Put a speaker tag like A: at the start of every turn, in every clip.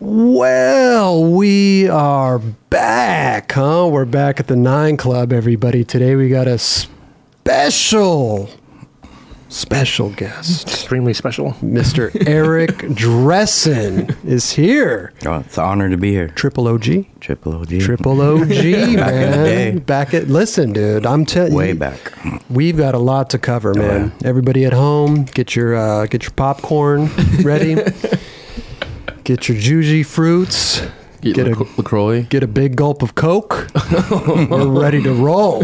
A: Well, we are back, huh? We're back at the Nine Club, everybody. Today we got a special, special guest.
B: Extremely special.
A: Mr. Eric Dressen is here.
C: Oh, it's an honor to be here.
A: Triple OG.
C: Triple OG.
A: Triple OG, man. Back
C: in the day.
A: at listen, dude. I'm telling
C: Way
A: you,
C: back.
A: We've got a lot to cover, man. Everybody at home, get your uh, get your popcorn ready. get your juicy fruits.
D: Get,
A: Get a-
D: Lac- LaCroix.
A: Get a big gulp of Coke. We're ready to roll.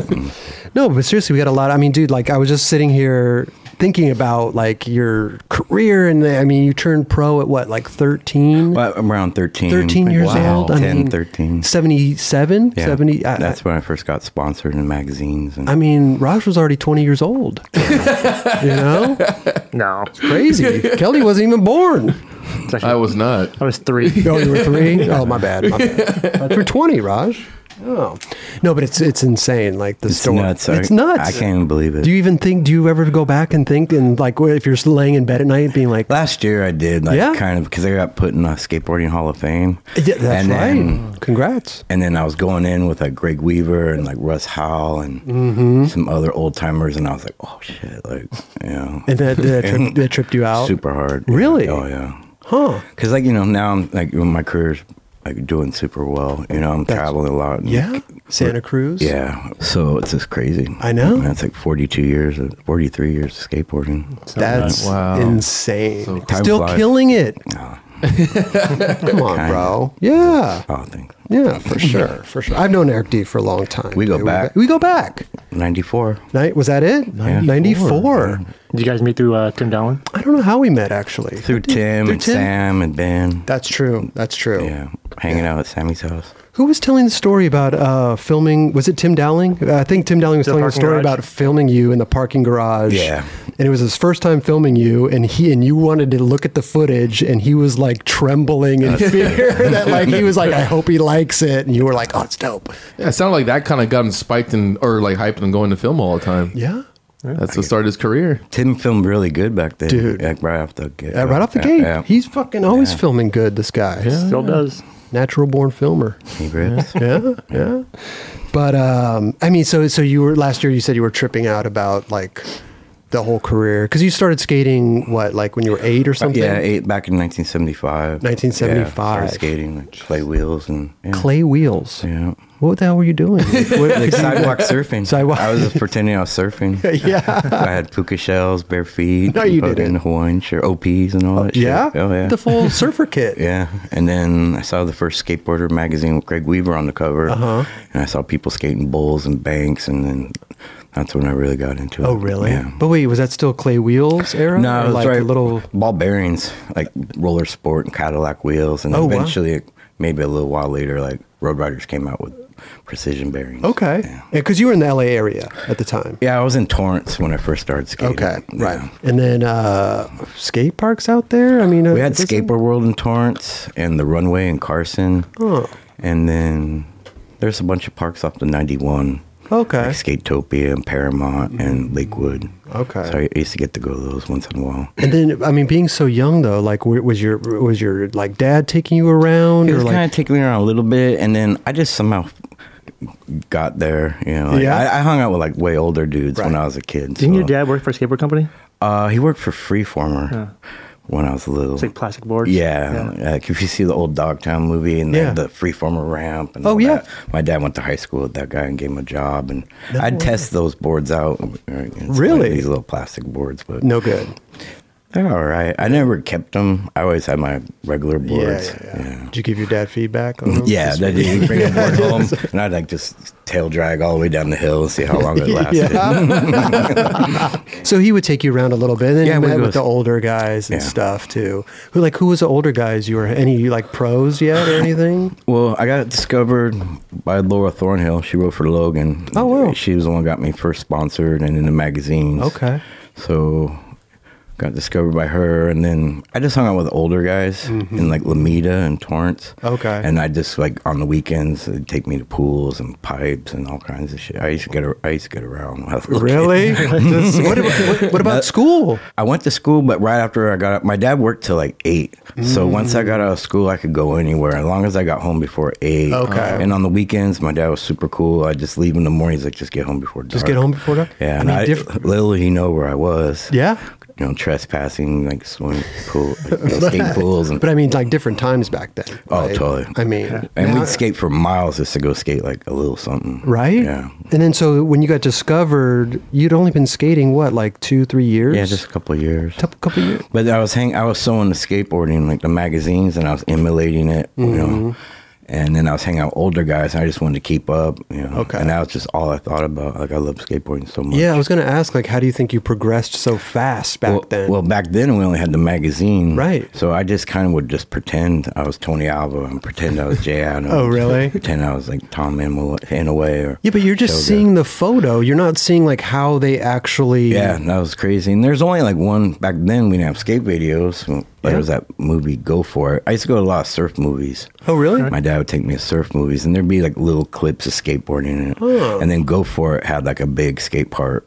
A: No, but seriously, we got a lot. I mean, dude, like I was just sitting here thinking about like your career, and I mean, you turned pro at what, like thirteen?
C: Well, I'm around 13.
A: 13 years
C: Wow.
A: old.
C: 10,
A: I mean,
C: 13.
A: 77,
C: Yeah.
A: 70. I,
C: That's when I first got sponsored in magazines. And
A: I mean, Raj was already 20 years old. you know?
B: No,
A: Crazy. Kelly wasn't even born.
B: it's actually,
D: I was not.
B: I was three.
A: Oh, you were three? Oh, my bad. My bad. But you're 20, Raj. Oh. No, but it's it's insane. Like the
C: it's
A: story.
C: nuts.
A: It's
C: I,
A: nuts.
C: I can't even believe it.
A: Do you even think, do you ever go back and think, and like if you're laying in bed at night being like,
C: Last year I did, like,
A: Yeah.
C: kind of, because I got put in a skateboarding Hall of Fame.
A: yeah, that's
C: and
A: right.
C: Then,
A: Congrats.
C: and then I was going in with like Greg Weaver and like Russ Howell and
A: Mm-hmm.
C: some other old timers, and I was like, oh shit, like, you know,
A: And that, that, trip, that tripped you out.
C: super hard.
A: Really?
C: Oh, yeah.
A: Huh.
C: Because like you know now I'm like in my career's like doing super well. You know I'm
A: That's-
C: traveling a lot. and-
A: Yeah. Santa Cruz.
C: Yeah. So it's just crazy.
A: I know.
C: That's like 42 years, of, 43 years of skateboarding.
A: That's
D: Wow.
A: insane.
C: Time
A: Still
C: flies.
A: killing it.
C: Oh,
A: Come on,
C: Kinda.
A: bro. Yeah.
C: oh thanks.
A: Yeah, for sure. For sure. I've known Eric D for a long time.
C: We go
A: dude.
C: back.
A: We go back.
C: 94.
A: Night was that it? 94.
B: Did you guys meet through uh, Tim Dowling?
A: I don't know how we met actually.
C: Through Tim
A: through
C: and
A: Tim?
C: Sam and Ben.
A: That's true. That's true.
C: Yeah. Hanging out at Sammy's house.
A: Who was telling the story about uh, filming? Was it Tim Dowling? Uh, I think Tim Dowling was
B: The
A: telling the
B: parking
A: story
B: garage?
A: about filming you in the parking garage.
C: Yeah.
A: and it was his first time filming you, and he and you wanted to look at the footage, and he was like trembling in fear that like he was like, I hope he likes it, and you were like, Oh, it's dope.
D: Yeah, it sounded like that kind of got him spiked and or like hyped and going to film all the time.
A: Yeah,
D: That's what started his career.
C: Tim filmed really good back then.
A: Dude.
C: Like right off the gate.
A: Uh, right off the
C: Yeah,
A: gate,
C: Yeah.
A: he's fucking always
C: Yeah.
A: filming good. This guy,
B: Still does.
A: natural born filmer.
C: He rips.
A: yeah, yeah. But um, I mean, so so you were last year. You said you were tripping out about like the whole career because you started skating what like when you were eight or something.
C: Yeah, eight, back in 1975.
A: 1975.
C: Yeah, started skating, like clay wheels and yeah.
A: Clay wheels.
C: Yeah.
A: What the hell were you doing? What-
C: Like sidewalk surfing.
A: Sidewalk-
C: I was just pretending I was surfing.
A: yeah.
C: I had puka shells, bare feet,
A: No, you
C: fucking
A: didn't.
C: Hawaiian shirt, OPs, and all that
A: Yeah.
C: shit. Oh, yeah.
A: The full surfer kit.
C: yeah. And then I saw the first skateboarder magazine with Greg Weaver on the cover.
A: Uh-huh.
C: And I saw people skating bulls and banks. And then that's when I really got into it.
A: Oh, really?
C: Yeah.
A: But wait, was that still clay wheels era? Or,
C: No, it was
A: like
C: right.
A: a little.
C: ball bearings, like roller sport and Cadillac wheels. And
A: Oh, wow.
C: eventually, it, maybe a little while later, like Road Riders came out with precision bearings.
A: Okay.
C: Yeah.
A: Because you were in the LA area at the time.
C: Yeah, I was in Torrance when I first started skating.
A: Okay.
C: Yeah.
A: Right. And then uh, skate parks out there. I mean, uh,
C: We had
A: skateboard.
C: Skateboard World in Torrance and the Runway in Carson.
B: Hmm.
C: And then there's a bunch of parks off the 91.
A: Okay. Mm-hmm.
C: Like Skatopia and Paramount and Lakewood.
A: Okay.
C: So I used to get to go to those once in a while.
A: And then, I mean, being so young though, like, where- was your was your like dad taking you around
C: It
A: or
C: was kind
A: like?
C: of taking me around a little bit, and then I just somehow got there. You know, like,
A: Yeah.
C: I, I hung out with like way older dudes when
A: Right.
C: I was a kid.
B: Didn't
C: so-
B: your dad work for a skateboard company?
C: Uh, he worked for Freeformer
B: Yeah.
C: when I was little.
B: It's like plastic boards.
C: Yeah, like if you see the old Dogtown movie and they had
A: Yeah.
C: the freeformer ramp and
A: Oh,
C: all
A: yeah.
C: that. my dad went to high school with that guy and gave him a job, and I'd test those boards out. and- and it's like
A: Really?
C: these little plastic boards, but
A: no good.
C: they're all right. I never kept them. I always had my regular
A: Yeah,
C: boards.
A: yeah, yeah. Did you give your dad feedback? On
C: Yeah,
A: them? Just-
C: that you bring a board home, and I'd like just tail drag all the way down the hill and see how long it lasted.
A: Yeah. so he would take you around a little bit, and then
C: Yeah,
A: you
C: we
A: met
C: go-
A: with the older guys and
C: Yeah.
A: stuff too. Who like who was the older guys? You were any like pros yet or anything?
C: Well, I got discovered by Laura Thornhill. She wrote for Logan.
A: Oh, wow.
C: She was the one who got me first sponsored and in the magazines.
A: Okay.
C: So got discovered by her, and then I just hung out with older guys in like Lameda and Torrance.
A: Mm-hmm. Okay.
C: and I just like on the weekends they'd take me to pools and pipes and all kinds of shit. I used to get a, I used to get around. when I was a little kid.
A: Really? Just- what, about- what- what about school?
C: I went to school, but right after I got up, my dad worked till like eight. So
A: Mm.
C: once I got out of school, I could go anywhere as long as I got home before eight.
A: Okay.
C: And on the weekends, my dad was super cool. I'd just leave in the mornings, like just get home before dark.
A: Just get home before dark.
C: Yeah.
A: I
C: and
A: mean,
C: I,
A: diff-
C: little he know where I was.
A: yeah.
C: You know, trespassing, like swimming pool, like, skate pools, and
A: But I mean, like different times back then.
C: Oh,
A: right?
C: totally.
A: I mean,
C: and
A: now-
C: we'd skate for miles just to go skate like a little something.
A: right?
C: Yeah.
A: And then so when you got discovered, you'd only been skating what, like two, three years?
C: Yeah, just a couple of years.
A: couple, couple years.
C: But I was hang I was so into skateboarding, like the magazines, and I was emulating it, you know.
A: Mm-hmm.
C: And then I was hanging out with older guys, and I just wanted to keep up, you know.
A: Okay.
C: And that was just all I thought about. Like I love skateboarding so much.
A: Yeah, I was going to ask, like, how do you think you progressed so fast back
C: Well,
A: then?
C: well, back then we only had the magazine,
A: Right.
C: So I just kind of would just pretend I was Tony Alva and pretend I was Jay Adams.
A: Oh, really?
C: Pretend I was like Tom Inouye or
A: yeah, but you're just
C: Shogun.
A: seeing the photo. You're not seeing like how they actually.
C: Yeah, that was crazy. And there's only like one back then. We didn't have skate videos. There was that movie Go For It. I used to go to a lot of surf movies.
A: Oh, really?
C: My dad would take me to surf movies, and there'd be like little clips of skateboarding in it. And then Go For It had like a big skate park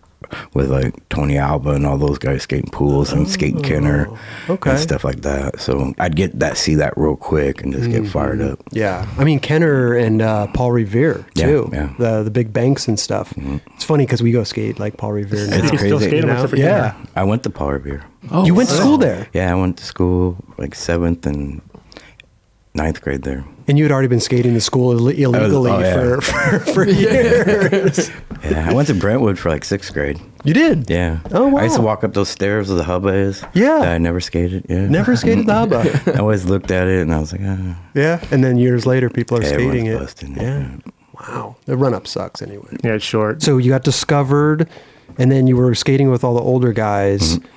C: with like Tony Alba and all those guys skating pools and skating Kenner
A: okay.
C: and stuff like that. So I'd get that, see that real quick, and just get fired up.
A: Yeah, I mean Kenner and uh, Paul Revere
C: Yeah,
A: too.
C: yeah. Mm-hmm.
A: The the big banks and stuff. It's funny because we go skate like Paul Revere. Now.
C: It's
B: You still
C: crazy,
B: skate
C: you
B: them
A: know?
B: except for
A: Yeah.
B: Kenner.
C: I went to Power Beer.
D: Oh,
A: you went to
D: wow.
A: school there,
C: Yeah, I went to school like seventh and ninth grade there.
A: and you had already been skating to school Ill- illegally
C: oh, yeah.
A: for, for for years.
C: Yeah, I went to Brentwood for like sixth grade.
A: you did.
C: Yeah.
A: Oh, wow.
C: I used to walk up those stairs where the hub is.
A: Yeah.
C: That I never skated. Yeah.
A: Never skated the hubba.
C: I always looked at it and I was like, ah.
A: Yeah, and then years later, people are
C: Everyone's
A: skating it.
C: busting it,
A: Yeah. Wow, the run up sucks anyway.
B: Yeah, it's short.
A: So you got discovered, and then you were skating with all the older guys,
C: Mm-hmm.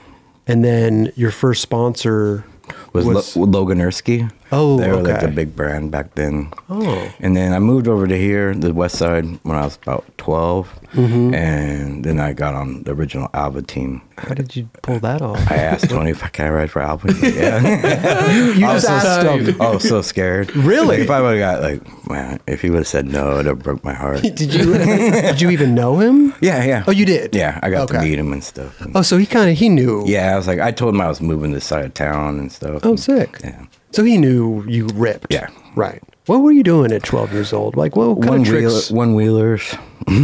A: and then your first sponsor
C: Was,
A: was,
C: Lo- Logan Erskine.
A: Oh,
C: They were like
A: okay.
C: the big brand back then.
A: Oh.
C: And then I moved over to here, the West Side, when I was about 12.
A: Mm-hmm.
C: And then I got on the original Alba team.
A: how did you pull that off?
C: I asked Tony if I can ride for Alba. He's like, yeah.
A: You
C: I was
A: just
C: so
A: asked
D: sorry.
A: him.
C: I was so scared.
A: Really?
C: Like, if I would have got like, man, if he would have said no, it'd have broke my heart.
A: Did you did you even know him?
C: Yeah, yeah.
A: Oh, you did?
C: Yeah, I got
A: Okay.
C: to meet him and stuff. And-
A: Oh, so he kind of he knew.
C: Yeah, I was like, I told him I was moving this side of town and stuff.
A: Oh, sick.
C: Yeah.
A: So he knew you ripped.
C: Yeah.
A: Right. What were you doing at 12 years old? Like, what kind
C: One
A: of
C: wheeler,
A: tricks?
C: one wheelers.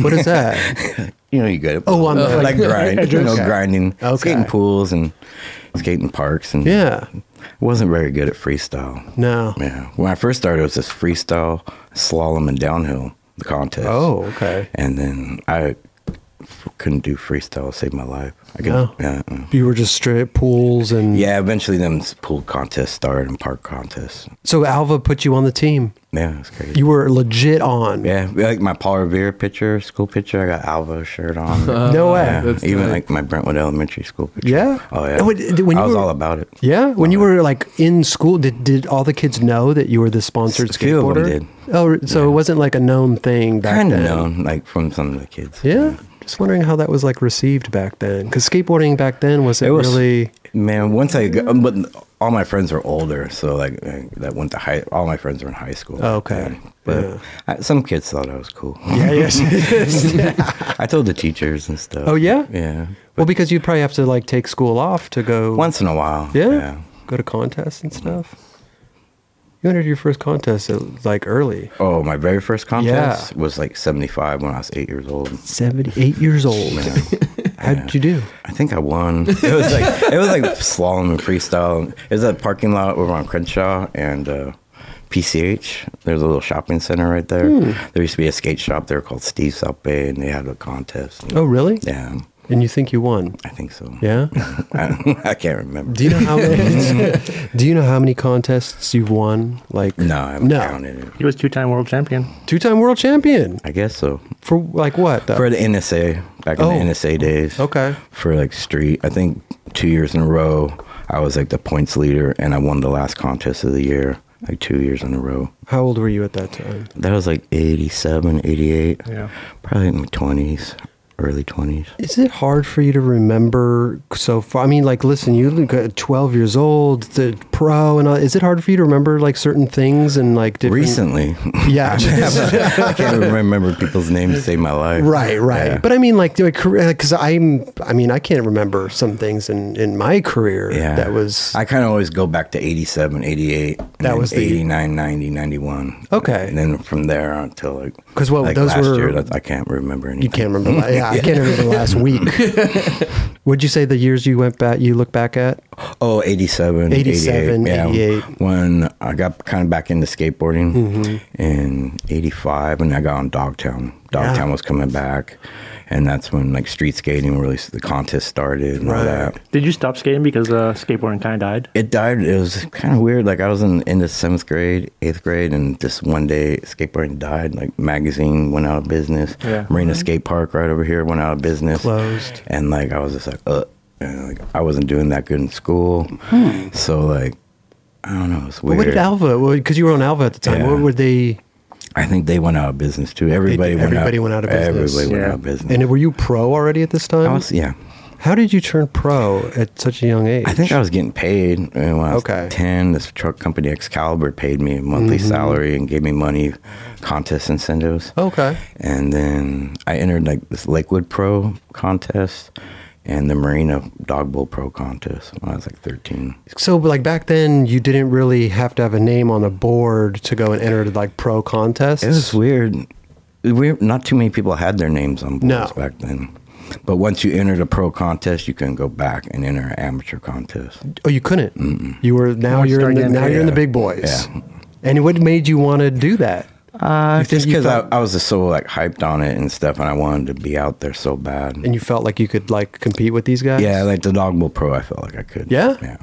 A: What is that?
C: You know, you good.
A: Oh, on the-
C: like grind, you know,
A: Okay.
C: grinding,
A: Okay.
C: skating pools and skating parks, and
A: Yeah.
C: wasn't very good at freestyle.
A: No.
C: Yeah, when I first started, it was just freestyle, slalom, and downhill the contest.
A: Oh, okay.
C: and then I f- couldn't do freestyle, saved my life. I could,
A: No.
C: yeah, uh-uh.
A: You were just straight pools and
C: yeah. Eventually, them pool contests started and park contests.
A: So Alva put you on the team.
C: Yeah, it's crazy.
A: You were legit on.
C: Yeah, like my Paul Revere picture, school picture. I got Alva shirt on.
A: No way.
C: Uh, yeah,
D: That's
C: even
D: tight.
C: like my Brentwood Elementary School picture.
A: Yeah?
C: Oh yeah.
A: And when- did- when
C: I
A: you
C: was
A: were-
C: all about it.
A: Yeah? When you were like in school, did, did all the kids know that you were the sponsored
C: A few of
A: skateboarder?
C: them did.
A: Oh, so it wasn't like a known thing back
C: Kind of
A: then.
C: known, like from some of the kids.
A: Yeah. Just wondering how that was like received back then. Because skateboarding back then wasn't
C: It was-
A: really.
C: Man, once I got, but all my friends are older, so like I- that went to high. All my friends are in high school.
A: Oh, Okay.
C: Yeah. But
A: Yeah.
C: I, some kids thought I was cool.
A: Yeah, yes.
C: I told the teachers and stuff.
A: Oh, yeah?
C: Yeah.
A: well, because you probably have to like take school off to go.
C: Once in a while.
A: Yeah. Go to contests and stuff. You entered your first contest at, like early.
C: Oh, my very first contest
A: Yeah.
C: was like 75 when I was eight years old.
A: 78 years old. How did you do?
C: I think I won. It was like it was like slalom and freestyle. It was a parking lot over on Crenshaw and uh, PCH. There's a little shopping center right there.
A: Hmm.
C: There used to be a skate shop there called Steve's South Bay, and they had a contest.
A: Oh, really?
C: Yeah,
A: And you think you won?
C: I think so.
A: Yeah.
C: I, I can't remember.
A: Do you know how many? do you know how many contests you've won? Like
C: no, I haven't counted it.
B: He was two-time world champion.
A: Two-time world champion
C: I guess so.
A: for like what? Though?
C: For the NSA, back
A: Oh.
C: in the NSA days.
A: Okay.
C: For like street, I think two years in a row, I was like the points leader, and I won the last contest of the year, like two years in a row.
A: how old were you at that time?
C: That was like 87, 88.
B: Yeah.
C: Probably in my 20s. early 20s.
A: Is it hard for you to remember so far? I mean, like, listen, you look at 12 years old, the pro, and all, is it hard for you to remember like certain things and like different?
C: Recently,
A: Yeah.
C: I can't even remember people's names to save my life.
A: right, right.
C: Yeah.
A: But I mean, like, because I'm, I mean, I can't remember some things in, in my career
C: Yeah.
A: that was.
C: I kind of always go back to 87, 88. and
A: That
C: then
A: was the-
C: 89, 90, 91.
A: Okay.
C: And then from there on until like.
A: 'Cause what-
C: like
A: those
C: last
A: were-
C: Year, that- I can't remember anything.
A: you can't remember. la- yeah, I can't remember the last week. Would you say the years you went back, you look back at?
C: Oh, 87,
A: 87,
C: 88. yeah.
A: 88.
C: When I got kind of back into skateboarding
A: Mm-hmm.
C: in 85 and I got on Dogtown. Dogtown
A: Yeah.
C: was coming back. And that's when like street skating really, s- the contest started and
A: Right.
C: all that.
B: Did you stop skating because uh, skateboarding kind of died?
C: It died. It was kind of weird. Like I was in into seventh grade, eighth grade, and just one day skateboarding died. Like magazine went out of business.
B: Yeah.
C: Marina Skate Park right over here went out of business.
A: Mm-hmm. Closed.
C: And like I was just like, uh, and, like I wasn't doing that good in school. So like, I don't know. It's weird.
A: Hmm. What did Alva, because you were on Alva at the time,
C: Yeah.
A: what were they?
C: I think they went out of business too. Everybody went.
A: everybody
C: out,
A: went out of business.
C: Everybody went
B: Yeah.
C: out of business.
A: And were you pro already at this time?
C: I was, yeah.
A: How did you turn pro at such a young age?
C: I think I was getting paid uh, when I was
A: Okay. Mm-hmm.
C: 10. This truck company, Excalibur, paid me a monthly salary and gave me money, contest incentives.
A: Okay.
C: And then I entered like this Lakewood Pro contest and the Marina Dog Bowl Pro contest when I was like 13.
A: So, but, like back then, you didn't really have to have a name on the board to go and enter like pro contests.
C: It was weird. we not too many people had their names on
A: No.
C: boards back then. But once you entered a pro contest, you can go back and enter an amateur contest.
A: oh, you couldn't. You were now
B: Once
A: you're in
B: started
A: the,
B: getting
A: now
B: paid.
A: you're in the
C: Yeah.
A: big boys.
C: Yeah.
A: And what made you want to do that?
B: Uh,
C: Just
A: you
C: because I,
A: felt-
C: I was just so like hyped on it and stuff, and I wanted to be out there so bad.
A: And you felt like you could like compete with these guys.
C: Yeah, like the Dog Bowl Pro, I felt like I could.
A: Yeah?
C: Yeah.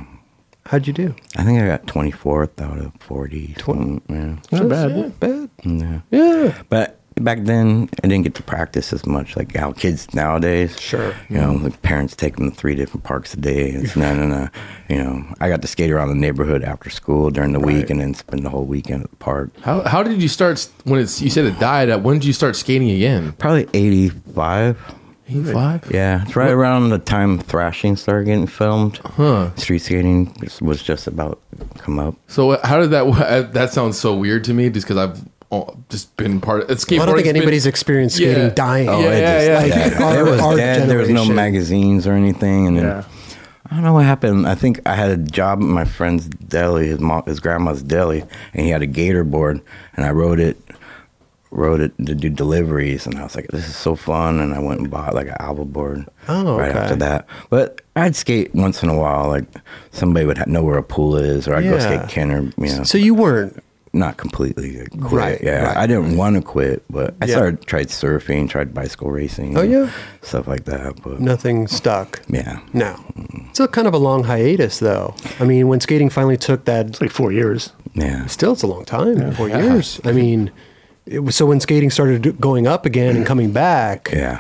A: How'd you do?
C: I think I got 24th out of 40. something, yeah.
B: not bad.
A: Bad.
C: yeah.
A: Yeah.
C: But back then, I didn't get to practice as much like how kids nowadays.
A: Sure.
C: You know, the parents take them to three different parks a day. It's no, no, no. You know, I got to skate around the neighborhood after school during the week and then spend the whole weekend at the park.
D: How, how did you start s- when it's you said it died? At when did you start skating again?
C: Probably 85.
D: Eighty five.
C: Yeah, it's right around the time Thrashing started getting filmed.
D: Huh.
C: Street skating was just about come up.
D: So uh, how did that? uh, That sounds so weird to me, just because I've uh, just been part of. It's skateboarding.
A: I don't think anybody's
D: been,
A: experienced skating
D: Yeah.
A: dying.
D: Oh, Yeah, yeah, yeah.
A: Like, our-
C: it was
A: our
C: dead. There was no
A: generation.
C: magazines or anything, and then,
B: Yeah.
C: I don't know what happened. I think I had a job at my friend's deli, his mom, his grandma's deli, and he had a gator board, and I rode it, rode it to do deliveries, and I was like, this is so fun, and I went and bought like an album board.
A: Oh,
C: right
A: okay.
C: after that, but. I'd skate once in a while, like somebody would ha- know where a pool is, or I'd go
A: Yeah.
C: skate Kenner. You know,
A: So you weren't.
C: not completely like, quit.
A: Right,
C: yeah,
A: right.
C: I didn't want to quit, but I
A: Yeah.
C: started tried surfing, tried bicycle racing.
A: Oh,
C: and
A: yeah?
C: stuff like that. But
A: Nothing stuck.
C: yeah,
A: No. It's a kind of a long hiatus, though. I mean, when skating finally took that,
B: It's like four years.
C: yeah,
A: still, it's a long time four
D: Yeah.
A: years. I mean, it was, so when skating started do- going up again and coming back,
C: yeah,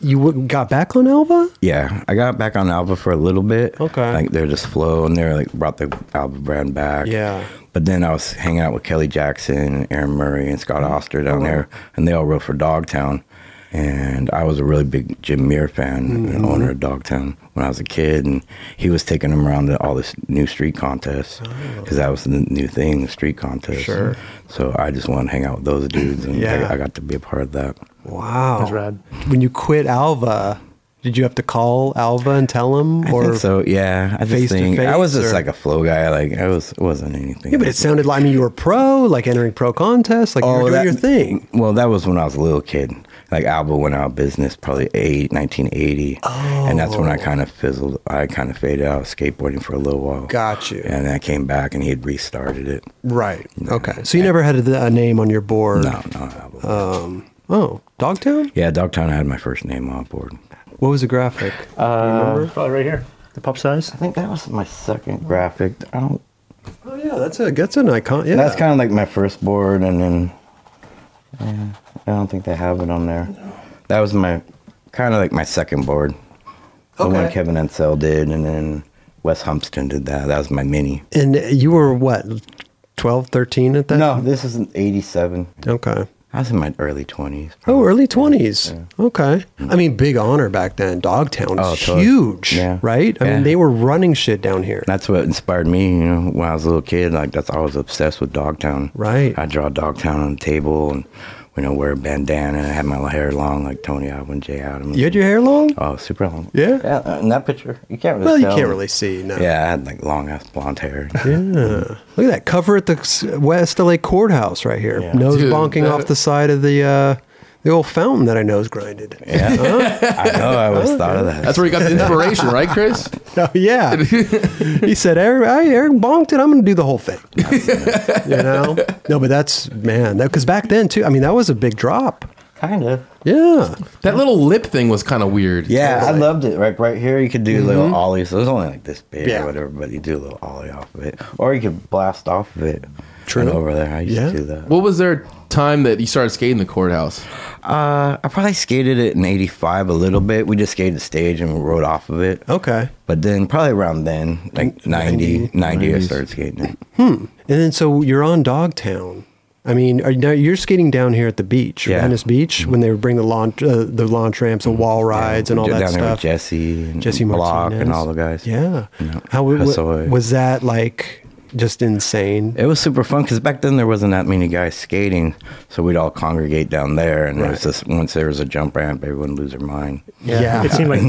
A: you w- got back on Alva?
C: yeah. I got back on Alba for a little bit.
A: Okay.
C: like they're just flow, and they're like brought the Alba brand back.
A: Yeah.
C: But then I was hanging out with Kelly Jackson, Aaron Murray, and
A: Mm-hmm.
C: Scott Oster
A: Oh,
C: down there, and they all rode for Dogtown. And I was a really big Jim Muir fan
A: Mm-hmm.
C: and owner of Dogtown when I was a kid, and he was taking them around to all this new street contests because that was the new thing, the street contest.
A: Oh. Sure.
C: So I just wanted to hang out with those dudes, and
A: Yeah.
C: I, I got to be a part of that.
A: Wow.
B: That's rad.
A: When you quit Alva, did you have to call Alva and tell him?
C: I
A: or
C: think so yeah, I
A: face
C: just
A: to
C: think I was
A: face,
C: just
A: or-
C: like a flow guy. Like I was it wasn't anything.
A: Yeah, but it sounded like I mean you were pro, like entering pro contests, like you were doing
C: Oh, that-
A: your thing.
C: Well, that was when I was a little kid. Like Alba went out of business probably eight, 1980. And that's
A: Oh.
C: when I kind of fizzled. I kind of faded out of skateboarding for a little while.
A: Got you.
C: And then I came back and he had restarted it.
A: Right. Okay. So you never had a, a name on your board.
C: No, no, Alba.
A: Oh, Dogtown.
C: yeah, Dogtown had my first name on board.
A: What was the graphic?
B: Uh, probably right here. The pup size.
C: I think that was my second graphic. I don't,
A: oh yeah, that's a that's an icon. Yeah.
C: That's kind of like my first board. And then yeah, I don't think they have it on there. That was my kind of like my second board. The one
A: Okay.
C: Kevin Ansel did. And then Wes Humpston did that. That was my mini.
A: And you were what, 12, 13 at that?
C: No, this is an 87.
A: Okay.
C: I I was in my early 20s.
A: Oh,
C: probably.
A: early twenties. Okay. I mean, big honor back then. Dogtown
C: Oh,
A: was
C: totally.
A: huge,
C: Yeah.
A: right? I
C: Yeah.
A: mean, they were running shit down here.
C: That's what inspired me, you know, when I was a little kid. Like, that's I was obsessed with Dogtown.
A: Right.
C: I draw Dogtown on the table and, you know, wear a bandana. I had my hair long like Tony Alvin, Jay Adams.
A: You had your hair long?
C: Oh, super long.
A: Yeah?
C: Yeah, in that picture. You can't really
A: well, you
C: tell.
A: can't really see. No.
C: Yeah, I had like long ass blonde hair.
A: Look at that cover at the s- West LA courthouse right here.
C: Yeah.
A: Nose
D: Dude,
A: bonking
D: that-
A: off the side of the uh, the old fountain that I nose grinded.
C: Yeah. I know. I always thought of that.
D: That's where you got the inspiration, right, Chris?
A: Oh yeah. he said, Eric, I, Eric bonked it. I'm going to do the whole thing. you know? No, but that's, man, because back then, too, I mean, that was a big drop.
C: kind of.
A: Yeah.
D: That little lip thing was kind of weird.
C: Yeah, I loved it. Like right here, you could do little ollies. It was only like this big
A: Mm-hmm. Yeah.
C: or whatever, but you do a little ollie off of it, or you could blast off of it.
A: True.
C: And over there, I used
A: Yeah.
C: to do that.
D: What was their time that you started skating the courthouse?
C: Uh, I probably skated it in '85 a little bit. We just skated the stage and we rode off of it.
A: Okay.
C: But then probably around then, like 90, 90 I started skating it.
A: And then so you're on Dogtown. I mean, are, now you're skating down here at the beach,
C: Yeah. Mm-hmm.
A: Venice Beach, when they would bring the launch, uh, the launch ramps and wall rides and all
C: Down
A: that
C: there with
A: stuff.
C: Jesse and
A: Jesse
C: Block
A: Martinez
C: and all the guys.
A: Yeah.
C: Yeah.
A: How w-
C: Hustle.
A: w- was that like? Just insane.
C: It was super fun because back then there wasn't that many guys skating, so we'd all congregate down there. And there was
A: Right.
C: this, once there was a jump ramp, everyone would lose their mind.
A: Yeah.
B: It seemed like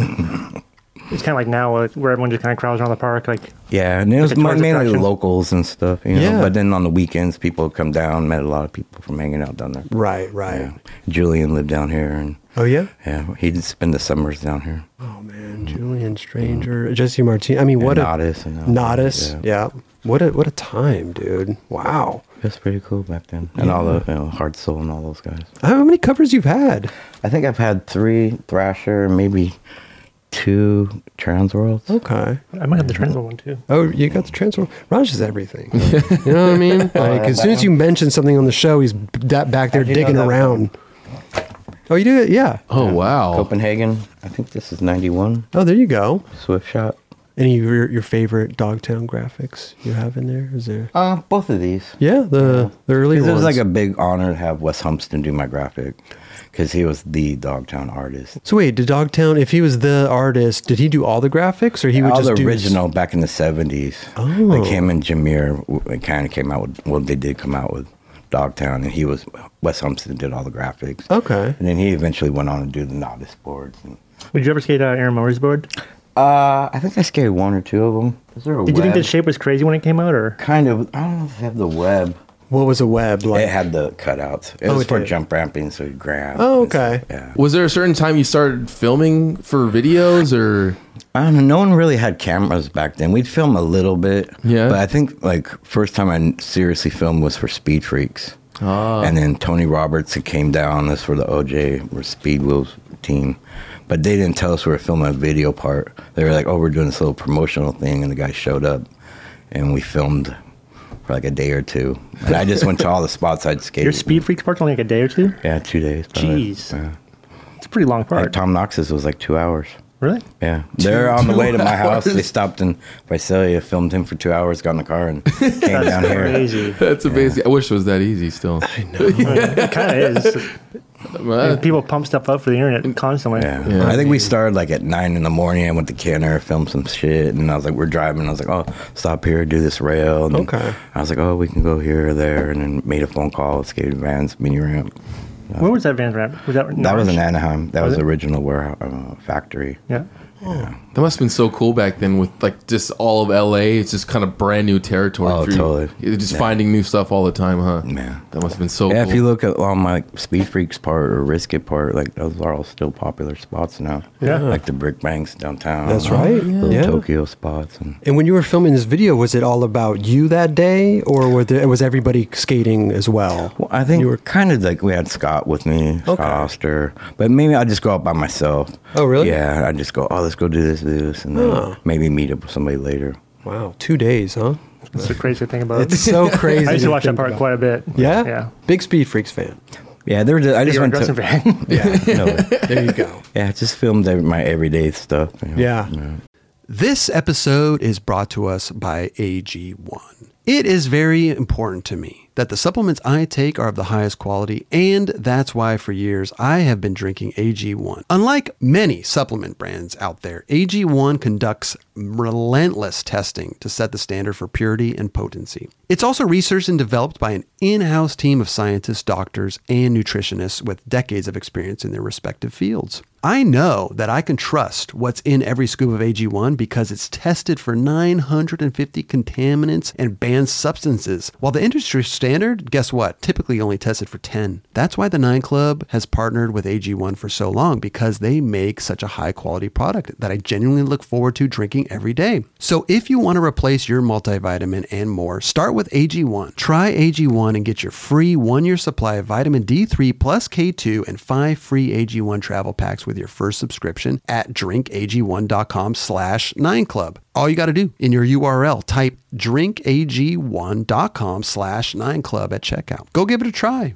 B: it's kind of like now like, where everyone just kind of crowds around the park. Like
C: Yeah, and it was
B: a tourist
C: mainly
B: attraction.
C: locals and stuff, you know.
A: Yeah.
C: But then on the weekends, people would come down. Met a lot of people from hanging out down there.
A: Right. Right.
C: Yeah. Julian lived down here, and
A: Oh yeah.
C: yeah, he'd spend the summers down here.
A: Oh man, Julian Stranger, Jesse Martinez. I mean, what
C: and
A: a
C: Nodis and all that,
A: Nodis.
C: Yeah.
A: Yeah. What a what a time, dude. Wow.
C: It was pretty cool back then, and all the you know, Hard Soul and all those guys.
A: How many covers you've had?
C: I think I've had three Thrasher, maybe two Trans Worlds.
A: Okay.
B: I might have the Transworld one too.
A: Oh, you got the transfer. Raj is everything. you know what I mean? Like as soon as you mention something on the show, he's da- back there
C: How'd you
A: digging
C: know that
A: around. Oh, you do it? Yeah.
D: Oh wow!
C: Copenhagen. I think this is 91.
A: Oh, there you go.
C: Swift Shot.
A: Any of your, your favorite Dogtown graphics you have in there? Is there?
C: Uh, both of these.
A: Yeah, the the early
C: Because it
A: ones.
C: was like a big honor to have Wes Humpston do my graphic because he was the Dogtown artist.
A: so wait, did Dogtown? If he was the artist, did he do all the graphics, or he would
C: All
A: just
C: the
A: do
C: original back in the 70s. Oh. Like him and Jameer kind of came out with, well, they did come out with Dogtown, and he was, Wes Humpston did all the graphics.
A: Okay.
C: And then he eventually went on to do the novice boards. And,
B: Would you ever skate uh, Aaron Murray's board?
C: uh, I think I skated one or two of them. Is there a
B: Did you think
C: web?
B: the shape was crazy when it came out, or
C: Kind of. I don't know if they have the web.
A: What was a web like?
C: It had the cutouts. It
A: Oh,
C: was
A: it
C: for
A: did.
C: jump ramping, so you grab.
A: Oh,
C: and stuff,
A: okay.
C: Yeah.
D: Was there a certain time you started filming for videos or?
C: I don't know. No one really had cameras back then. We'd film a little bit.
D: Yeah.
C: But I think like first time I seriously filmed was for Speed Freaks.
D: Ah.
C: And then Tony Roberts who came down. That's for the OJ or Speed Wheels team. But they didn't tell us we were filming a video part. They were like, oh, we're doing this little promotional thing. And the guy showed up and we filmed for like a day or two. And I just went to all the spots I'd skated.
B: your Speed Freaks park's only like a day or two?
C: Yeah, two days. probably.
B: Jeez.
C: Yeah.
B: It's a pretty long
C: Like
B: part.
C: Tom Knox's was like two hours.
B: really?
C: Yeah, they're on the way to my house. They
D: hours.
C: stopped in Visalia, filmed him for two hours, got in the car, and came down here.
B: Crazy.
D: That's amazing. I wish it was that easy. Still,
B: it kind of is.
D: Well,
B: And people pump stuff up for the internet constantly.
C: Uh, Yeah. I think we started like at nine in the morning. I went to Canner, filmed some shit, and I was like, we're driving. I was like, oh, stop here, do this rail. And then
A: Okay.
C: I was like, oh, we can go here or there, and then made a phone call, skated Vans mini ramp.
B: Where was that Vans ramp? Was that
C: That was in
B: Norwich?
C: Anaheim. That
B: Was
C: was the
B: it?
C: original warehouse uh, factory.
B: Yeah.
D: that must have been so cool back then with like just all of LA. It's just kind of brand new territory.
C: Oh,
D: for you.
C: totally.
D: You're just
C: Yeah.
D: finding new stuff all the time, huh?
C: Man.
D: that must have been so.
C: Yeah,
D: cool.
C: if you look at on my Speed Freaks part or Risk It part, like those are all still popular spots now.
B: Yeah.
C: like the Brick Banks downtown.
A: That's
C: and all
A: right,
C: the
A: yeah.
C: Little
A: Yeah.
C: Tokyo spots and
A: And when you were filming this video, was it all about you that day, or were there, was everybody skating as well?
C: Well, I think
A: You were-
C: we were kind of like we had Scott with me, Scott
A: Okay.
C: Oster, but maybe I just go out by myself.
A: Oh, really?
C: Yeah, I just go. Oh, let's go do this, do this, and then
A: Huh.
C: maybe meet up with somebody later.
A: Wow, two days, huh?
B: That's the crazy thing about it.
A: It's so crazy.
B: I used to watch that
A: think
B: part
A: about.
B: quite a bit.
A: Yeah?
B: Yeah.
A: Big Speed Freaks fan.
C: Yeah, there. I just
B: You're a
C: went
B: dressing
C: to.
B: fan.
C: Yeah, no,
A: There you go.
C: yeah, I just filmed every, my everyday stuff. you know.
A: Yeah. This episode is brought to us by AG1. It is very important to me
E: that the supplements I take are of the highest quality, and that's why for years I have been drinking AG1. Unlike many supplement brands out there, AG1 conducts relentless testing to set the standard for purity and potency. It's also researched and developed by an in house team of scientists, doctors, and nutritionists with decades of experience in their respective fields. I know that I can trust what's in every scoop of AG1 because it's tested for 950 contaminants and banned substances. While the industry standard, guess what, typically only tested for 10. That's why the 9 Club has partnered with AG1 for so long because they make such a high quality product that I genuinely look forward to drinking every day. So if you want to replace your multivitamin and more, start with AG1. Try AG1 and get your free one year supply of vitamin D3 plus K2 and five free AG1 travel packs with your first subscription at drinkag1.com slash 9club. All you got to do in your URL, type drinkag1.com slash 9club at checkout. Go give it a try.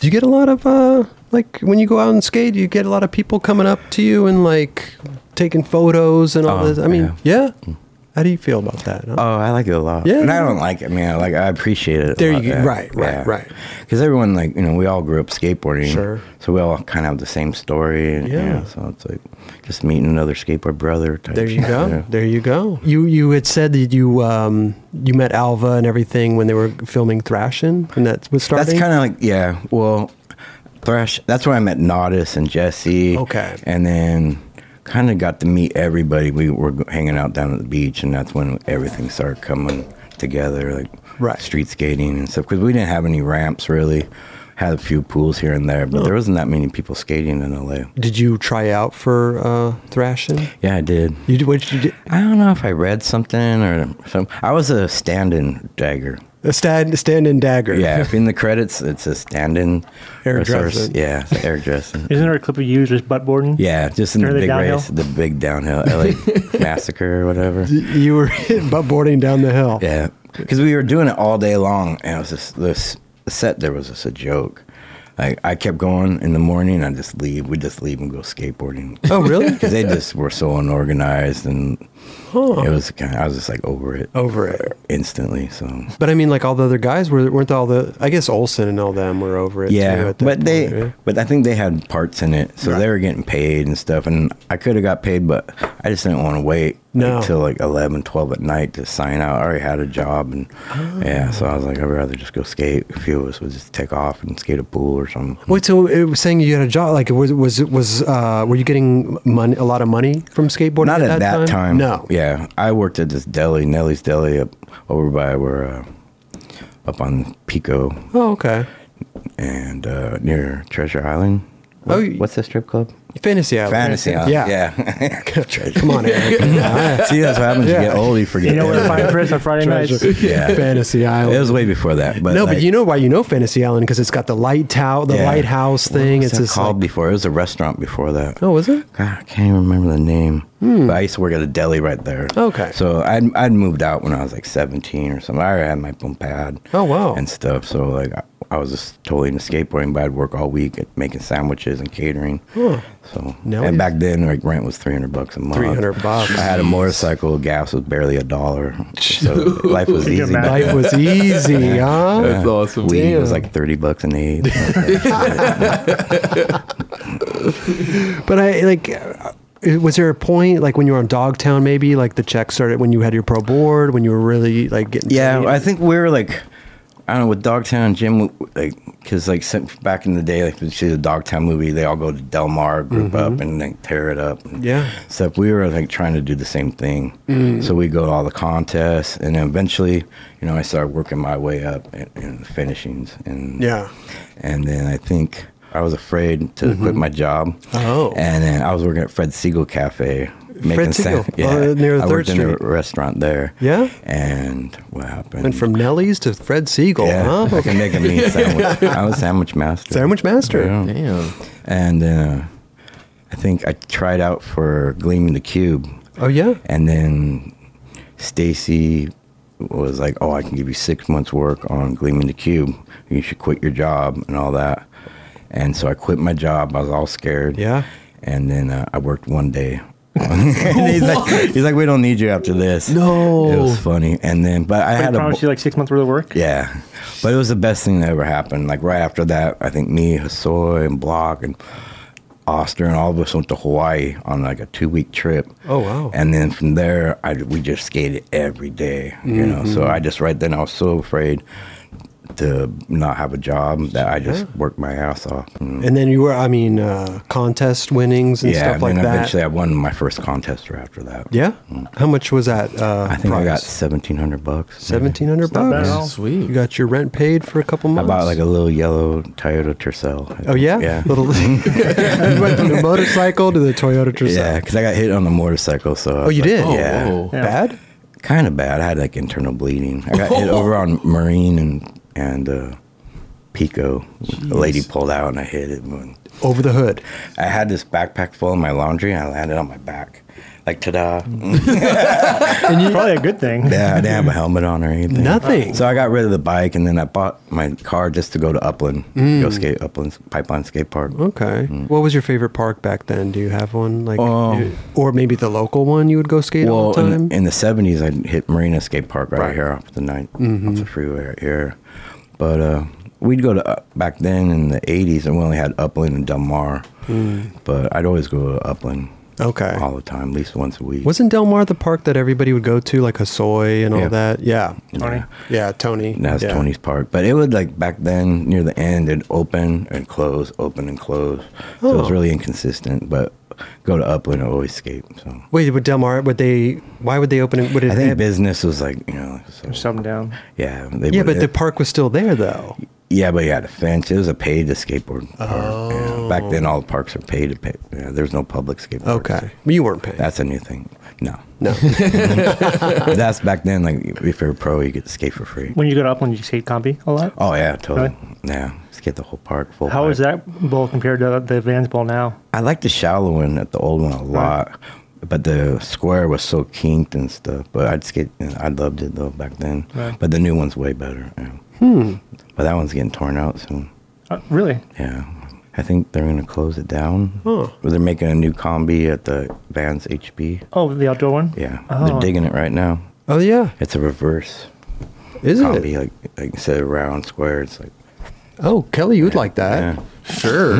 E: Do you get a lot of uh like when you go out and skate, do you get a lot of people coming up to you and like taking photos and all
C: Oh,
E: this? I mean, yeah. How do you feel about that? huh?
C: Oh, I like it a lot.
E: Yeah.
C: and I don't like it, man. Like I appreciate it.
E: There you go. Right, right, right.
C: Because everyone, like you know, we all grew up skateboarding.
E: Sure.
C: So we all kind of have the same story. And,
E: Yeah.
C: yeah. So it's like just meeting another skateboard brother. Type
E: There you
C: shit,
E: go.
C: yeah.
E: There you go. You you had said that you um you met Alva and everything when they were filming Thrashing, and that was starting.
C: That's kind of like yeah. Well, Thrash. That's where I met Nodis and Jesse.
E: Okay.
C: And then kind of got to meet everybody. We were g- hanging out down at the beach, and that's when everything started coming together, like
E: Right.
C: street skating and stuff. Because we didn't have any ramps really. Had a few pools here and there, but there wasn't that many people skating in LA.
E: Did you try out for uh, Thrashing?
C: Yeah, I did.
E: You did what did you did?
C: I don't know if I read something or some. I was a stand-in dagger.
E: A stand stand and dagger.
C: Yeah, if in the credits it's a stand-in.
E: Eric
C: or source-
E: Dressler.
C: Yeah, it's Eric Dressler.
B: Isn't there a clip of you just butt boarding?
C: Yeah, just in
B: Or
C: the
B: the
C: big
B: downhill?
C: race, the big downhill LA massacre or whatever.
E: You were butt boarding down the hill.
C: Yeah, because we were doing it all day long, and it was just this the set. There was just a joke. Like I kept going in the morning. I just leave. We just leave and go skateboarding.
E: Oh, really?
C: Because they just were so unorganized, and it was kind. Of, I was just like over it
E: Over it.
C: instantly. So
E: But I mean, like all the other guys were weren't all the. I guess Olsen and all them were over it. too
C: yeah,
E: at that
C: but they,
E: point, right?
C: but I think they had parts in it, so they were getting paid and stuff. And I could have got paid, but I just didn't want to wait
E: No.
C: until like 11, 12 at night to sign out. I already had a job, and yeah, so I was like, I'd rather just go skate. A few of us would just take off and skate a pool or something.
E: Wait, so it was saying you had a job? Like, was was was uh, were you getting money, a lot of money from skateboarding?
C: Not at that, time?
E: No.
C: Yeah, I worked at this deli, Nelly's Deli, up over by where uh, up on Pico
E: Oh, okay.
C: and uh, near Treasure Island.
E: Oh, you-
C: what's the strip club?
E: Fantasy Island.
C: Fantasy Island. yeah.
E: Come on, Eric.
C: See, that's what happens.
E: Yeah.
C: You get old, you forget.
B: You know where to find
C: everything.
B: Chris on Friday nights?
E: Treasure.
C: Yeah.
E: Fantasy Island.
C: It was way before that, but
E: no,
C: like,
E: but you know why you know Fantasy Island because it's got the light tower, the
C: yeah.
E: lighthouse
C: What
E: thing.
C: was
E: It's
C: that
E: just
C: called
E: like,
C: before. It was a restaurant before that.
E: oh, was it? Hmm.
C: God, I can't even remember the name. But I used to work at a deli right there.
E: Okay.
C: So I'd, I'd moved out when I was like 17 or something. I already had my own pad.
E: Oh, wow.
C: And stuff. So like I, I was just totally into skateboarding, but I'd work all week at making sandwiches and catering. So
E: Now
C: and
E: you-
C: back then like rent was 300 bucks a month.
E: 300 bucks.
C: I had a motorcycle. Gas was barely a dollar. So life was
B: you
C: easy. back
B: imagine?
E: Life was easy, huh?
D: That's awesome.
C: Weed was
E: Damn.
C: like thirty bucks an eighth.
E: But I like. uh, Was there a point like when you were on Dogtown? Maybe like the check started when you had your pro board, when you were really like getting.
C: yeah,
E: paid?
C: I think we were like, I don't know, with Dogtown Jim, we- like, because like sim- back in the day, like we see the Dogtown movie, they all go to Del Mar, group up, and like tear it up. And
E: Mm-hmm. Yeah. Mm.
C: Stuff. We were like trying to do the same thing, so we go to all the contests, and then eventually, you know, I started working my way up and, and finishings, and
E: Yeah.
C: and then I think I was afraid to quit my job.
E: Oh.
C: And then I was working at Fred Siegel Cafe making
E: Fred Siegel,
C: sense. Yeah,
E: uh, near
C: I worked
E: Third
C: in a
E: Street.
C: restaurant there.
E: Yeah?
C: and what happened?
E: Went from Nelly's to Fred Siegel,
C: yeah,
E: huh?
C: I can make a meat sandwich. I was sandwich master.
E: Sandwich master.
C: Yeah.
D: Damn.
C: And uh, I think I tried out for Gleaming the Cube,
E: Oh yeah.
C: and then Stacy was like, "Oh, I can give you six months' work on Gleaming the Cube. You should quit your job and all that." And so I quit my job. I was all scared.
E: Yeah.
C: And then uh, I worked one day. and he's like, he's like, we don't need you after this.
E: No.
C: it was funny. And then, but I
B: I
C: had a
B: promised
C: bo-
B: you like six months worth of work.
C: yeah, but it was the best thing that ever happened. Like right after that, I think me, Hassoy, and Block, and Oster, and all of us went to Hawaii on like a two week trip.
E: Oh, wow.
C: And then from there, I we just skated every day, you know.
E: Mm-hmm.
C: So I just right then I was so afraid to not have a job that I just worked my ass off. And,
E: And then you were, I mean, uh, contest winnings and
C: yeah,
E: stuff
C: and
E: like
C: then
E: that.
C: eventually I won my first contest right after that.
E: yeah. How much was that? Uh,
C: I think I got
E: prize?
C: seventeen hundred bucks. maybe.
E: seventeen hundred
B: not bad
E: bucks.
B: at all.
D: Sweet.
E: You got your rent paid for a couple
C: I
E: months.
C: bought like a little yellow Toyota Tercel. I
E: Oh
C: think.
E: yeah,
C: yeah.
E: Little you went from the motorcycle to the Toyota Tercel.
C: Yeah, because I got hit on a motorcycle. So
E: Oh, you did?
D: Oh,
C: yeah,
D: whoa.
B: Yeah.
E: Bad.
C: kind of bad. I had like internal bleeding. I got hit over on Marine and and uh, Pico. A lady pulled out and I hit it. And
E: Over the hood.
C: I had this backpack full of my laundry and I landed on my back. Like ta-da!
E: Mm-hmm.
B: Probably a good thing.
C: yeah, I didn't have a helmet on or anything.
E: Nothing.
C: So I got rid of the bike and then I bought my car just to go to Upland, go skate Upland Pipeline Skate Park.
E: Mm. Okay. What was your favorite park back then? Do you have one like,
C: Mm-hmm. Um,
E: or maybe the local one you would go skate all the
C: Well,
E: time?
C: in, in the seventies, I hit Marina Skate Park right, here off the night
E: Mm-hmm.
C: off the freeway right here. But uh, we'd go to uh, back then in the eighties, and we only had Upland and Del Mar. But I'd always go to Upland
E: Mm. okay.
C: all the time, at least once a week.
E: Wasn't Del Mar the park that everybody would go to, like Hassoy and all
C: Yeah.
E: that? Yeah.
B: Tony.
E: Yeah, Tony.
C: And That's
E: yeah.
C: Tony's Park. But it would like back then near the end, it'd open and close, open and close. So it was
E: Oh.
C: really inconsistent. But go to Upland, I always skate. So
E: Wait, would Del Mar? Would they? Why would they open it? Would it?
C: I think
E: have-
C: business was like you know, so,
B: Sub them down.
C: yeah. They
E: yeah,
C: would-
E: but the
C: it-
E: park was still there though.
C: Yeah, but you had a fence. It was a paid to skateboard park. Yeah. Back
B: Oh.
C: then, all the parks are paid to pay. Yeah, there's no public skateboard.
E: Okay, you weren't paying.
C: That's a new thing. No.
E: no,
C: That's back then, like, if you're a pro, you get to skate for free.
B: When you go to Upland, you skate compy a lot.
C: Oh, yeah, totally.
B: Really?
C: Yeah. Skate the whole park. Full
B: How
C: pipe.
B: is that bowl compared to the Vans bowl now?
C: I like the shallow one at the old one a lot, but the square was so kinked and stuff. But I'd skate, I loved it though back then.
B: Right. Hmm.
C: But the new one's way better. Yeah. But that one's getting torn out soon.
B: Uh, really?
C: Yeah. I think they're going to close it down. Or They're making a new combi at the Vans HB.
B: Oh, the outdoor one.
C: Yeah.
B: Oh.
C: They're digging it right now.
E: oh yeah,
C: It's a reverse
E: is
C: combi.
E: it?
C: Like, like instead of round, square, it's like,
E: Oh, Kelly, you'd like that.
C: yeah.
D: Sure.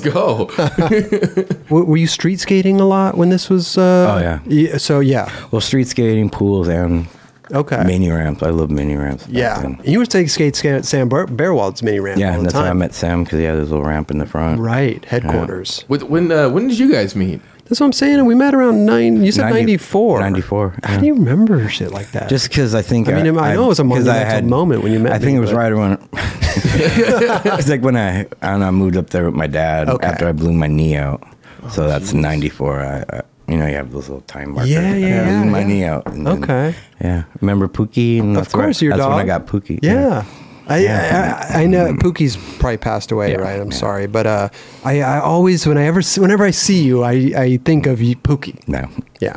D: go.
E: W Were you street skating a lot when this was? Uh,
C: Oh, yeah.
E: So yeah,
C: Well, street skating, pools, and
E: okay.
C: mini ramps. I love mini ramps. back
E: yeah,
C: then.
E: you were taking skate skate at Sam Bar- Bearwald's mini ramp.
C: Yeah.
E: all
C: And
E: the
C: that's why I
E: time.
C: met Sam because he had his little ramp in the front.
E: Right, headquarters.
D: With- when uh, when did you guys meet?
E: That's what I'm saying. And we met around nine. You said
C: 90
E: 94.
C: 94,
E: How
C: yeah.
E: do you remember shit like that?
C: Just because I think
E: I mean, I know it was a
C: 'cause
E: monumental moment when you met
C: I think
E: me,
C: it was
E: but-
C: right around. it's like when I I, don't know, I moved up there with my dad
E: Okay. Oh,
C: after I blew my knee out. so that's '94. I, I you know you have those little time markers.
E: Yeah, yeah,
C: I
E: yeah,
C: blew my
E: yeah.
C: knee out. and then-
E: Okay.
C: yeah, remember Pookie? And
E: of course,
C: where,
E: your
C: that's
E: dog.
C: when I got Pookie.
E: Yeah. I,
C: Yeah. Mm-hmm.
E: I, I, I know Pookie's probably passed away,
C: Yeah,
E: right? I'm
C: yeah.
E: sorry, but uh, I, I always when I ever see- whenever I see you, I, I think of you, Pookie.
C: No.
E: Yeah,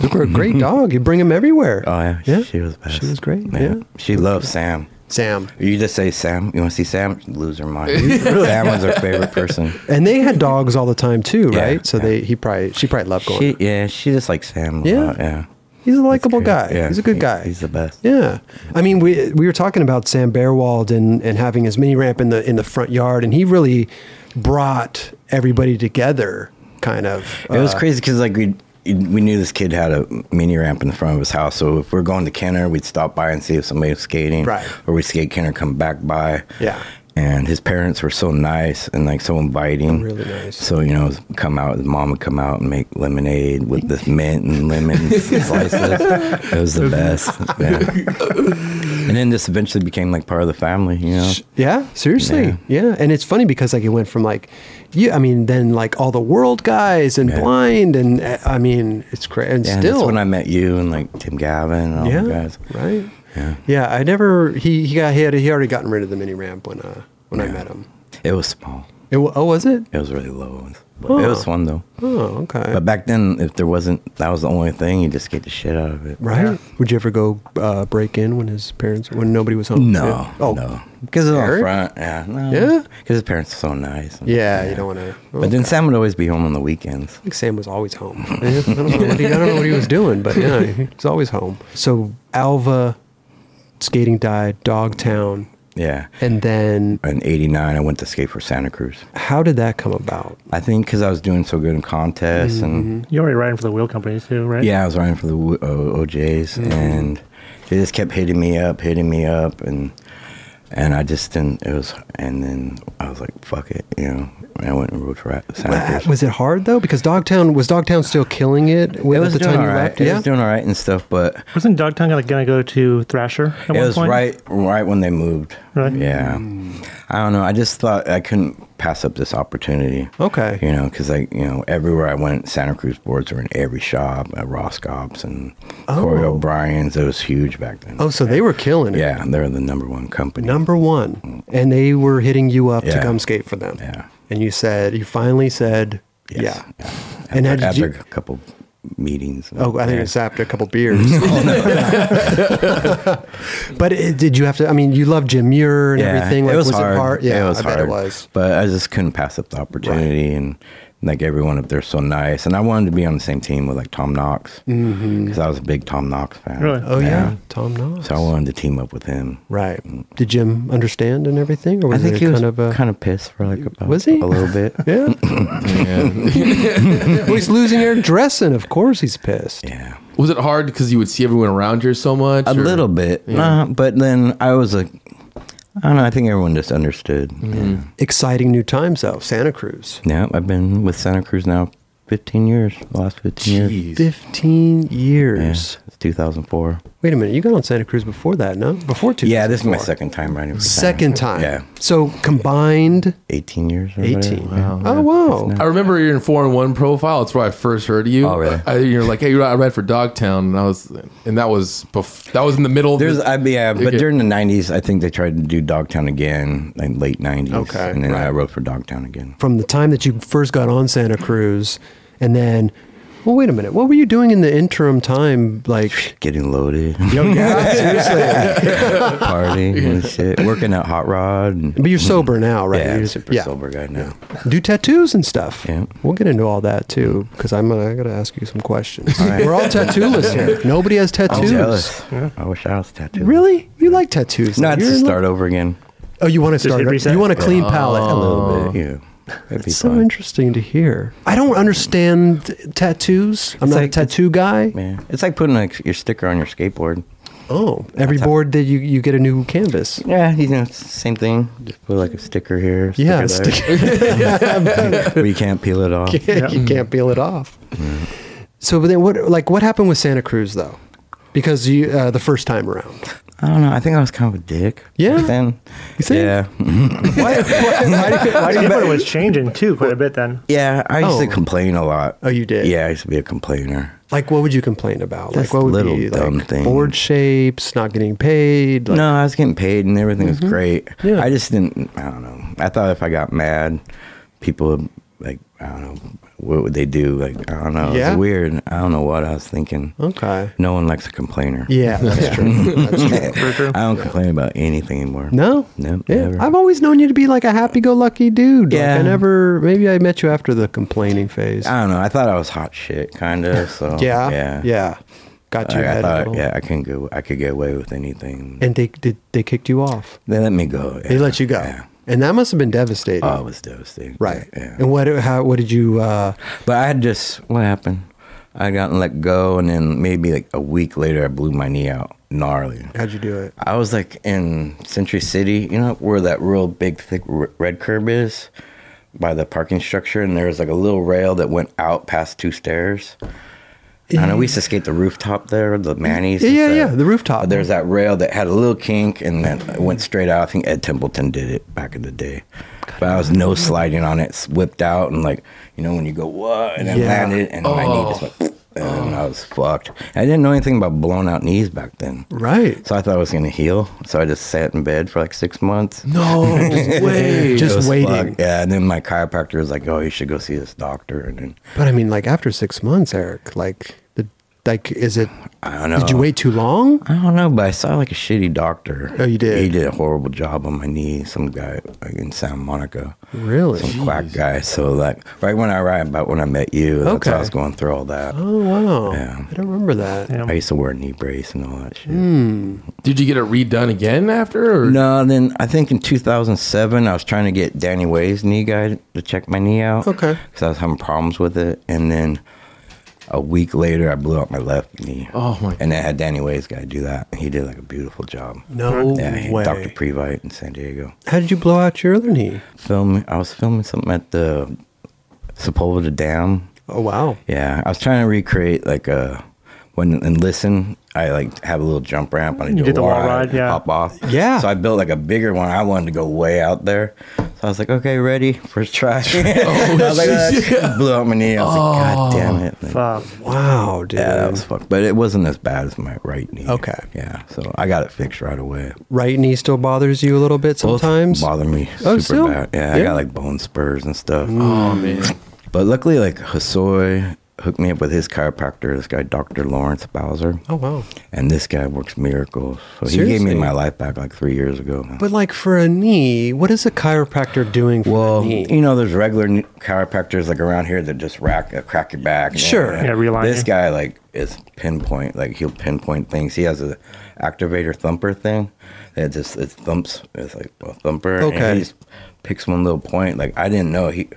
E: you were a great dog. You bring him everywhere.
C: Oh yeah.
E: yeah.
C: She was best.
E: She was great. Yeah,
C: She loves Sam.
E: Sam.
C: You just say Sam. You want to see Sam? Lose her mind. Sam was her favorite person.
E: And they had dogs all the time too,
C: Yeah,
E: right? So
C: yeah.
E: they he probably she probably loved going.
C: She yeah. She just likes Sam. A
E: Yeah.
C: Lot. Yeah.
E: he's a likable
C: Great.
E: guy.
C: Yeah,
E: He's a good
C: he-
E: guy.
C: He's the best.
E: Yeah, I mean, we we were talking about Sam Bearwald and and having his mini ramp in the in the front yard, and he really brought everybody together. Kind of.
C: It was
E: uh,
C: crazy because like we we knew this kid had a mini ramp in the front of his house, so if we are going to Kenner, we'd stop by and see if somebody was skating,
E: Right.
C: Or we'd skate Kenner, come back by,
E: Yeah.
C: And his parents were so nice and like so inviting,
E: Really nice.
C: So you know, come out, his mom would come out and make lemonade with this mint and lemon slices. It was the best. Yeah. and then this eventually became like part of the family. You know,
E: Yeah, seriously. Yeah. and it's funny because like it went from like, yeah, I mean, then like all the world guys and
C: Yeah.
E: blind and uh, I mean, it's crazy. And
C: yeah, and
E: still,
C: that's when I met you and like Tim Gavin and all
E: yeah,
C: the guys.
E: right.
C: Yeah.
E: yeah. I never he he got he had he already gotten rid of the mini ramp when uh when I
C: Yeah.
E: met him.
C: It was small.
E: It, wa- oh, was it?
C: It was really low. But It was fun though.
E: Oh, okay.
C: But back then, if there wasn't, that was the only thing. You just get the shit out of it.
E: right.
B: Yeah.
E: Would you ever go uh, break in when his parents when nobody was home?
C: No.
E: Yeah.
C: Oh.
E: Oh,
C: No. Because it's on
E: Eric?
C: front. Yeah. No.
E: Yeah?
C: Because his parents are so nice.
E: Yeah, you don't want to.
C: But then Sam would always be home on the weekends.
E: I think Sam was always home. I don't, know what he, I don't know what he was doing, but yeah, he's always home. So Alva, skating died, Dogtown,
C: Yeah.
E: and then
C: In '89, I went to skate for Santa Cruz.
E: how did that come about?
C: I think because I was doing so good in contests and
E: Mm-hmm.
B: You already riding for the wheel company too, right?
C: Yeah, I was running for the W- uh, O- OJs,
E: Mm-hmm.
C: and they just kept hitting me up, hitting me up, and and I just didn't. It was, and then I was like, "Fuck it," you know. And I went and rode for Ra- Santa Cruz.
E: Uh, Was it hard though? Because Dogtown was Dogtown still killing it
C: it
E: with
C: was
E: at the
C: doing
E: time
C: all
E: you
C: right.
E: left.
C: It
E: yeah,
C: was doing all right and stuff, but
B: Wasn't Dogtown like gonna go to Thrasher at
C: it
B: one
C: was
B: point?
C: right right when they moved.
B: Right.
C: Yeah. I don't know. I just thought I couldn't pass up this opportunity.
E: Okay.
C: You know, because I, you know, everywhere I went, Santa Cruz boards were in every shop at Roscops and Corey
E: Oh.
C: O'Brien's. It was huge back then.
E: oh, so they were killing it.
C: Yeah, they're the number one company.
E: number one, and they were hitting you up to
C: Yeah.
E: come skate for them.
C: Yeah.
E: and you said you finally said
C: Yes.
E: yeah.
C: Yeah.
E: And how
C: after,
E: did you?
C: after a couple meetings.
E: Oh, I think
C: Yeah. Oh,
E: it's after a couple beers. but it, did you have to? I mean, you love Jim Muir and everything.
C: it was, hard.
E: It hard?
C: Yeah,
E: Yeah,
C: it was
E: I
C: hard.
E: bet it was.
C: But I just couldn't pass up the opportunity, and like everyone up there so nice. And I wanted to be on the same team with like Tom Knox because I was a big Tom Knox fan.
B: Really?
E: Mm-hmm. Oh yeah, Tom Knox.
C: So I wanted to team up with him.
E: right. Did Jim understand and everything, or
C: I
E: was
C: think
E: it
C: he was
E: kind of a?
C: kind of pissed for like about
E: Was he?
C: a little bit.
E: yeah.
D: Yeah.
E: well, he's losing Eric Dressen. Of course, he's pissed.
C: yeah.
D: Was it hard because you would see everyone around here so much?
C: A
D: or-
C: little bit, nah, but then I was like, I don't know. I think everyone just understood.
E: Mm-hmm.
C: Yeah.
E: Exciting new times though. Santa Cruz.
C: Yeah, I've been with Santa Cruz now 15 years, the last 15 years.
D: Jeez.
E: Fifteen
C: Yeah,
E: years.
C: it's 2004.
E: Wait a minute. You got on Santa Cruz before that, no? Before two.
C: Yeah, this is my second time riding. For Santa
E: Second
C: Cruz.
E: time.
C: Yeah,
E: So combined,
C: 18 years. Or whatever.
E: eighteen. Oh wow.
D: I remember your four and one profile. That's where I first heard of you.
C: Oh, really?
D: I, you're like, hey, I read for Dogtown, and I was, and that was bef- that was in the middle. of
C: There's,
D: the-
C: I, yeah, but
D: Okay.
C: during the 90s, I think they tried to do Dogtown again, like late 90s.
E: Okay,
C: And then I
E: right.
C: wrote for Dogtown again.
E: from the time that you first got on Santa Cruz, and then, well, wait a minute, what were you doing in the interim time? Like,
C: Getting loaded,
E: yeah, seriously.
C: partying and shit, working at Hot Rod. And,
E: But you're sober now, right?
C: yeah,
E: You're
C: I'm
E: just-
C: super sober guy now.
E: Do tattoos and stuff.
C: Yeah.
E: We'll get into all that too, because I'm gonna, I gotta ask you some questions.
C: right.
E: We're all tattooless here. Nobody has
C: I'm
E: tattoos.
C: jealous. I wish I was tattooed.
E: Really? You like tattoos?
C: No,
E: though.
C: it's
E: You're
C: to
E: in love-
C: start over again.
E: Oh, you want to start?
B: hit reset?
E: You want a clean palette?
C: A little bit. Yeah. Oh. That'd be
E: It's so
C: fun.
E: interesting to hear. I don't understand t- tattoos. I'm not
C: like-
E: a tattoo guy.
C: Yeah. It's like putting a, your sticker on your skateboard.
E: Oh, every board that you, you get a new canvas.
C: Yeah, you know, it's the same thing. Just put like a sticker here. Sticker
E: Yeah,
C: there. Where you can't peel it off.
B: Yeah.
E: you can't peel it off. So, but then what? Like, what happened with Santa Cruz though? Because you uh, the first time around.
C: I don't know. I think I was kind of a dick.
E: Yeah?
C: back Then.
E: You think?
C: Yeah.
E: Why? why, why, why
B: Skateboard was changing too quite a bit then.
C: Yeah. I used to
E: Oh.
C: complain a lot.
E: Oh, you did?
C: Yeah, I used to be a complainer.
E: like, what would you complain about?
C: Just
E: like, what would
C: little
E: be
C: dumb
E: like
C: things.
E: board shapes, not getting paid? Like, Mm-hmm.
C: no, I was getting paid and everything was great.
E: Yeah.
C: I just didn't. I don't know. I thought if I got mad, people would, like I don't know what would they do. Like I don't know.
E: Yeah?
C: It's weird. I don't know what I was thinking.
E: Okay.
C: No one likes a complainer.
E: Yeah, that's true. That's true.
B: Very true.
C: I don't complain about anything anymore.
E: No.
C: No.
E: Yeah.
C: Never.
E: I've always known you to be like a happy-go-lucky dude. Yeah.
C: Yeah. Uh,
E: Like I never. Maybe I met you after the complaining phase.
C: I don't know. I thought I was hot shit, kind of. So
E: yeah.
C: Oh, yeah,
E: Yeah. Got you.
C: Like, I
E: headed
C: thought,
E: on.
C: yeah, I can go. I could get away with anything.
E: And they did. They kicked you off.
C: they let me go.
E: They
C: yeah,
E: let you go.
C: Yeah.
E: And that must have been devastating.
C: Oh, it was devastating.
E: right.
C: Yeah.
E: And what how what did you uh
C: But I had just what happened? I got let go, and then maybe like a week later, I blew my knee out, gnarly.
E: how'd you do it?
C: I was like in Century City, you know, where that real big, thick r- red curb is by the parking structure. And there was like a little rail that went out past two stairs. I know we used to skate the rooftop there, the Manny's.
E: Yeah,
C: and
E: yeah,
C: stuff.
E: yeah, the rooftop.
C: But There's that rail that had a little kink and then it went straight out. I think Ed Templeton did it back in the day. But I was no sliding on it, s- whipped out, and like, you know, when you go, what? And then
E: Yeah. Oh.
C: landed, and my knee just went, and I was fucked. I didn't know anything about blown out knees back then.
E: Right.
C: So I thought I was going to heal. So I just sat in bed for like six months.
D: No way.
E: Just
C: It was
E: waiting.
C: fucked. Yeah, and then my chiropractor was like, "Oh, you should go see this doctor." And then
E: But I mean, like after six months, Eric, like the like, is it?
C: I don't know.
E: Did you wait too long?
C: I don't know, but I saw like a shitty doctor.
E: Oh, you did?
C: He did a horrible job on my knee. Some guy like in Santa Monica,
E: Really?
C: some quack guy. So like right when I right about when I met you, that's
E: Okay.
C: how I was going through all that.
E: Oh wow!
C: Yeah.
E: I don't remember that.
B: Yeah.
C: I used to wear a knee brace and all that shit.
D: Did you get it redone again after? Or?
C: No, then I think in 2007 I was trying to get Danny Way's knee guy to check my knee out.
E: Okay.
C: Because I was having problems with it, and then a week later I blew out my left knee.
D: Oh, my-
C: And I had Danny Way's guy do that, and he did like a beautiful job.
E: No
C: Yeah, he-
E: way.
C: Dr. Previte in San Diego.
E: How did you blow out your other knee?
C: Film. I was filming something at the Sepulveda Dam.
E: Oh wow!
C: Yeah, I was trying to recreate like a when and listen. I like have a little jump ramp and I do
B: did
C: a
B: the wall
C: wide,
B: ride, yeah.
C: pop off.
E: Yeah.
C: So I built like a bigger one. I wanted to go way out there. So I was like, okay, ready, first try.
E: Oh,
C: I was like, "Ah," blew out my knee. I was like, god damn it. Like,
B: Fuck.
E: Wow, dude.
C: yeah, that was fucked. But it wasn't as bad as my right knee.
E: Okay.
C: Yeah. So I got it fixed right away.
E: right knee still bothers you a little bit
C: Both
E: sometimes.
C: bother me
E: Oh,
C: super
E: still?
C: bad. Yeah, I
E: Yeah. Mm.
C: got like bone spurs and stuff.
D: Oh man.
C: But luckily, like Hassoy hooked me up with his chiropractor, this guy, Dr. Lawrence Bowser.
E: oh wow!
C: And this guy works miracles. So he gave me
E: Seriously?
C: my life back like three years ago.
E: But like for a knee, what is a chiropractor doing for
C: well,
E: a knee?
C: you know, there's regular n- chiropractors like around here that just rack, uh, crack your back. and-
E: Sure.
B: Yeah, realign
C: This
B: you.
C: guy like is pinpoint. Like he'll pinpoint things. He has a activator thumper thing that just it thumps. It's like a thumper.
E: Okay.
C: And he just picks one little point. Like I didn't know he.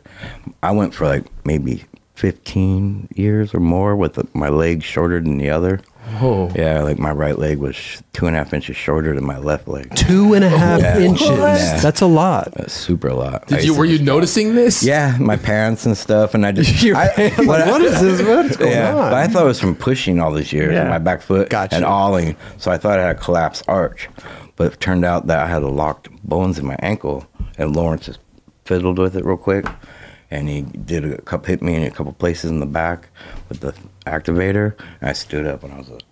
C: I went for like maybe 15 years or more with my leg shorter than the other.
D: Oh.
C: Yeah, like my right leg was two and a half inches shorter than my left leg.
E: Two and a half
C: Yeah.
E: inches.
C: What?
E: That's a lot.
C: That's super a lot. I
D: Did you
C: used to
D: were you
C: just-
D: noticing this?
C: Yeah, my parents and stuff, and I just
E: Your
C: I-
E: pants,
C: what
E: like,
C: I-
E: what is this? What is going
C: yeah,
E: on?
C: but I thought it was from pushing all these years,
B: Yeah.
C: my back foot
E: Gotcha.
C: and awling. So I thought I had a collapsed arch, but it turned out that I had a locked bones in my ankle, and Lawrence just fiddled with it real quick, and he did a couple hit me in a couple places in the back with the activator. And I stood up, and I was like,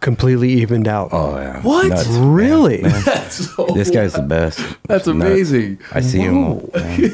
E: Completely evened out.
C: "Oh yeah,
D: What?
C: nuts, man,
E: really?
C: man."
D: That's so
C: This guy's the best. It's nuts.
D: That's amazing.
C: I see him. man.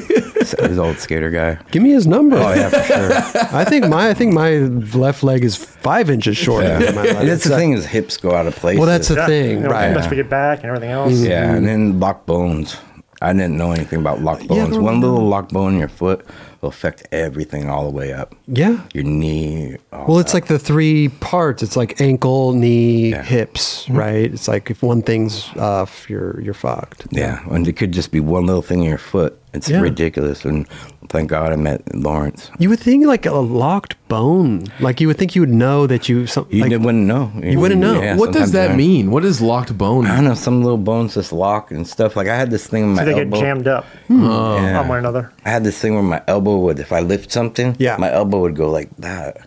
C: His old skater guy.
E: Give me his number.
C: Oh yeah, for sure.
E: I think my I think my left leg is five inches shorter.
C: Yeah.
E: Than my left.
C: And that's the thing is hips go out of place.
E: Well, that's the thing,
B: You know,
E: right? Mm-hmm.
B: Best we get back and everything else.
C: Yeah, and then
B: Mm-hmm.
C: locked bones. I didn't know anything about locked
E: I
C: bones.
E: don't
C: One little locked bone in your foot will affect everything all the way up.
E: Yeah.
C: Your knee. all
E: Well, it's
C: that.
E: like the three parts. It's like ankle, knee,
C: Yeah.
E: hips, right? It's like if one thing's off, you're you're fucked.
C: yeah, and it could just be one little thing in your foot. It's
E: Yeah.
C: ridiculous. And thank God I met Lawrence.
E: You would think like a locked bone. Like you would think you would know that you some
C: You
E: like,
C: did- wouldn't know.
E: you wouldn't know.
D: What does
C: sometimes
D: that
C: I-
D: mean? What is locked bone?
C: I don't know. Some little bones just lock and stuff. Like I had this thing in my
B: So they
C: elbow.
B: get jammed up
E: Hmm. Oh.
C: Yeah.
B: on one another.
C: I had this thing where my elbow would, if I lift something,
E: Yeah.
C: my elbow would go like that.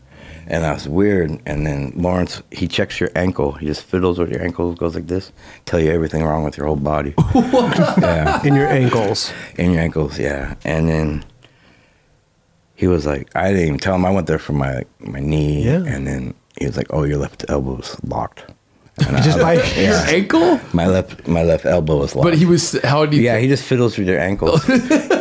C: And I was weird. And then Lawrence, he checks your ankle. He just fiddles with your ankle, goes like this, tell you everything wrong with your whole body. yeah.
E: in your ankles.
C: In your ankles, yeah. And then he was like, I didn't even tell him. I went there for my my knee.
E: Yeah.
C: And then he was like, oh, your left elbow's locked. And I-
E: Just
C: I-
E: by-
D: Your
C: yeah.
D: ankle?
C: my left my left elbow is locked.
D: But he was. How did you?
C: yeah, he just fiddles with your ankles. he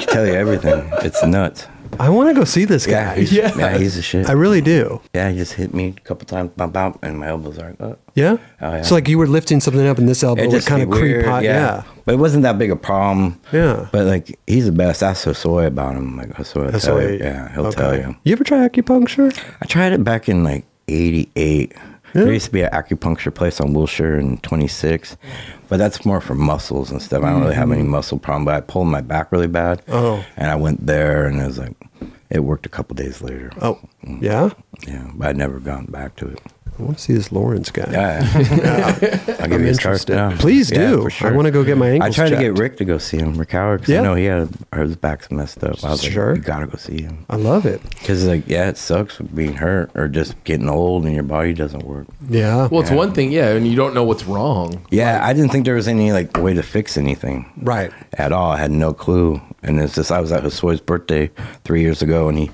C: tell you everything. It's nuts.
E: I want to go see this
C: Yeah,
E: guy.
C: he's, yeah. he's a shit.
E: I really do.
C: yeah, he just hit me a couple times, bump bump, and my elbows are up.
E: Yeah?
C: Oh, yeah.
E: So like you were lifting something up and this elbow would kind of
C: be
E: creep
C: weird,
E: out. Yeah.
C: but it wasn't that big a problem.
E: Yeah.
C: but like he's the best. That's Hosoi about him. Like Hosoi, will
E: That's
C: tell
E: why-
C: you. yeah, he'll
E: okay.
C: tell you.
E: You ever try acupuncture?
C: I tried it back in like '88. There used to be an acupuncture place on Wilshire and 26, but that's more for muscles and stuff. I don't really have any muscle problem, but I pulled my back really bad.
E: Mm-hmm. Oh.
C: And I went there and it was like, It worked a couple days later.
E: Oh,
C: Mm.
E: yeah.
C: Yeah, but I'd never gone back to it.
E: I want to see this Lawrence guy.
C: Yeah, I'll give
E: I'm
C: you his card.
E: interested.
C: Yeah.
E: Please
C: Yeah,
E: do.
C: for sure.
E: I want to go get my
C: I
E: ankles.
C: tried to
E: checked.
C: get Rick to go see him, Rick Howard, because
E: Yeah.
C: I know he had his back's messed up. I was
E: Sure.
C: like, you gotta go see him.
E: I love it.
C: Because like, yeah, it sucks being hurt or just getting old and your body doesn't work.
E: Yeah.
D: Well, it's one thing, yeah, and you don't know what's wrong.
C: Yeah, I didn't think there was any like way to fix anything.
E: right.
C: at all. I had no clue. And it's just I was at Josue's birthday three years ago, and he,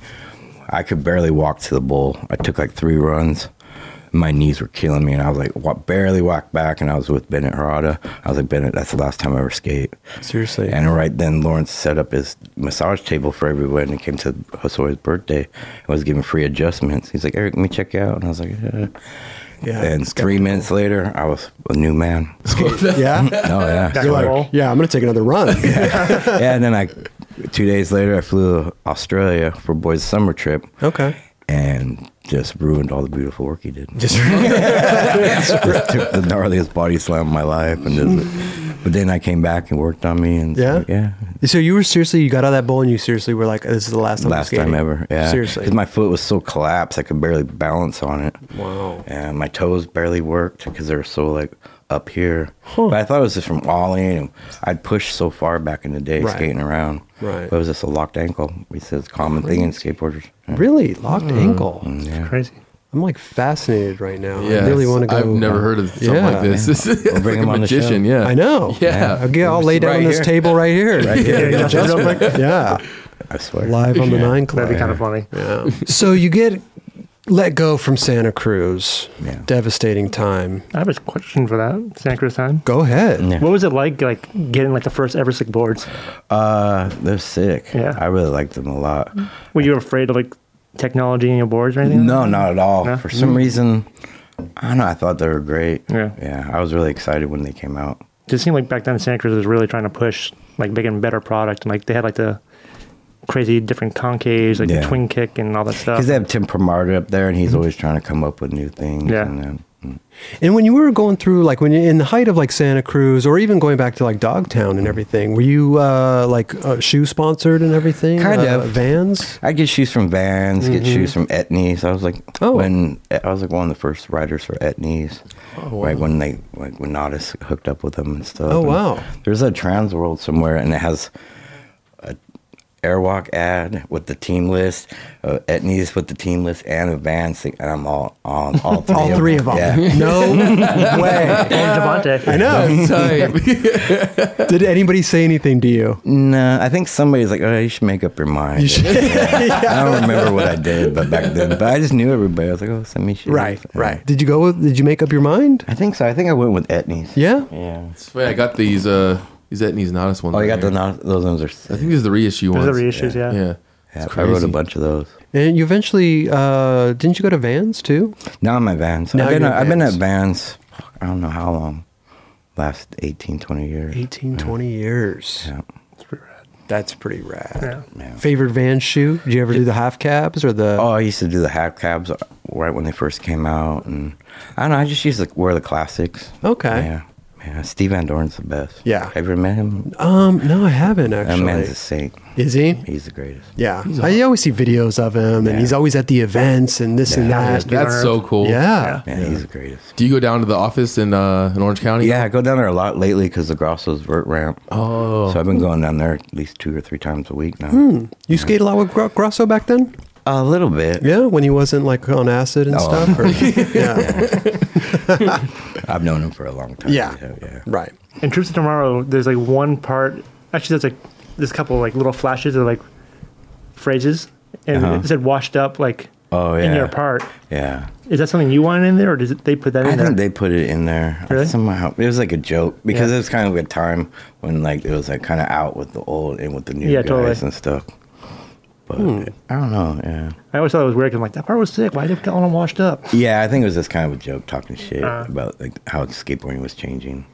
C: I could barely walk to the bowl. I took like three runs. My knees were killing me, and I was like wa- barely walked back. And I was with Bennett Harada. I was like Bennett, that's the last time I ever skate.
E: Seriously.
C: And right then, Lawrence set up his massage table for everyone. And came to Josue's birthday. I was giving free adjustments. He's like, Eric, let me check you out. And I was like, yeah.
E: yeah.
C: And three minutes later, I was a new man.
E: yeah.
C: Oh yeah,
B: Back
C: So,
B: to
C: like,
B: roll.
E: Yeah. I'm gonna take another run.
C: yeah, and then I, two days later, I flew to Australia for boys' summer trip.
E: Okay.
C: And just ruined all the beautiful work he did. Just, took the gnarliest body slam of my life, and just, but then I came back and worked on me, and
E: Yeah?
C: yeah,
E: So you were seriously, you got out of that bowl and you seriously were like, this is the last time. I'm
C: last
E: skating.
C: time ever. Yeah,
E: Seriously.
C: because my foot was so collapsed, I could barely balance on it.
E: wow.
C: and my toes barely worked because they were so like up here. But I thought it was just from ollieing. And I'd push so far back in the day
E: Right.
C: skating around.
E: Right.
C: But it was just a locked ankle. We said it's a common thing in skateboarders. Yeah.
E: Really locked
C: Mm.
E: ankle.
B: Crazy.
E: I'm like fascinated right now.
D: Yeah,
E: I really want to go.
D: I've never heard of something
E: Yeah.
D: like this. This is
C: bring
D: like
C: him
D: a
C: on the show.
D: magician. Yeah,
E: I know.
D: Yeah.
E: I'll, get, I'll lay down
C: Right
E: on this
C: here.
E: table right here. Right
B: Yeah, you just real quick.
E: Yeah.
C: I swear.
E: Live on the nine club.
B: That'd be kind of funny.
E: So you get let go from Santa Cruz.
C: Yeah.
E: Devastating time.
B: I have a question for that. Santa Cruz time.
E: Go ahead.
C: Yeah.
B: What was it like, like getting like the first ever sick boards?
C: Uh, they're sick.
B: Yeah.
C: I really liked them a lot.
B: Were you afraid of like technology in your boards or anything?
C: No, not at all.
B: No?
C: For some reason, I don't know. I thought they were great.
B: Mm. Yeah.
C: Yeah. I was really excited when they came out.
B: It seemed like back then Santa Cruz was really trying to push like making better product and like they had like the crazy different concaves, like
C: Yeah.
B: the twin kick and all that stuff.
C: Because they have Tim Primarda up there, and
E: Mm-hmm.
C: he's always trying to come up with new things.
B: Yeah.
C: And, uh,
E: And when you were going through, like when you in the height of like Santa Cruz, or even going back to like Dogtown and everything, were you uh, like uh, shoe sponsored and everything?
C: Kind
E: Uh,
C: of.
E: Vans.
C: I get shoes from Vans, get shoes from Etnies. I was like,
E: Mm-hmm. Oh.
C: when I was like one of the first riders for Etnies, right when they like when Nautis hooked up with them and stuff.
E: Oh,
C: And
E: wow.
C: There's a Trans World somewhere, and it has a Airwalk ad with the team list, uh, Etnies with the team list, and a Vans thing, and I'm all on all three,
E: All
C: of,
E: three of
C: them.
E: them.
C: Yeah.
E: No way.
B: and Devontae.
E: I know.
D: Type.
E: Did anybody say anything to you?
C: no, I think somebody's like, oh, you should make up your mind. I don't remember what I did, but back then, but I just knew everybody. I was like, oh, send me shit.
E: Right. Right. Did you go? With, did you make up your mind?
C: I think so. I think I went with Etnies.
E: Yeah.
C: Yeah.
D: Wait, I got these. Uh, these Etnies Nautis ones.
C: Oh, you got
D: right
C: the
D: here.
C: non- those ones are.
D: I
C: sick.
D: think these are the reissue
B: Those
D: ones.
B: are reissues, yeah.
D: Yeah,
C: Yeah,
D: It's
C: I wrote a
D: crazy.
C: bunch of those.
E: And you eventually uh, didn't you go to Vans too?
C: Now I'm at Vans.
E: Now
C: I've been
E: you're
C: at,
E: at
C: I've been at
E: Vans.
C: Vans. fuck, I don't know how long. Last 18, 20 years.
E: 18, 20 years.
C: Yeah.
E: That's pretty rad.
B: Yeah.
E: Favorite van shoe? Did you ever do the half cabs or the?
C: Oh, I used to do the half cabs right when they first came out, and I don't know. I just used to wear the classics.
E: Okay.
C: Yeah. Yeah. Steve Van Doren's the best.
E: Yeah.
C: Have you ever met him?
E: Um, no, I haven't
C: Oh. That
E: actually.
C: man's a saint.
E: Is he?
C: He's the greatest.
E: Yeah, I always see videos of him, and
C: Yeah.
E: he's always at the events and this and
B: Yeah.
E: that.
B: Yeah.
D: that's so cool.
E: Yeah.
C: Yeah, he's the greatest.
D: Do you go down to the office in uh, in Orange County?
C: Yeah, I go down there a lot lately because the Grosso's vert ramp.
D: Oh.
C: So I've been going down there at least two or three times a week now.
E: You skate a lot with Gro- Grosso back then?
C: A little bit.
E: Yeah, when he wasn't like on acid and
C: Oh.
E: stuff. Or, yeah.
C: I've known him for a long time.
E: yeah,
C: so, yeah.
E: right.
B: In Troops of Tomorrow, there's like one part. Actually, there's like this couple like little flashes of like phrases, and it said "washed up" like
C: Uh-huh. Oh,
B: in
C: yeah.
B: your part.
C: Yeah.
B: Is that something you wanted in there, or did it- they put that in
C: I
B: there?
C: think they put it in there
B: Really?
C: somehow. It was like a joke because
B: Yeah.
C: it was kind of a time when like it was like kind of out with the old and with the new
B: Yeah,
C: guys
B: totally.
C: and stuff. But I don't know. Yeah.
B: I always thought it was weird. i I'm like that part was sick. Why did they call them washed up?
C: Yeah, I think it was just kind of a joke talking shit about like how skateboarding was changing.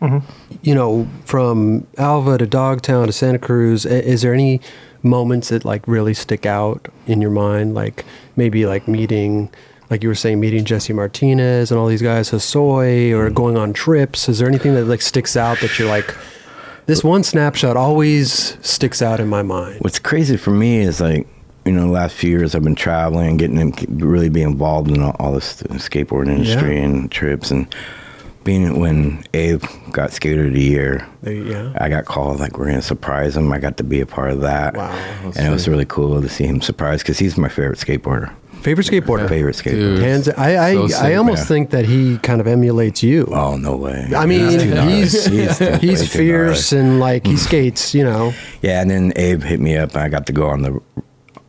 E: You know, from Alva to Dogtown to Santa Cruz, i- is there any moments that like really stick out in your mind? Like maybe like meeting, like you were saying, meeting Jesse Martinez and all these guys, Hassoy,
C: Mm-hmm.
E: or going on trips. Is there anything that like sticks out that you're like, this one snapshot always sticks out in my mind?
C: What's crazy for me is like you know, the last few years I've been traveling, getting in, really be involved in all, all this skateboard industry
E: Yeah.
C: and trips and being when Abe got Skater of the Year,
E: There you- yeah.
C: I got called like we're gonna surprise him. I got to be a part of that.
E: Wow.
C: and it was really cool to see him surprised because he's my favorite skateboards.
E: Favorite skateboarder.
C: Favorite skateboarder.
D: Dude.
E: Hands. I I,
D: So sick,
E: I almost
C: yeah.
E: think that he kind of emulates you.
C: Oh no way!
E: I mean,
C: too gnarly.
E: he's he's,
C: too- way too
E: fierce and like he skates. You know.
C: gnarly. Yeah, and then Abe hit me up, and I got to go on the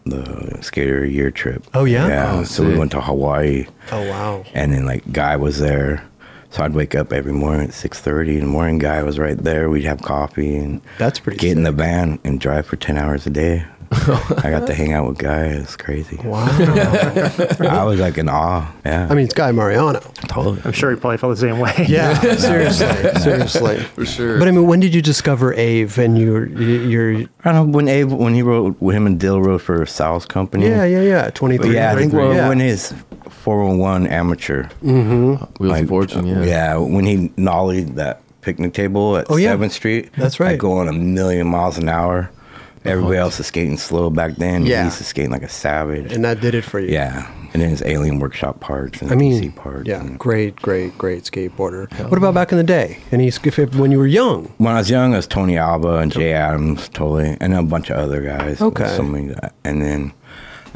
C: the skater year trip.
E: Oh, yeah?
C: yeah.
D: Oh,
C: so we
D: sick.
C: went to Hawaii,
E: Oh wow.
C: and then like Guy was there. So I'd wake up every morning at six thirty in the morning. Guy was right there. We'd have coffee and
E: That's pretty
C: Get in the van and drive for ten hours a day. I got to hang out with Guy. It's crazy.
E: Wow.
C: I was like in awe. Yeah,
E: I mean, it's Guy Mariano.
C: totally.
B: I'm sure he probably felt the same way.
E: Yeah. seriously. Seriously.
D: for sure.
E: But I mean, when did you discover Ave and your your
C: I don't know when Abe when he wrote when him and Dill wrote for Sal's company.
E: yeah yeah yeah twenty
C: But
E: three?
C: yeah. I think well,
E: yeah.
C: when his four hundred one amateur,
D: Wheels
C: like,
D: of Fortune, yeah.
C: when he nollied that picnic table at
E: Oh, yeah.
C: Seventh Street,
E: That's right. Uh-huh.
C: I'd go on a million miles an hour. Everybody else is skating slow back then.
E: Yeah.
C: he used to skate like a savage.
E: and that did it for you.
C: yeah, and then his Alien Workshop parts and
E: I mean,
C: PC parts.
E: yeah,
C: and-
E: great, great, great skateboarder. What about back in the day? Any sk- if, if when you were young?
C: When I was young, it was Tony Alba and Jay Adams, totally, and a bunch of other guys.
E: Okay.
C: So many, and then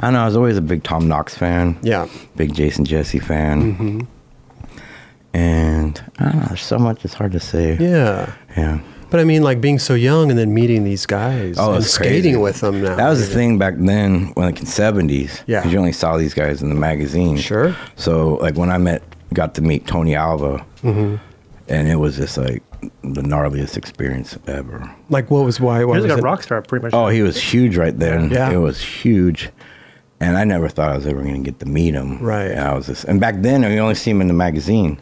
C: I don't know. I was always a big Tom Knox fan.
E: Yeah. Mm-hmm.
C: Big Jason Jesse fan. And I don't know. There's so much. It's hard to say.
E: Yeah.
C: Yeah.
E: But I mean, like being so young and then meeting these guys
C: Oh,
E: and
C: it's
E: skating
C: crazy.
E: with them now.
C: That was the
E: you
C: thing back then, when like in seventies.
E: Yeah.
C: you only saw these guys in the magazine.
E: Sure.
C: So like when I met, got to meet Tony Alva,
E: Mm-hmm.
C: and it was just like the gnarliest experience ever.
E: know? Like, what was why? What
B: He was
E: was
B: like a
E: it?
B: rock star, pretty much.
C: Oh, he was huge right then.
E: Yeah.
C: It was huge. And I never thought I was ever going to get to meet him.
E: Right.
C: And I was just, and back then you only see him in the magazine,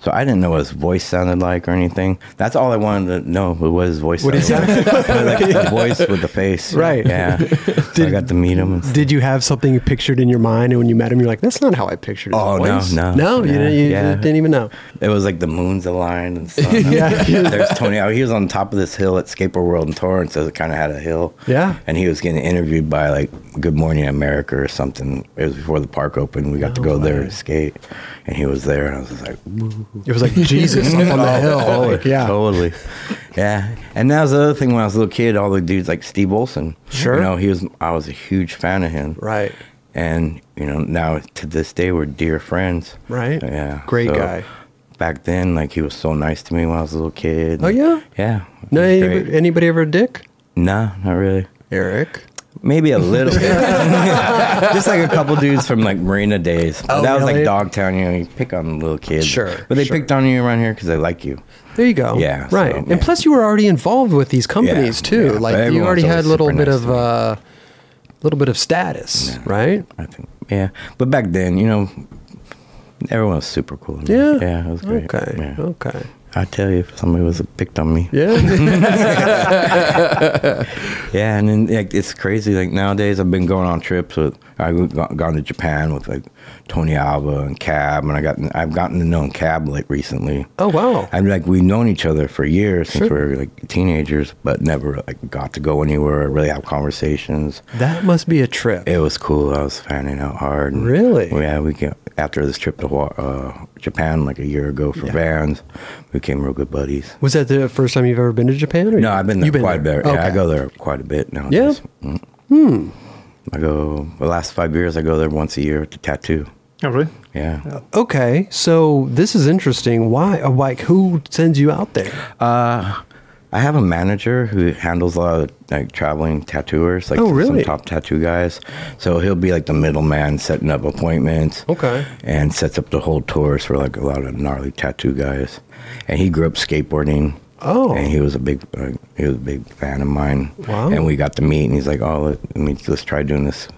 C: so I didn't know what his voice sounded like or anything. That's all I wanted to know was what his voice.
E: What he
C: sounded like. Like the voice with the face.
E: Right.
C: Yeah. so I got to meet him. And stuff.
E: Did you have something pictured in your mind, and when you met him, you're like, "That's not how I pictured his
C: Oh, no,
E: voice."
C: no.
E: no, you,
C: Yeah,
E: didn't, you
C: yeah.
E: didn't even know.
C: It was like the moon's aligned and stuff. There's Tony. He was on top of this hill at Skateboard World in Torrance, so it kind of had a hill.
E: Yeah.
C: And he was getting interviewed by like Good Morning America or something. It was before the park opened. We got to go there to skate, and he was there, and I was just like,
E: It was like Jesus up on the hill. Like, yeah,
C: Oh, totally. Yeah. And that was the other thing when I was a little kid. All the dudes like Steve Olson.
E: Sure.
C: You know, he was. I was a huge fan of him.
E: right,
C: And you know, now to this day we're dear friends.
E: right.
C: Yeah.
E: great
C: so
E: guy.
C: Back then, like he was so nice to me when I was a little kid.
E: Oh, yeah?
C: Yeah.
E: No,
C: he was
E: anybody,
C: great.
E: anybody ever a dick?
C: Nah, not really.
E: Eric.
C: Maybe a little bit. Just like a couple dudes from like Marina days.
E: Oh,
C: that was
E: really?
C: like Dogtown, you know, you pick on little kids.
E: Sure,
C: But they
E: sure.
C: picked on you around here because they like you.
E: There you go.
C: Yeah, so,
E: Right.
C: yeah.
E: And plus, you were already involved with these companies
C: Yeah,
E: too.
C: yeah, but
E: Like you
C: everyone's
E: already had
C: always
E: a little
C: super
E: bit
C: nice
E: of
C: to me.
E: uh, little bit of status, right?
C: I think. Yeah. But back then, you know, everyone was super cool. to me.
E: Yeah.
C: Yeah, it was great.
E: Okay.
C: Yeah.
E: Okay.
C: I tell you, if somebody was picked on me.
E: Yeah.
C: Yeah, and then like, it's crazy. Like nowadays, I've been going on trips with. I've go- gone to Japan with like Tony Alva and Cab, and I got I've gotten to know Cab like recently.
E: oh wow.
C: I'm like we've known each other for years since
E: Sure.
C: we were like teenagers, but never like got to go anywhere or really have conversations.
E: That must be a trip.
C: It was cool. I was finding out hard. and-
E: Really?
C: Yeah, we came, after this trip to Hawa- uh, Japan like a year ago for Vans, we became real good buddies.
E: Was that the first time you've ever been to Japan? Or
C: No, I've been there
E: you've
C: quite a bit. Yeah, I
E: Okay.
C: go there quite a bit now.
E: Yeah?
C: Hmm. I go the last five years. I go there once a year to tattoo.
B: Oh, really?
C: Yeah.
E: Okay, so this is interesting. Why? uh, Like, who sends you out there?
C: I have a manager who handles a lot of like traveling tattooers, like
E: Oh, really?
C: some top tattoo guys. So he'll be like the middleman, setting up appointments.
E: Okay.
C: And sets up the whole tours for like a lot of gnarly tattoo guys. And he grew up skateboarding.
E: Oh.
C: And he was a big, uh, he was a big fan of mine.
E: Wow.
C: And we got to meet, and he's like, "Oh, let, I mean, let's try doing this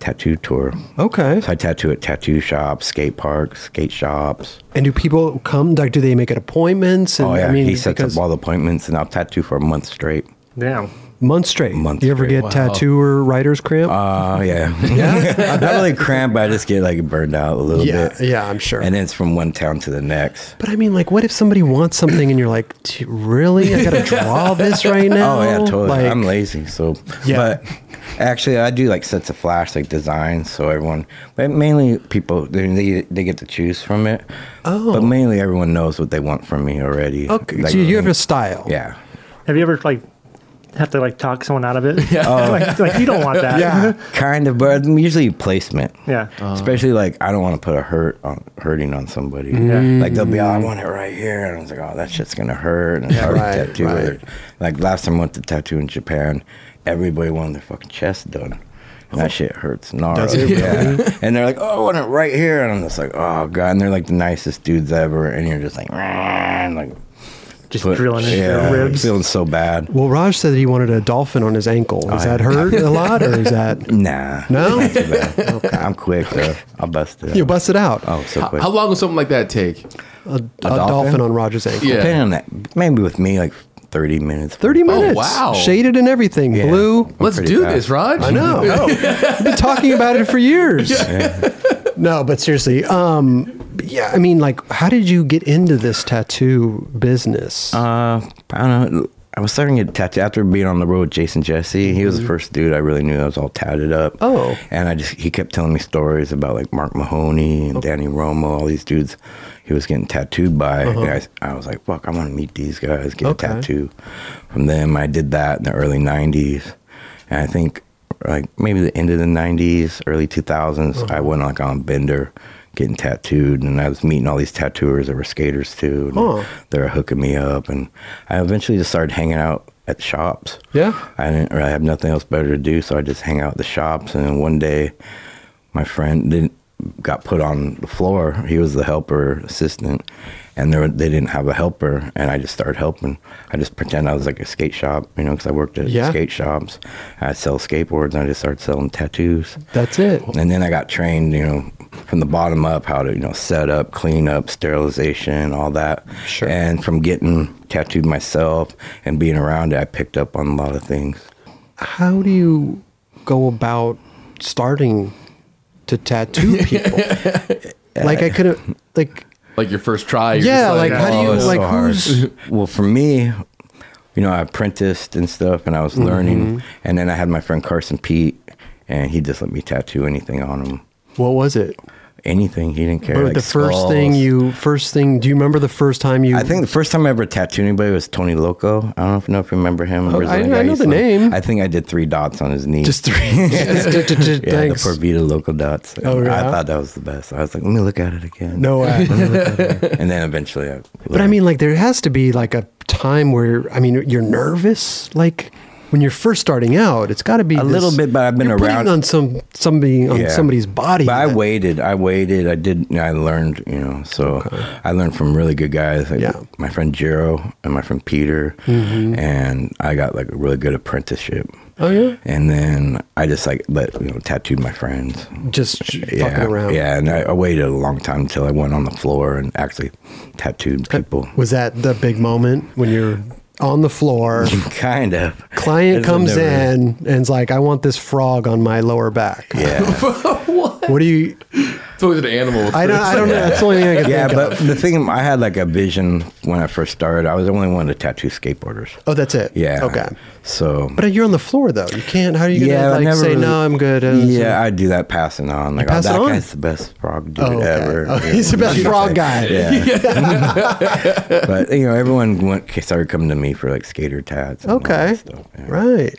C: tattoo tour."
E: Okay.
C: So I tattoo at tattoo shops, skate parks, skate shops.
E: And do people come? Like, do they make it appointments? And,
C: oh yeah,
E: I mean,
C: he sets
E: because
C: up all the appointments, and I'll tattoo for a month straight.
B: Damn.
E: months straight. Uh,
C: Months
E: you ever
C: straight.
E: get tattoo or writer's cramp?
C: Oh yeah, yeah. Not really cramped, but I just get like burned out a little
E: yeah,
C: bit.
E: yeah, I'm sure.
C: And then it's from one town to the next.
E: But I mean, like, what if somebody wants something and you're like, "T- really? I gotta draw this right now?
C: Oh yeah, totally.
E: Like,
C: I'm lazy, so
E: Yeah.
C: but Actually, I do like sets of flash, like designs, so everyone, but mainly people, they, they, they get to choose from it.
E: Oh.
C: But mainly everyone knows what they want from me already.
E: Okay,
C: Like, mm-hmm.
E: so you have a style.
C: Yeah.
B: Have you ever like have to like talk someone out of it? Yeah. like, like you don't want that.
E: Yeah.
C: Kind of, but usually placement.
B: yeah.
E: Uh-huh.
C: Especially like I don't want to put a hurt on hurting on somebody.
B: Yeah.
C: Like they'll be, oh, I want it right here, and I was like, oh, that shit's gonna hurt, and it's hard
E: right,
C: to tattoo
E: right.
C: it. Like last time I went to tattoo in Japan, everybody wanted their fucking chest done. And that shit hurts. Gnarly.
E: Does it
C: Yeah. and they're like, oh, I want it right here, and I'm just like, oh god. And they're like the nicest dudes ever, and you're just like, "Rah," and like
B: Just
C: put-
B: drilling into
C: yeah,
B: their ribs.
C: feeling so bad.
E: Well, Raj said that he wanted a dolphin on his ankle. Does that hurt a lot, or is that
C: Nah.
E: No?
C: Not too bad. I'm quick though. I'll bust it.
E: you
C: out.
E: bust it out?
C: Oh, so quick.
D: How long would something like that take?
E: a, a dolphin?
C: dolphin?
E: on Roger's ankle.
D: Yeah.
C: Depending on that, maybe with me, like 30 minutes.
E: 30
D: Oh,
E: minutes.
D: wow.
E: Shaded and everything.
C: Yeah.
E: Blue.
D: Let's
C: pretty
D: do
C: fast.
D: this, Rod.
E: I know. I've been talking about it for years. No, but seriously, um, yeah, I mean, like, how did you get into this tattoo business?
C: Uh, I don't know. I was starting to get tattoo after being on the road with Jason Jesse. He was
D: Mm-hmm.
C: the first dude I really knew that was all tatted up.
E: Oh.
C: And I just, he kept telling me stories about like Mark Mahoney
E: Oh.
C: and Danny Romo, all these dudes he was getting tattooed by. And I, I was like, fuck, I want to meet these guys, get
E: Uh-huh. Okay.
C: a tattoo from them. I did that in the early 90s. And I think like maybe the end of the 90s, early 2000s,
E: Uh-huh.
C: I went like on Bender getting tattooed and I was meeting all these tattooers that were skaters too. and
E: Huh.
C: They were hooking me up and I eventually just started hanging out at shops.
E: Yeah.
C: I didn't really have nothing else better to do, so I just hang out at the shops and then one day my friend didn't got put on the floor. He was the helper assistant, and there, they didn't have a helper, and I just started helping. I just pretend I was like a skate shop, you know, because I worked at
E: Yeah.
C: skate shops. I sell skateboards, and I just started selling tattoos.
E: That's it.
C: And then I got trained, you know, from the bottom up how to, you know, set up, clean up, sterilization, all that.
E: Sure.
C: And from getting tattooed myself and being around it, I picked up on a lot of things.
E: How do you go about starting to tattoo people? like, I couldn't, like,
D: Like your first try. you're
E: yeah,
D: just
E: like, how do
D: oh,
E: you,
D: it's-
E: like,
C: so hard.
E: who's,
C: well for me you know i apprenticed and stuff and i
E: Mm-hmm.
C: was learning and then i had my friend carson pete and he just let me tattoo anything on him
E: what was it?
C: anything he didn't care
E: Or
C: like
E: the first thing
C: skulls.
E: you, first thing, do you remember the first time you,
C: I think the first time I ever tattooed anybody was Tony Loco. I don't know if you, know if you remember him. Brazilian
E: Oh, I
C: guy.
E: know
C: He's
E: the
C: like-
E: name.
C: I think I did three dots on his knee.
E: just three,
C: yeah,
E: thanks.
C: the Porvita Loco dots.
E: Oh, yeah?
C: I thought that was the best. I was like, let me look at it again.
E: no way.
C: And then eventually I.
E: But I mean, like, there has to be like a time where I mean, you're nervous, like when you're first starting out. It's got to be
C: A little bit, but I've been
E: you're putting
C: around-
E: on some somebody on
C: Yeah.
E: somebody's body.
C: But I
E: that-
C: waited. I waited. I did. I learned. You know, so I learned from really good guys. Like
E: Yeah. Mm-hmm.
C: my friend Jero and my friend Peter, and I got like a really good apprenticeship.
E: Oh yeah,
C: And then I just like let you know tattooed my friends.
E: just j-
C: yeah,
E: fucking around.
C: yeah. And I, I waited a long time until I went on the floor and actually tattooed people.
E: Was that the big moment when you're on the floor?
C: kind of
E: Client
C: It's a
E: comes
C: never-
E: in and's like, "I want this frog on my lower back."
C: Yeah.
E: What do you?
D: It's always an animal.
E: I don't. I don't know. That's the only thing I can
C: Yeah,
E: think
C: but
E: of.
C: the thing I had like a vision when I first started. I was the only one to tattoo skateboarders.
E: Oh, that's it.
C: Yeah.
E: Okay.
C: So
E: But you're on the floor though. You can't. How are you gonna
C: I
E: like
C: never
E: say
C: really-
E: no? I'm good. uh,
C: Yeah, I do that passing on. Like, oh,
E: pass it
C: that
E: on?
C: guy's the best frog dude
E: Oh, okay.
C: ever.
E: Oh, he's the best frog guy.
C: Yeah. but you know, everyone went started coming to me for like skater tats. and all that
E: Okay.
C: stuff, yeah.
E: Right.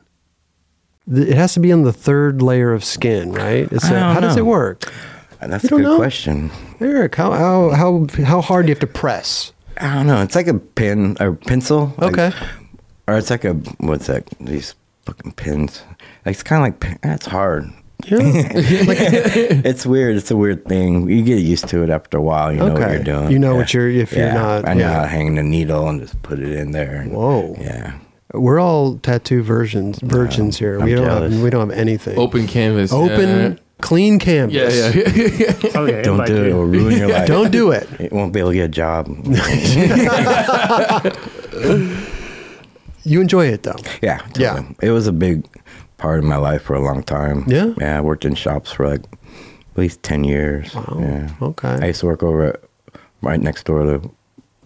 E: Th- It has to be on the third layer of skin, right? It's a,
C: Oh,
E: how does it work,
C: And Uh, that's
E: You
C: a
E: don't
C: good
E: know?
C: question.
E: Eric? How how how how hard do you have to press?
C: I don't know. It's like a pen or pencil. like-
E: Okay.
C: or it's like a what's that? These fucking pins. Like, it's kind of like pen- that's hard. it's weird. It's a weird thing. You get used to it after a while. You know what
E: Okay.
C: you're doing.
E: You know what you're- if you're not-
C: I know
E: yeah.
C: how to hang the needle and just put it in there. and-
E: Whoa.
C: Yeah.
E: We're all tattoo versions, virgins here. we
C: I'm
E: don't
C: jealous.
E: have, we don't have anything.
D: Open canvas.
E: Open, clean canvas.
D: Yeah, yeah, yeah. yeah, yeah.
B: Okay,
C: Don't
B: if I
C: do it. It will ruin your life.
E: Don't do it.
C: It won't be able to get a job.
E: You enjoy it though.
C: yeah.
E: Yeah.
C: totally. It was a big part of my life for a long time.
E: Yeah?
C: Yeah. I worked in shops for like at least 10 years. Yeah.
E: okay.
C: I used to work over at, right next door to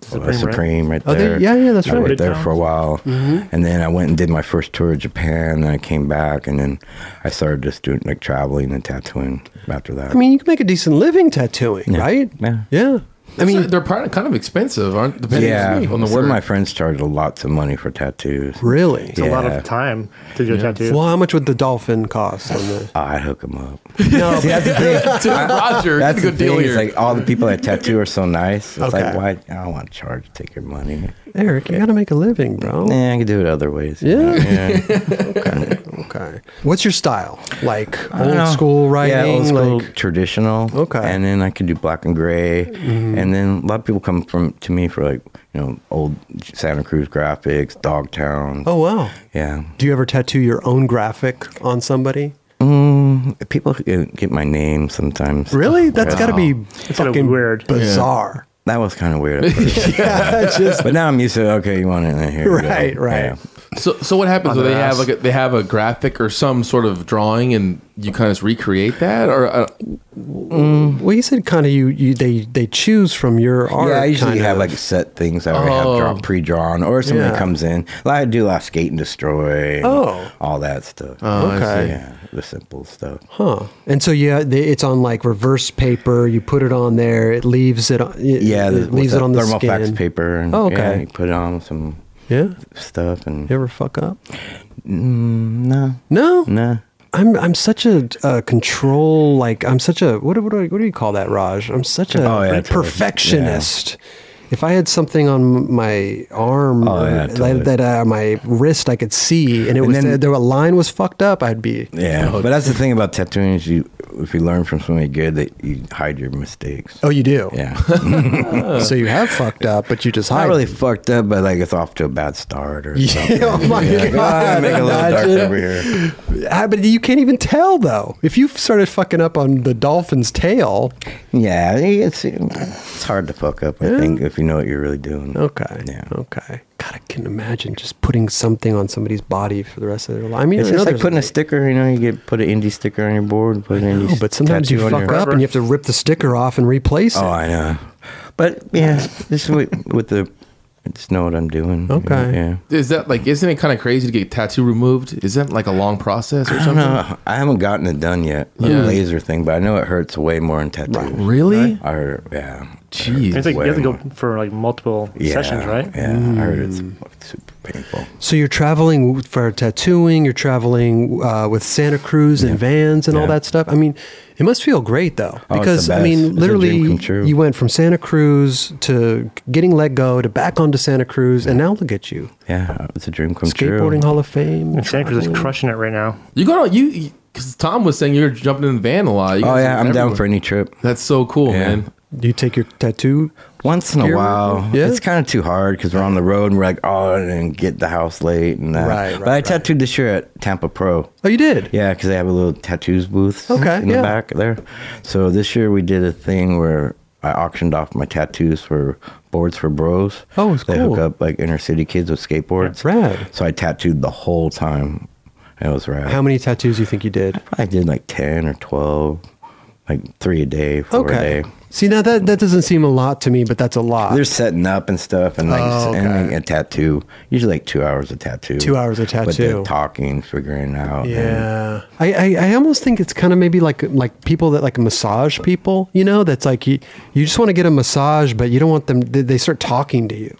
C: Supreme,
B: right?
C: Supreme right
E: Oh, they-
C: there.
E: yeah, yeah, that's
C: I
E: right. Mm-hmm.
C: worked there for a
B: Midtown.
C: while. And then I went and did my first tour of Japan. And I came back. And then I started just doing like traveling and tattooing after that.
E: I mean, you can make a decent living tattooing,
C: Yeah.
E: right?
C: Yeah.
E: Yeah. I mean,
D: they're probably kind of expensive, aren't? Depending
C: yeah,
D: on the
C: some
D: work.
C: of my friends charge lots of money for tattoos.
E: really.
B: It's a lot
C: Yeah.
B: of time to do a tattoo.
E: Well, how much would the dolphin cost? On the,
C: Oh, I'd hook them up.
E: no,
C: See, that's the thing.
D: Dude, Roger,
C: That's
D: that's
C: the
D: a good deal
C: thing.
D: here.
C: It's like all the people that tattoo are so nice. It's
E: Okay.
C: like why I don't want to charge. Take your money.
E: Eric, you got to make a living, bro.
C: Yeah, I can do it other ways. you
E: Yeah.
C: know, yeah.
E: Okay. What's your style? Like
C: I don't
E: old
C: know.
E: school writing?
C: Yeah, old school
E: Like,
C: traditional.
E: Okay. Mm-hmm.
C: and then I can do black and gray. And then a lot of people come from to me for like you know old Santa Cruz graphics, Dogtown.
E: oh, wow.
C: yeah.
E: Do you ever tattoo your own graphic on somebody?
C: People get get my name sometimes.
E: Really? That's got to be
B: gotta be
E: fucking
B: weird.
E: bizarre.
C: That was kind of weird. At first.
E: Just-
C: But now I'm used to okay, you want it in here. you go.
E: Right, right.
C: Yeah.
D: so, so what happens?
B: On
D: So they
B: their
D: have
B: ass.
D: like a, they have a graphic or some sort of drawing, and you kind of recreate that, or uh,
E: well, you said kind of you, you they they choose from your art.
C: Yeah, I usually
E: kinda.
C: have like set things I already have drawn,
D: Oh.
C: pre-drawn, or somebody
E: Yeah.
C: comes in. Like I do a lot of skate and destroy. and
E: Oh.
C: all that stuff.
D: Oh, I
E: Okay.
D: see.
C: yeah, the simple stuff.
E: Huh. And so yeah, they, it's on like reverse paper. You put it on there. It leaves it. On, it
C: Yeah,
E: it
C: the,
E: leaves it on the
C: thermal
E: skin.
C: fax paper. And,
E: Oh,
C: Yeah,
E: okay.
C: you put it on with some
E: Yeah.
C: stuff and
E: You ever fuck up?
C: Mm, no,
E: No.
C: no.
E: I'm I'm such a, uh control like I'm such a what do- what do, I- what do you call that Raj? I'm such a
C: Oh, yeah, totally.
E: perfectionist. If I had something on my arm
C: Oh, yeah,
E: uh, that-
C: totally.
E: that uh, my wrist I could see and it
C: And
E: was
C: then-
E: there, a line was fucked up, I'd be
C: Yeah, but that's the thing about tattooing is you, if you learn from somebody good, that you hide your mistakes.
E: Oh, you do.
C: Yeah,
E: So you have fucked up, but you just hide.
C: not really
E: it.
C: fucked up, but like it's off to a bad start or something.
E: oh my
C: Like, oh, I
E: god!
C: make a little dark
E: imagine.
C: over here.
E: Ah, But you can't even tell though. If you started fucking up on the dolphin's tail,
C: Yeah, it's it's hard to fuck up. I think if you know what you're really doing.
E: Okay.
C: Yeah.
E: Okay. God, I can imagine just putting something on somebody's body for the rest of their life. I mean,
C: It's
E: I know
C: just like
E: there's-
C: putting a sticker. You know, you get put an indie sticker on your board, put an indie.
E: No, but sometimes you
C: tattoo on
E: fuck
C: your-
E: up and you have to rip the sticker off and replace
C: Oh,
E: it.
C: I know. But yeah, this with, with the. I just know what I'm doing.
E: Okay.
C: Yeah.
D: is that like isn't it kind of crazy to get tattoo removed? Is that like a long process or
C: I don't
D: something?
C: know. I haven't gotten it done yet. The
D: Yeah.
C: laser thing, but I know it hurts way more in tattoos.
D: Really?
C: I heard, yeah.
D: Jeez.
B: It's like you have to go
C: Well,
B: for like multiple
C: Yeah.
B: sessions, right?
C: Yeah. I heard it's
E: Hmm.
C: fucking super painful.
E: So you're traveling for tattooing. You're traveling uh, with Santa Cruz and vans and all
C: Yeah.
E: that stuff. I mean, it must feel great though,
C: the
E: because I
C: best. It's a
E: mean,
C: dream
E: literally,
C: come true.
E: you went from Santa Cruz to getting let go to back onto Santa Cruz, and now look at you,
C: Yeah. It's a dream come true.
E: skateboarding Hall of Fame.
B: And Santa Cruz is crushing it right now.
D: You go to you because Tom was saying you're jumping in the van a lot. You
C: Oh
D: guys
C: yeah,
D: are
C: I'm down
D: everywhere.
C: for any trip.
D: That's so cool,
C: Yeah.
D: man.
E: Do you take your tattoo?
C: Once in a
E: You're-
C: while,
E: yeah.
C: it's kind of too hard because we're on the road and we're like, oh, and then get the house late and that.
E: Right,
C: but
E: right,
C: I
E: right.
C: tattooed this year at Tampa Pro.
E: Oh, you did.
C: Yeah, because they have a little tattoos booth
E: Okay,
C: in the
E: yeah.
C: back there. So this year we did a thing where I auctioned off my tattoos for boards for bros.
E: Oh, it's
C: they
E: cool.
C: hook up like inner city kids with skateboards.
E: rad.
C: So I tattooed the whole time. It was rad.
E: How many tattoos do you think you did?
C: I did like ten or twelve, like three a day, four a
E: Okay.
C: day.
E: See now that that doesn't seem a lot to me, but that's a lot.
C: They're setting up and stuff, and like,
E: Oh,
C: and,
E: okay.
C: like, a tattoo. Usually, like two hours of tattoo.
E: Two hours of
C: But they're
E: tattoo.
C: talking, figuring it out. and-
E: yeah, I, I I almost think it's kind of maybe like like people that like massage people, you know, that's like you you just want to get a massage, but you don't want them. They, they start talking to you.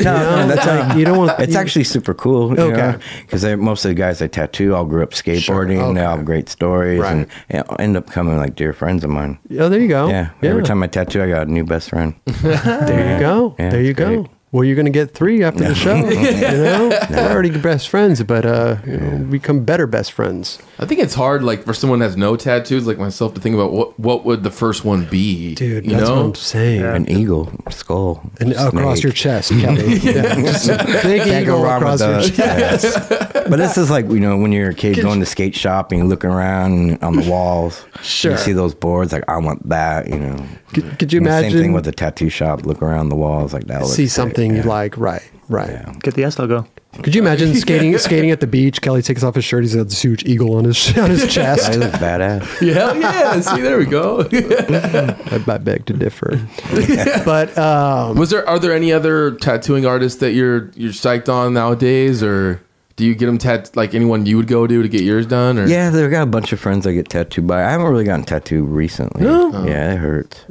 C: No,
E: You know?
C: no, that's um,
E: Like, you don't want.
C: It's
E: you-
C: actually super cool.
E: Okay.
C: Okay. Because most of the guys I tattoo all grew up skateboarding. and They all have great stories
E: Right.
C: and, and end up coming like dear friends of mine.
E: Oh, there you go.
C: Yeah. Every time I tattoo, I got a new best friend.
E: there you go.
C: Yeah,
E: there you
C: it's great.
E: go. well, you're going to get three after the show. You know, we're already best friends, but uh, you know, become better best friends.
D: I think it's hard, like for someone that has no tattoos, like myself, to think about what what would the first one be,
E: Dude,
D: You
E: that's what
D: know,
E: I'm saying.
C: An eagle skull.
E: And across
C: snake.
E: your chest, Kelly. yeah. Just a big
C: Can't go
E: eagle
C: wrong with
E: across your
C: those.
E: chest.
C: But this is like you know when you're a kid going to skate shop and you look around on the walls.
E: Sure.
C: You see those boards like I want that. You know.
E: Could, could you
C: And the
E: imagine
C: Same thing with the tattoo shop. Look around the walls like that. looks
E: see
C: sick.
E: something
C: Yeah.
E: you like? Right, right.
B: Get the S logo.
E: Could you imagine skating skating at the beach? Kelly takes off his shirt. He's got this huge eagle on his on his
C: Yeah,
E: chest.
C: you look badass.
D: yeah, hell yeah. See, there we go.
E: I, I beg to differ. but um,
D: Was there are there any other tattooing artists that you're you're psyched on nowadays, or do you get them tat like anyone you would go to to get yours done? Or
C: Yeah, they've got a bunch of friends I get tattooed by. I haven't really gotten tattooed recently. Yeah, it hurts.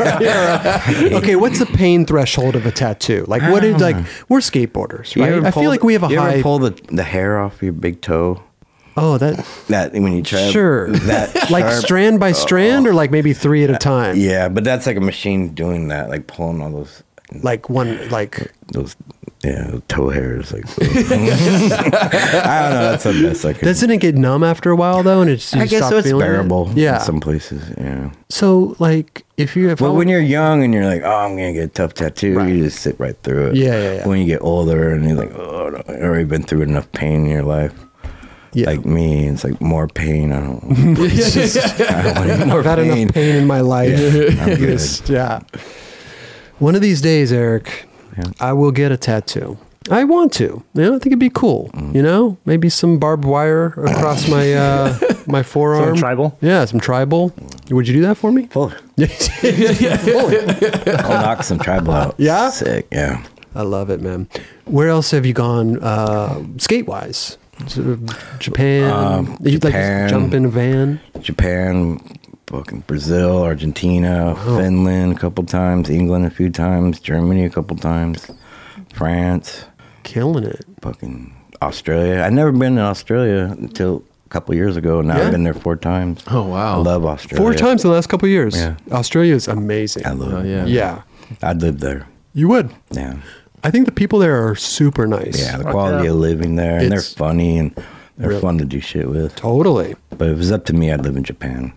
E: okay, what's the pain threshold of a tattoo? Like, what is like? We're skateboarders,
C: Ah. You
E: right?
C: ever
E: I
C: pull
E: feel like
C: the-
E: we have a
C: you
E: high.
C: Ever pull the, the hair off your big toe.
E: oh, that
C: That when you try
E: Sure.
C: that
E: like
C: sharp- Uh,
E: strand by strand, or like maybe three at a time.
C: Yeah, but that's like a machine doing that, like pulling all those
E: Like one, like
C: those yeah toe hairs. Like I don't know. That's a mess. I could,
E: doesn't it get numb after a while though, and it's you
C: I guess
E: stop
C: so. It's
E: feeling it?
C: bearable.
E: Yeah.
C: in some places. Yeah.
E: so like if you if I
C: But when
E: were-
C: you're young and you're like, oh, I'm gonna get a tough tattoo, you just sit right through it.
E: Yeah, yeah, yeah.
C: When you get older and you're like, oh, no, I've already been through enough pain in your life.
E: yeah.
C: Like me, it's like more pain. I don't. it's just- I don't want any more
E: I've had
C: pain.
E: enough pain in my life.
C: I'm good.
E: Just- yeah. One of these days, Eric, I will get a tattoo. I want to. You know, I think it'd be cool.
C: Mm.
E: You know, maybe some barbed wire across my uh, my forearm.
B: tribal?
E: Yeah, some tribal. Would you do that for me?
C: Full.
E: Fully.
C: I'll knock some tribal out.
E: Yeah?
C: Sick. Yeah.
E: I love it, man. Where else have you gone uh, skate wise? Japan. You'd like
C: Um, Japan.
E: to jump in a van.
C: Japan, fucking Brazil, Argentina, Finland a couple times, England a few times, Germany a couple times, France,
E: Killing it.
C: fucking Australia. I've never been to Australia until a couple years ago. Now
E: Yeah?
C: I've been there four times.
D: Oh, wow.
C: I love Australia.
E: Four times in the last couple of years.
C: Yeah.
E: Australia is amazing.
C: I love.
D: Oh,
C: yeah.
D: yeah.
E: yeah.
C: I'd live there.
E: You would.
C: Yeah.
E: I think the people there are super nice.
C: Yeah. The
B: Fuck
C: quality
B: yeah.
C: of living there, and
E: It's-
C: they're funny and they're
E: Really?
C: fun to do shit with.
E: Totally.
C: But if it was up to me, I'd live in Japan.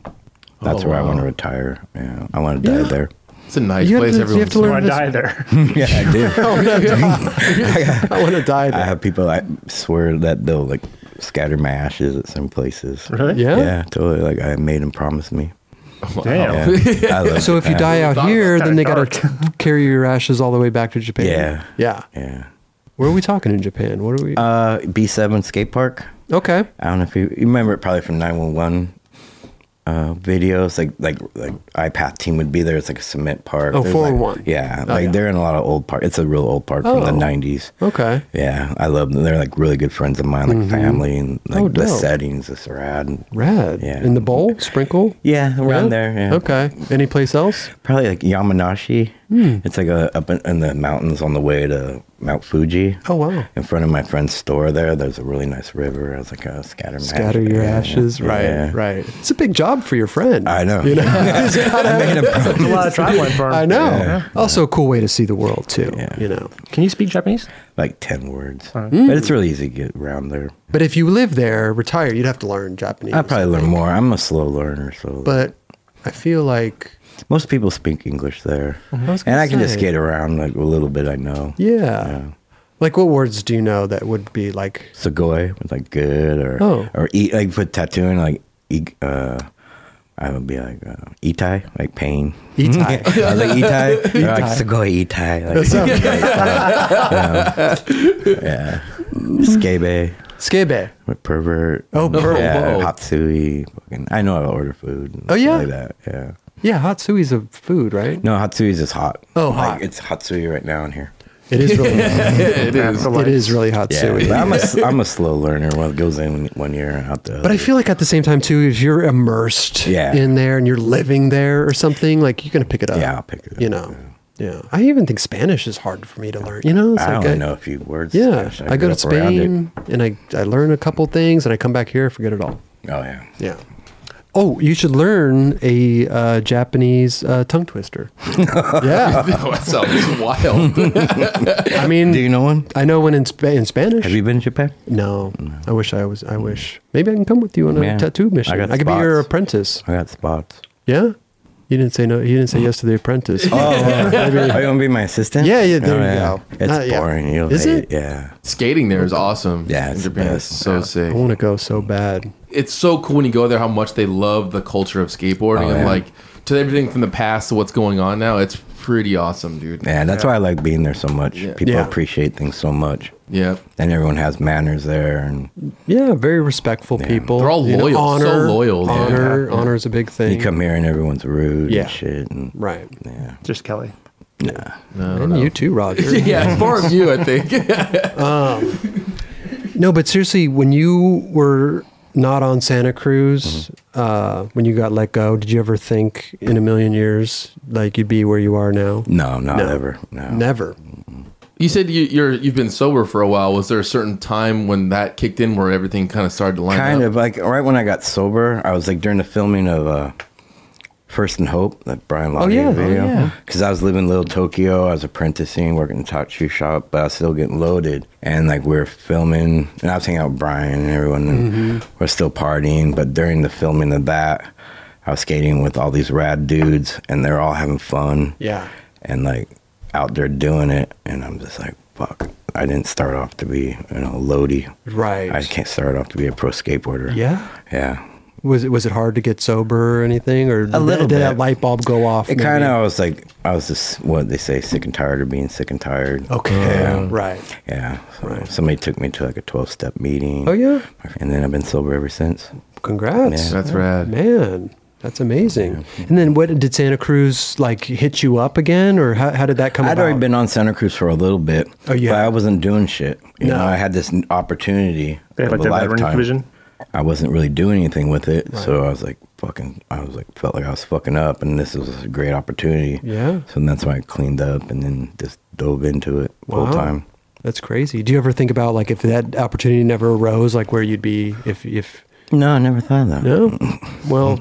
C: That's
D: Oh,
C: where I want
D: wow.
C: to retire. Yeah. I want to die
E: Yeah.
C: there.
D: it's a nice
E: You have
D: place.
E: to- you
D: Everyone
E: have to learn-
B: Or I die there.
C: yeah, I do.
E: I want to die
C: I
E: there.
C: have people I swear that they'll like scatter my ashes at some places.
B: Really?
E: yeah?
C: Yeah, totally. Like I made them promise me.
B: Damn.
C: Yeah. I love
E: So if you
C: Japan.
E: die out
D: thought
E: here,
B: about
E: then they
B: that.
E: got to carry your ashes all the way back to Japan.
C: Yeah.
E: Yeah.
C: yeah.
E: Where are we talking in Japan? What are we?
C: Uh, B7 skate park.
E: okay.
C: I don't know if you, you remember it probably from 911 uh, videos. Like like like iPath team would be there. It's like a cement park.
E: Oh,
C: There's,
E: 401.
C: Like, yeah,
E: Oh,
C: like
E: yeah.
C: they're in a lot of old park. It's a real old park from
E: Oh.
C: the 90s.
E: Okay.
C: Yeah, I love them. They're like really good friends of mine, like family and like
E: Mm-hmm. Oh,
C: the
E: dope.
C: settings, the rad.
E: Rad.
C: Yeah.
E: In the bowl? Sprinkle?
C: Yeah, around
E: Yeah?
C: there. Yeah.
E: Okay. Any place else?
C: Probably like Yamanashi.
E: Hmm.
C: It's like a, up in, in the mountains on the way to Mount Fuji.
E: Oh, wow.
C: In front of my friend's store there, there's a really nice river. I was like, oh, scatter my
E: Scatter your
C: yeah,
E: ashes. Right.
C: yeah.
E: Right. It's a big job for your friend.
C: I know.
E: You know?
C: I made a
B: That's a
C: promise.
B: lot of traveling for him.
E: I know. Also a cool way to see the world too.
C: Yeah.
E: You know.
B: Can you speak Japanese?
C: like 10 words.
B: Huh.
E: Hmm.
C: But it's really easy to get around there.
E: But if you live there, retire, you'd have to learn Japanese.
C: I'll probably learn more. I'm a slow learner, so
E: But I feel like
C: most people speak English there.
E: was
C: And
E: gonna
C: I can just
E: say.
C: get around like a little bit I know.
E: Yeah.
C: Yeah.
E: Like what words do you know that would be like
C: Sugoi with like good or
E: Oh.
C: or eat like with tattooing like e- uh I would be like uh, itai like pain.
E: Itai?
C: I was like itai, Or, like sugoi itai like, like, uh, yeah skebe
E: Skebe.
C: with pervert.
E: Oh, pervert.
C: yeah,
D: Whoa.
C: hatsui. Fucking, I know how to order food. and
E: Oh,
C: stuff
E: yeah?
C: like that. Yeah.
E: Yeah, hatsui's a food, right?
C: No, hatsui is just hot.
E: Oh,
C: like,
E: hot.
C: It's hatsui right now in here.
E: It is really
D: it is.
E: it is really hatsui.
C: but I'm a s- I'm a slow learner. Well, it goes in one year and out the.
E: But I
C: other.
E: feel like at the same time too, if you're immersed
C: Yeah.
E: in there and you're living there or something, like you're gonna pick it up.
C: Yeah, I'll pick it up,
E: You know. Yeah. I even think Spanish is hard for me to learn. You know, it's
C: I
E: like
C: only know a few words.
E: Yeah.
C: Gosh,
E: I, go
C: grew
E: to
C: up around it.
E: Spain and I, I learn a couple things and I come back here, I forget it all.
C: Oh yeah.
E: Yeah. Oh, you should learn a uh, Japanese uh, tongue twister. yeah,
D: Oh, that sounds wild.
E: I mean,
C: Do you know one?
E: I know one in, Spa- in Spanish.
C: Have you been to Japan?
E: No, I wish I was. I wish maybe I can come with you on a
C: Yeah.
E: tattoo mission.
C: I
E: I,
C: got
E: could be your
C: spots.
E: apprentice.
C: I got spots.
E: Yeah, you didn't say no. You didn't say yes to the apprentice.
C: Oh, are you gonna be my assistant?
E: Yeah, yeah, there
C: Oh,
E: you go.
C: It's
E: Not yet.
C: boring. You'll
E: Is
C: hate
E: it?
C: Yeah.
D: Skating there is awesome.
C: Yeah,
D: in
C: it's
D: Japan
C: the
D: it's
C: best.
D: so
C: Yeah.
E: I
D: sick.
E: want to go so bad.
D: It's so cool when you go there how much they love the culture of skateboarding
C: Oh,
D: and
C: yeah.
D: like to everything from the past to what's going on now. It's pretty awesome, dude.
C: Yeah, that's why I like being there so much. People
E: Yeah.
C: appreciate things so much.
D: Yeah.
C: And everyone has manners there and
E: Yeah, very respectful people.
D: They're all
E: You know,
D: loyal, so
E: honor,
D: loyal, dude.
E: Honor, honor is a big thing.
C: you come here and everyone's rude
E: Yeah.
C: and shit and
E: right,
B: Just Kelly.
E: and you too, Roger.
D: Yeah, more of you, I think.
E: No, but seriously, when you were not on Santa Cruz,
C: Mm-hmm.
E: uh, when you got let go, did you ever think in a million years like you'd be where you are now?
C: no, not ever. No.
E: Never.
D: You said you, you're you've been sober for a while. Was there a certain time when that kicked in where everything kind of started to line
C: Kind
D: up?
C: of like right when I got sober, I was like during the filming of uh, First and Hope, that Brian Lottie
E: yeah. Oh, yeah.
C: video. Because I was living in Little Tokyo, I was apprenticing, working in a top shoe shop, but I was still getting loaded. And like we were filming, and I was hanging out with Brian and everyone, and
E: Mm-hmm.
C: we're still partying. But during the filming of that, I was skating with all these rad dudes, and they're all having fun
E: Yeah.
C: and like out there doing it. And I'm just like, fuck, I didn't start off to be, you know, loady.
E: Right.
C: I can't start off to be a pro skateboarder.
E: Yeah.
C: Yeah.
E: Was it was it hard to get sober or anything, or did,
C: little
E: did that
C: bit.
E: light bulb go off?
C: It
E: maybe?
C: kind of, I was like, I was just, what they say, sick and tired of being sick and tired.
E: okay.
C: Yeah.
E: Right.
C: Yeah. So somebody took me to like a 12 step meeting.
E: Oh yeah.
C: And then I've been sober ever since.
E: Congrats,
D: That's rad.
E: man. That's amazing. And then what did Santa Cruz like hit you up again, or how, how did that come
C: I'd
E: about?
C: already been on Santa Cruz for a little bit.
E: Oh, yeah.
C: But I wasn't doing shit. You
E: No.
C: know, I had this n- opportunity.
B: They have
C: of
B: like
C: a
B: the veteran
C: lifetime.
B: division.
C: I wasn't really doing anything with it. So I was like, fucking, I was like, felt like I was fucking up and this was a great opportunity.
E: Yeah.
C: So that's why I cleaned up and then just dove into it
E: Wow.
C: full time.
E: That's crazy. Do you ever think about like if that opportunity never arose, like where you'd be if if
C: No, I never thought of that.
E: no? Well,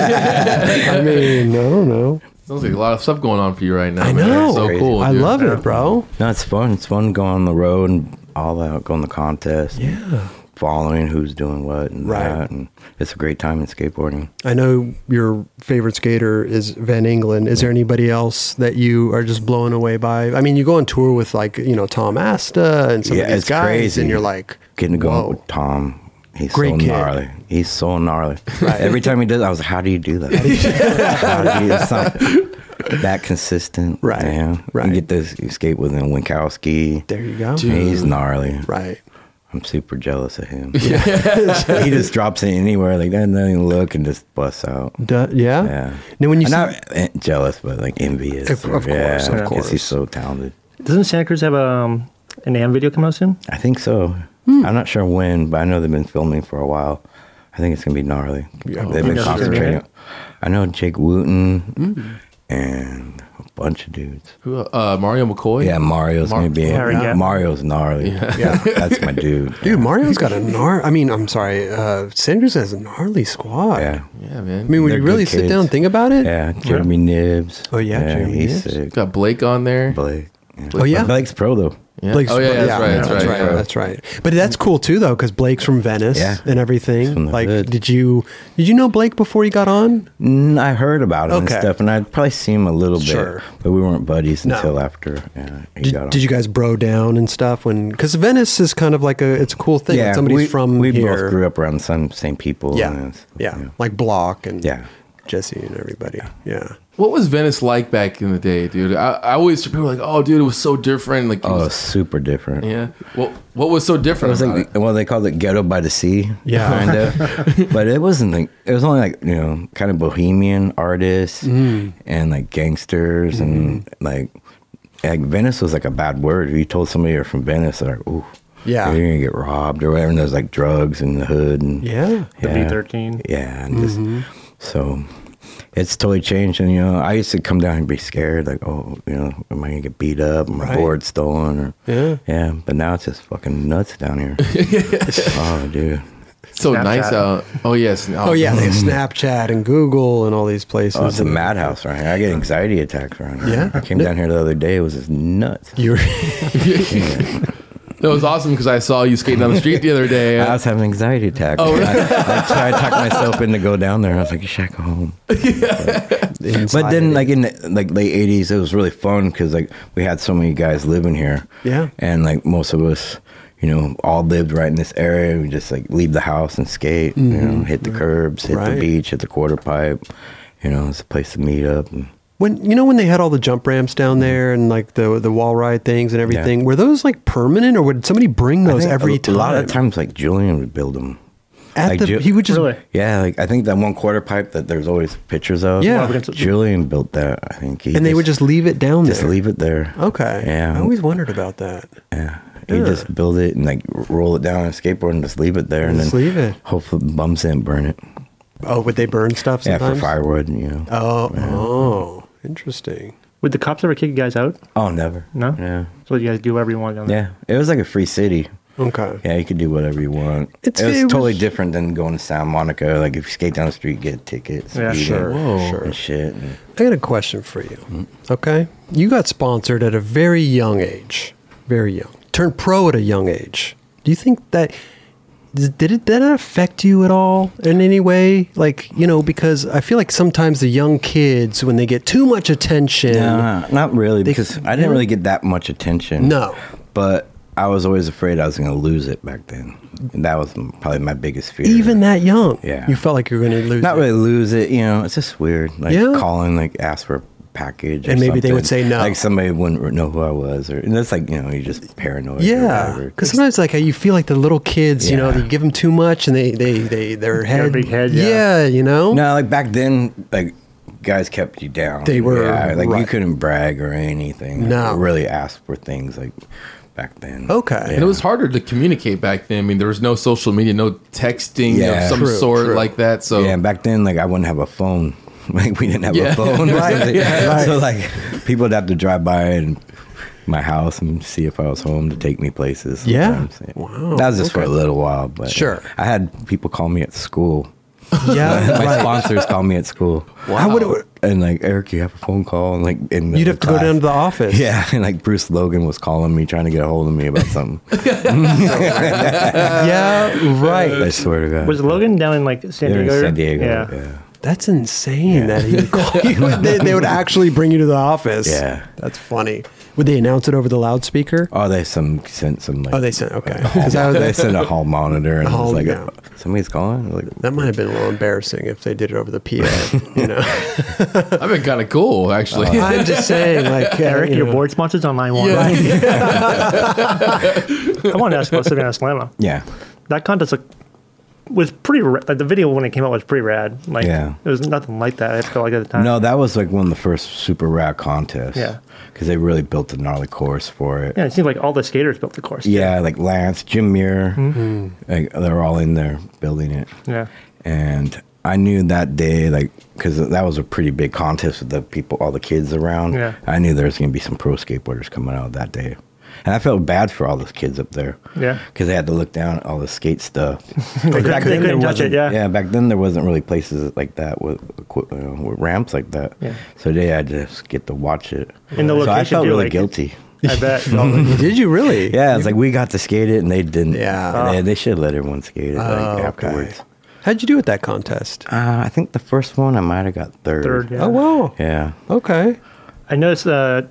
E: I mean, I don't know.
D: Sounds like a lot of stuff going on for you right now.
E: I
D: man.
E: know.
D: It's so
C: Crazy.
D: cool.
E: I
D: dude.
E: love it, bro.
C: No, it's fun. It's fun going on the road and all that, going to contests. Yeah. Following who's doing what and
E: Right.
C: that. And it's a great time in skateboarding.
E: I know your favorite skater is Van England. Is there anybody else that you are just blown away by? I mean, you go on tour with like you know Tom Asta and some
C: Yeah,
E: of these
C: it's
E: guys,
C: crazy.
E: and you're like,
C: Getting to go out
E: Whoa.
C: with Tom. He's
E: Great
C: so
E: kid.
C: gnarly. He's so gnarly. Every time he does, I was like, "How do you do that? How do you, it's not that consistent."
E: Right,
C: Yeah.
E: right.
C: You get this you skate with him, Winkowski.
E: there you go,
C: He's gnarly.
E: right?
C: I'm super jealous of him. he just drops in anywhere like that, and then you look and just busts out.
E: Duh, yeah.
C: Yeah.
E: Now when you see,
C: not eh, jealous, but like envious.
E: Of- of
C: yeah,
E: course, of
C: 'cause
E: course.
C: He's so talented.
B: Doesn't Santa Cruz have um, an AM video coming out soon?
C: I think so. I'm not sure when, but I know they've been filming for a while. I think it's gonna be gnarly. they've
B: You know
C: been
B: who's gonna be in
C: concentrating.
B: it?
C: I know Jake Wooten
E: Hmm.
C: and a bunch of dudes.
D: Who, uh, Mario McCoy?
C: Yeah, Mario's
D: Mar-
C: gonna be in
B: Harry
C: it.
B: Gap.
C: Mario's gnarly. Yeah. that's my dude.
E: dude, Mario's got a gnar. I mean, I'm sorry, uh, Sanders has a gnarly squad.
C: Yeah,
D: Yeah,
E: I
D: man.
E: mean, when
C: They're
E: you really
C: good
E: sit
C: kids.
E: down, and think about it.
C: yeah. Jeremy Nibs.
E: Oh, yeah, Jeremy
C: he's
E: Nibs.
C: sick.
D: Got Blake on there.
C: Blake.
E: Oh yeah,
C: Blake's pro though.
D: Yeah.
E: Blake's
D: oh, yeah, that's right. That's, right. yeah.
E: That's right. But that's cool too, though, because Blake's from Venice
C: Yeah.
E: and
C: He's
E: everything.
C: from the
E: Like,
C: hood.
E: did you did you know Blake before you got on?
C: Mm, I heard about him
E: Okay.
C: and stuff, and I'd probably seen him a little
E: Sure.
C: bit, but we weren't buddies
E: No.
C: until after yeah, he
E: Did,
C: got on.
E: did you guys bro down and stuff when? Because Venice is kind of like a it's a cool thing. when somebody's
C: we,
E: from
C: we
E: here.
C: both grew up around some same people.
E: Yeah,
C: and-
E: yeah, like Block and
C: Yeah.
E: Jesse and everybody. Yeah,
D: What was Venice like back in the day, dude? I, I always people were like, oh, dude, it was so different. Like, it
C: Oh,
D: was,
C: super different.
D: yeah. What What was so
C: It
D: different?
C: was
D: about
C: like
D: it?
C: well, they called it ghetto by the sea.
E: Yeah.
C: kind of. but it wasn't like it was only like you know kind of bohemian artists
E: Mm.
C: and like gangsters and
E: Mm-hmm.
C: like like Venice was like a bad word. If you told somebody you're from Venice, they're like, ooh,
E: Yeah.
C: you're gonna get robbed or whatever. And there's like drugs in the hood and
E: yeah. Mm-hmm.
B: The
C: Yeah.
B: B13.
C: Yeah, and just so it's totally changed. And you know, I used to come down and be scared, like, oh, you know, am I gonna get beat up? Am my
E: Right.
C: board stolen? Or
E: Yeah.
C: yeah. But now it's just fucking nuts down here. oh, dude.
D: so
B: Snapchat.
D: nice out. Oh yes.
E: Oh yeah, they have Snapchat and Google and all these places.
C: Oh, it's a madhouse right here. I get anxiety attacks right here.
E: Yeah?
C: I came down here the other day. It was just nuts.
E: You're
D: It was awesome because I saw you skating down the street the other day.
C: I was having an anxiety attack.
D: Oh,
C: I, I tried to talk myself into go down there. I was like, I should go home. But then, like in the, like late '80s, it was really fun because like we had so many guys living here.
E: Yeah.
C: and like most of us, you know, all lived right in this area. We just like leave the house and skate. You know, hit the curbs, hit
E: Mm-hmm. Right.
C: the beach, hit the quarter pipe. You know, it's a place to meet up. And,
E: when you know when they had all the jump ramps
C: Mm-hmm.
E: down there and like the the wall ride things and everything, were those like permanent or would somebody bring
C: I
E: those
C: think
E: every
C: a,
E: time?
C: A lot of times, like Julian would build them.
E: At
C: like
E: the,
C: Ju-
E: he would just
B: Really?
C: Yeah, like I think that one quarter pipe that there's always pictures of.
E: Yeah.
C: Julian built that. I think, he
E: and they would just leave it down
C: just
E: there.
C: leave it there.
E: Okay.
C: Yeah.
E: I always wondered about that.
C: Yeah. You just build it and like roll it down on a skateboard and just leave it there and
E: Just
C: then
E: leave it.
C: Hopefully bums didn't burn it.
E: Oh, would they burn stuff
C: Yeah, for
E: sometimes?
C: firewood, you know.
E: Oh, oh, interesting.
B: Would the cops ever kick you guys out?
C: oh, never.
B: No.
C: Yeah.
B: So you guys do whatever you want down there.
C: Yeah. It was like a free city.
E: Okay.
C: Yeah, you could do whatever you want.
E: It's-
C: it was
E: it was-
C: totally different than going to Santa Monica. Like if you skate down the street, get a ticket.
B: Yeah,
C: speed
B: sure,
C: it,
D: Whoa.
C: And shit. And
E: I got a question for you. Okay. You got sponsored at a very young age, very young. Turned pro at a young age. Do you think that did it did that affect you at all in any way? Like, you know, because I feel like sometimes the young kids when they get too much attention,
C: Nah, not really, because I didn't
E: yeah.
C: really get that much attention.
E: No.
C: But I was always afraid I was going to lose it back then. And that was m- probably my biggest fear.
E: even that young,
C: Yeah.
E: you felt like you were going to lose.
C: Not
E: it.
C: really lose it, you know, it's just weird. Like
E: Yeah.
C: calling, like ask for a package. or
E: And maybe they would
C: something.
E: say no.
C: Like somebody wouldn't re- know who I was. or And that's like, you know, you're just paranoid. or
E: Yeah,
C: whatever.
E: because sometimes like you feel like the little kids, you know,
C: Yeah.
E: you give them too much and they they they their head,
B: big head, yeah.
E: you know,
C: No, like back then, like guys kept you down.
E: They were-
C: yeah, like you
E: right.
C: couldn't brag or anything.
E: No.
C: really ask for things like back then.
E: Okay.
D: And it was harder to communicate back then. I mean, there was no social media, no texting
C: Yeah.
D: of some
E: True,
D: sort
E: true.
D: like that. So
C: yeah, and back then, like I wouldn't have a phone. Like we didn't have
D: Yeah.
C: a phone. or
D: Right,
C: something.
D: yeah.
C: So like people would have to drive by and my house and see if I was home to take me places.
E: Yeah.
C: sometimes.
E: Wow,
C: That was just for a little while, but
E: Sure.
C: I had people call me at school.
E: yeah,
C: My
E: right.
C: sponsors call me at school.
E: I would
C: And like Eric, you have a phone call, and like in
E: you'd have to go down to the office.
C: Yeah, and like Bruce Logan was calling me, trying to get a hold of me about something.
E: yeah,
C: I
E: right.
C: swear to God.
B: Was Logan down in like San
C: They were in
B: Diego?
C: San Diego.
B: Yeah.
C: yeah.
E: That's insane that he would call you. They, they would actually bring you to the office.
C: Yeah.
E: that's funny. Would they announce it over the loudspeaker?
C: Oh, they some sent some like
E: Oh, they sent okay.
C: a hall,
E: 'Cause I was-
C: they sent a hall monitor and it
E: Oh,
C: was like
E: yeah.
C: somebody's calling. Like
E: that might have been a little embarrassing if they did it over the PA. You know,
D: I've been kind of cool actually.
E: I'm Oh, just saying, like uh,
B: Eric,
E: you
B: your
E: know.
B: board sponsors on line one. I want to ask about Savannah Slamma.
C: yeah,
B: That contest like, was pretty. Ra- like the video when it came out was pretty rad. Like
C: Yeah.
B: it was nothing like that. I felt like at the time.
C: no, that was like one of the first super rad contests.
B: Yeah.
C: because they really built a gnarly course for it.
B: Yeah, it seemed like all the skaters built the course.
C: Yeah, like Lance, Jim Muir,
B: Mm-hmm.
C: like they're all in there building it.
B: Yeah.
C: and I knew that day, like, because that was a pretty big contest with the people, all the kids around.
B: Yeah.
C: I knew there was going to be some pro skateboarders coming out that day, and I felt bad for all those kids up there.
B: Yeah.
C: because they had to look down at all the skate stuff.
B: They couldn't- they couldn't touch it,
C: wasn't-
B: yeah.
C: back then there wasn't really places like that with equi- you know, with ramps like that.
B: Yeah.
C: so they had to just get to watch it.
B: And the
C: so I
B: location,
C: felt
B: too,
C: really
B: like-
C: guilty.
B: I bet.
E: Did you really?
C: Yeah, it's like we got to skate it and they didn't.
E: Yeah.
C: And they, they should let everyone skate it like,
E: Oh, okay.
C: afterwards.
E: How'd you do at that contest?
C: Uh, I think the first one I might have got third.
B: Third, yeah.
E: Oh wow.
C: Yeah.
E: Okay.
B: I noticed, uh,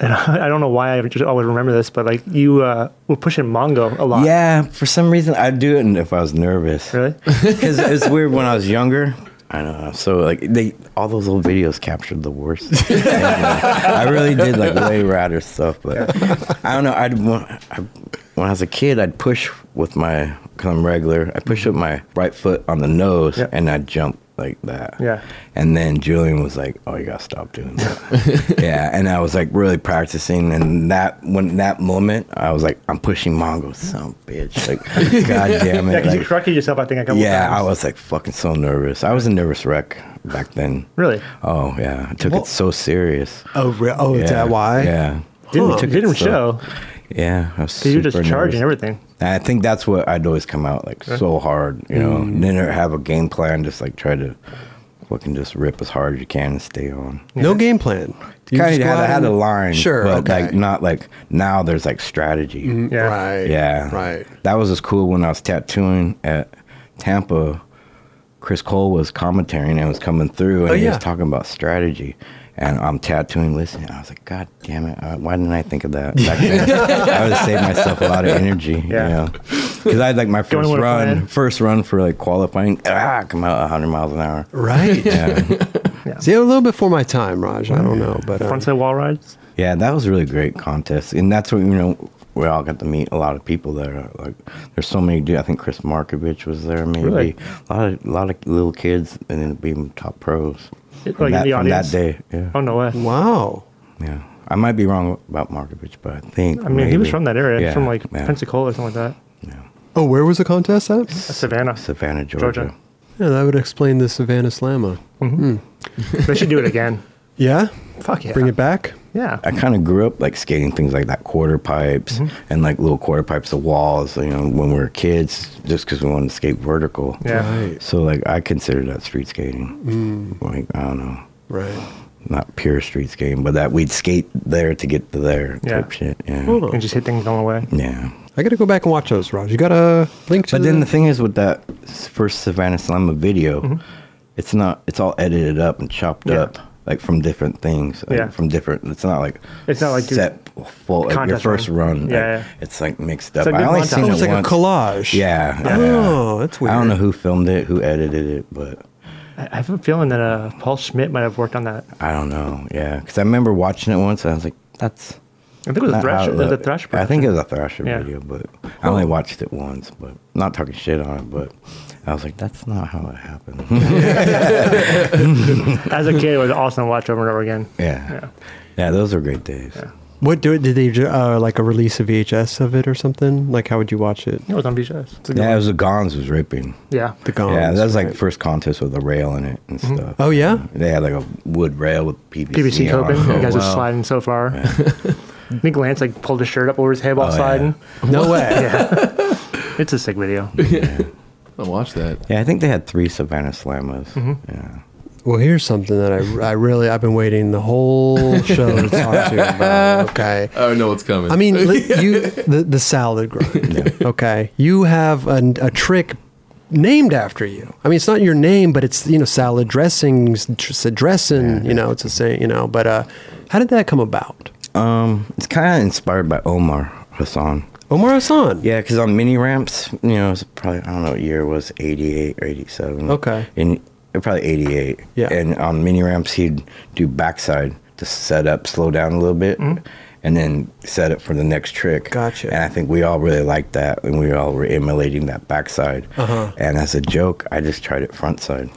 B: and I don't know why I just always remember this, but like you uh, were pushing Mongo a lot.
C: Yeah, for some reason I'd do it and if I was nervous.
B: Really?
C: Because it's weird when I was younger. I know. So like they all those old videos captured the worst. things, man. I really did like way radder stuff, but I don't know. I'd wa- I, when I was a kid, I'd push with my because I'm regular. I push with my right foot on the nose
B: Yeah.
C: and I'd jump like that.
B: Yeah.
C: And then Julian was like, "Oh, you gotta stop doing that." yeah. And I was like really practicing, and that when that moment, I was like, "I'm pushing Mongo, some bitch!" Like, god damn it!
B: Yeah, because you
C: like-
B: corrected yourself, I think, a couple
C: yeah,
B: times.
C: I was like fucking so nervous. I was a nervous wreck back then.
B: Really?
C: Oh yeah, I took
E: Well-
C: it so serious.
E: Oh, re- oh, is
C: yeah.
E: that why?
C: Yeah.
B: Didn't,
C: I took
B: didn't
C: it so-
B: show.
C: Yeah, I was
B: Because you're just
C: Oh, uh, super
B: charging
C: nervous.
B: everything.
C: And I think that's what I'd always come out like so hard, you know.
B: Mm.
C: Didn't have a game plan, just like try to fucking just rip as hard as you can and stay on.
E: No game plan. You
C: Kind of
E: just go
C: had,
E: out
C: had a
E: and-
C: line,
E: Sure.
C: but
E: okay. Mm-hmm.
C: like not like now. There's like strategy.
B: Yeah.
E: Right.
C: Yeah.
E: Right.
C: That was as cool when I was tattooing at Tampa. Chris Cole was commentating and it was coming through and
E: Oh,
C: he
E: yeah.
C: was talking about strategy. And I'm tattooing, listening. I was like, God damn it. Uh, why didn't I think of that? Back then? I would have saved myself a lot of energy.
B: Yeah.
C: Yeah. Because I had like my first
B: with a
C: run,
B: plan.
C: first run for like qualifying, ah, come out 100 miles an hour.
E: Right.
C: Yeah.
E: See, a little before my time, Raj. I don't know, but um,
B: Frontside wall rides.
C: yeah, that was a really great contest. And that's what, you know, we all got to meet a lot of people there. Like, there's so many dudes. I think Chris Markovich was there, maybe.
B: Really?
C: A lot of, lot of little kids and then being top pros.
B: Like
C: From
B: in
C: that,
B: the
C: from
B: audience.
C: that day. Yeah.
B: Oh, no way.
E: wow.
C: Yeah, I might be wrong about Markovic, but I think.
B: I mean, he was
C: maybe-
B: from that area.
C: Yeah,
B: from like
C: yeah.
B: Pensacola or something like that.
E: Oh, where was the contest at?
B: Savannah.
C: Savannah, Georgia.
B: Georgia.
E: Yeah, that would explain the Savannah Slamma.
B: they should do it again.
E: Yeah?
B: Fuck yeah.
E: Bring it back?
B: Yeah.
C: I kind of grew up like skating things like that, quarter pipes
B: Mm-hmm.
C: and like little quarter pipes of walls. You know, when we were kids, just because we wanted to skate vertical.
B: Yeah.
C: So like, I consider that street skating.
B: Mm.
C: Like I don't know,
E: Right.
C: not pure street skating, but that we'd skate there to get to there
B: Yeah.
C: type shit. Yeah.
B: And just hit things on the way.
C: Yeah.
E: I got to go back and watch those, Raj. You got a link to
C: But then the thing is, with that s- first Savannah Slamma video, it's not. It's all edited up and chopped
B: Mm-hmm. Yeah.
C: up, like from different things, like,
B: Yeah.
C: from different. It's not like
B: It's not like your
C: set full like your
B: contest
C: first
B: run.
C: run.
B: Yeah,
C: like,
B: yeah.
C: it's like mixed
B: It's
C: up.
B: a
C: I
B: good
C: only
B: montage.
C: seen
E: Oh,
C: it
E: it's like
C: once.
E: a collage.
C: Yeah, yeah.
E: Oh, that's weird.
C: I don't know who filmed it, who edited it, but
B: I I have a feeling that uh, Paul Schmidt might have worked on that.
C: I don't know. Yeah, because I remember watching it once, and I was like, "That's."
B: I think it was a
C: not how
B: Thrash.
C: it
B: It was a
C: looked.
B: Thrash.
C: Uh, I think it was a Thrasher
B: Yeah.
C: video, but I only watched it once. But not talking shit on it, but I was like, "That's not how it happened."
B: As a kid, it was awesome to watch over and over again.
C: Yeah.
B: Yeah.
C: yeah. those were great days.
E: What do, did they ju- uh, like a release of VHS of it or something? Like how would you watch it?
B: It was on VHS. It's a good
C: Yeah, it
B: one.
C: was the Gons was ripping.
B: yeah. Mm-hmm.
E: The Gons.
C: yeah, that was like
E: right?
C: first contest with a rail in it and stuff.
E: Oh, yeah?
C: They had like a wood rail with PVC,
B: PVC
C: on
B: coping.
C: it. Oh,
B: You guys are
D: wow.
B: sliding so far. I think Lance like pulled his shirt up over his head while
C: Oh, yeah.
B: sliding.
E: No way.
B: Yeah. it's a sick video.
D: I'll watch that.
C: Yeah, I think they had three Savannah Slammas.
B: Mm-hmm.
C: Yeah.
E: Well, here's something that I, I really I've been waiting the whole show to talk to you about. Okay.
D: I don't know what's coming.
E: I mean, li- you the, the salad grind. Okay, you have an, a trick named after you. I mean, it's not your name, but it's you know salad dressings, tr- dressing. You know, it's a saying. You know, but uh, how did that come about?
C: Um, it's kind of inspired by Omar Hassan.
E: Omar Hassan.
C: Yeah, because on mini ramps, you know, it's probably I don't know what year it was, eighty eight or eighty seven.
E: Okay.
C: and uh, probably eighty eight.
E: Yeah.
C: and on mini ramps he'd do backside to set up, slow down a little bit, and then set up for the next trick.
E: Mm-hmm. Gotcha.
C: And I think we all really liked that, and we all were emulating that backside.
E: Uh-huh.
C: And as a joke, I just tried it frontside.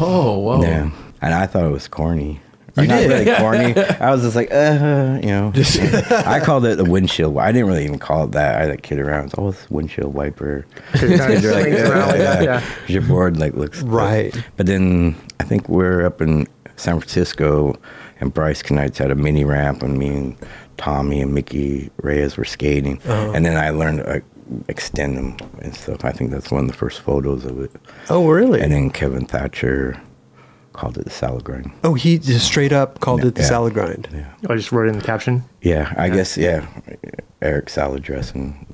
D: oh wow.
C: Yeah, and I thought it was corny. Or
E: You
C: not
E: did.
C: really corny. I was just like, uh, you know. I called it the windshield. wi- I didn't really even call it that. I like kid around. It's always windshield wiper.
B: It kinda
C: You're like,
B: swings around like that, yeah.
C: 'Cause Your board like looks
E: Right.
C: But then I think we're up in San Francisco, and Bryce Knights had a mini ramp, and me and Tommy and Mickey Reyes were skating, and then I learned to like, extend them and stuff. I think that's one of the first photos of it.
E: Oh, really?
C: And then Kevin Thatcher called it the salad grind.
E: oh, he just straight up called it the
C: Yeah.
E: salad grind.
B: I just wrote it in the caption.
C: Yeah, I guess yeah. Eric salad dressing.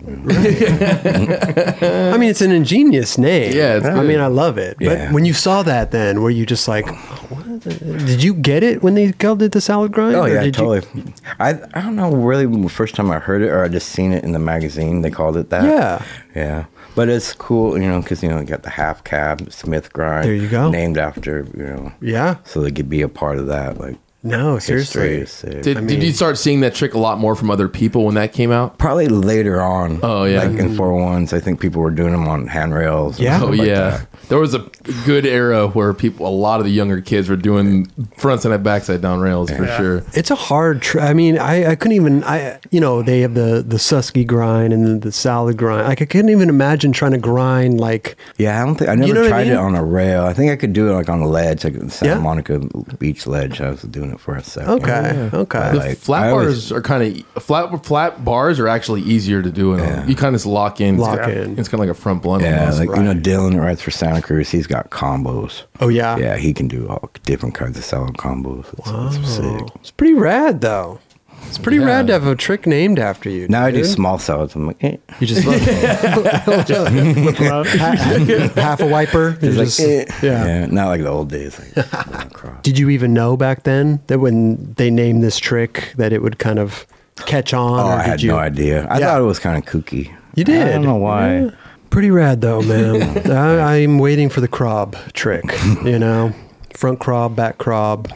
E: I mean, it's an ingenious name.
D: Yeah, it's
E: I
D: good.
E: mean, I love it.
C: Yeah.
E: But when you saw that, then were you just like, what? the- Did you get it when they called it the salad grind?
C: Oh
E: or
C: yeah,
E: did you-
C: totally. I I don't know really the first time I heard it or I just seen it in the magazine. They called it that.
E: Yeah.
C: yeah. But it's cool, you know, because you know you got the half cab Smith grind.
E: There you go.
C: Named after you know,
E: yeah.
C: so they could be a part of that like
E: No,
C: history.
E: seriously.
C: is sick.
D: Did, did you start seeing that trick a lot more from other people when that came out?
C: Probably later on.
D: Oh, yeah.
C: like in four ones. I think people were doing them on handrails. and
E: Yeah.
C: stuff
D: Oh
C: like
D: yeah,
C: that.
D: there was a good era where people, a lot of the younger kids were doing fronts and backside down rails for sure.
E: It's a hard. Tr- I mean, I, I couldn't even. I you know they have the the Susky grind and the, the salad grind. Like I couldn't even imagine trying to grind like.
C: Yeah, I don't think I never
E: know what I
C: tried
E: mean?
C: it on a rail. I think I could do it like on a ledge, like the Santa
E: Yeah.
C: Monica beach ledge. I was doing doing it for us. So,
E: Okay.
C: yeah.
E: Okay.
C: I
D: The
C: like-
D: flat
C: I always-
D: bars are kind of flat. Flat bars are actually easier to do. It on.
C: Yeah.
D: You kind of lock in.
E: Lock
D: it's kinda,
E: in.
D: It's kind of like a front blunt.
C: Yeah,
D: almost.
C: like you know, Dylan that writes for Santa Cruz. He's got combos.
E: Oh yeah.
C: Yeah, he can do all different kinds of selling combos. It's, it's sick.
E: It's pretty rad though. It's pretty
D: Yeah.
E: rad to have a trick named after you.
C: Now I do
E: dude.
C: small salads. I'm like, eh.
E: You just half, half a wiper. You
C: It's like,
E: just-
C: eh.
E: yeah.
C: not like the old days. Like, going across.
E: Did you even know back then that when they named this trick that it would kind of catch on?
C: oh,
E: or
C: I
E: did
C: had
E: you?
C: no idea. I
E: Yeah.
C: thought it was kind of kooky.
E: You did.
C: I don't know why.
E: Yeah. Pretty rad though, man. I, I'm waiting for the crab trick. You know, front crab, back crab,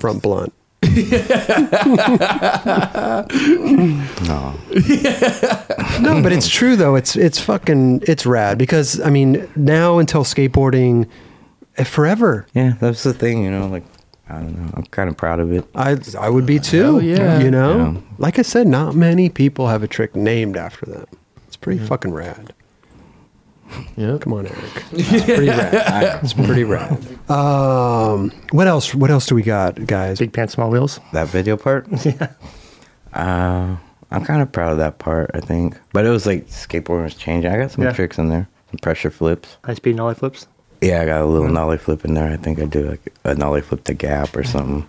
E: front blunt.
C: No,
E: No, but it's true though. It's it's fucking it's rad because I mean now until skateboarding, eh, forever.
C: yeah, that's the thing. You know, like I don't know. I'm kind of proud of it.
E: I I would be too.
D: Hell yeah.
E: You know,
C: Yeah.
E: like I said, not many people have a trick named after them. It's pretty fucking rad.
D: Yeah.
E: Come on, Eric. It's pretty rad. It's pretty rad. Um, what else? What else do we got, guys?
B: Big pants, small wheels.
C: That video part. yeah. Uh, I'm kind of proud of that part. I think, but it was like skateboarding was changing. I got some
B: Yeah.
C: tricks in there, some pressure flips.
B: High speed nollie flips.
C: Yeah, I got a little nollie flip in there. I think I do like a nollie flip to gap or something.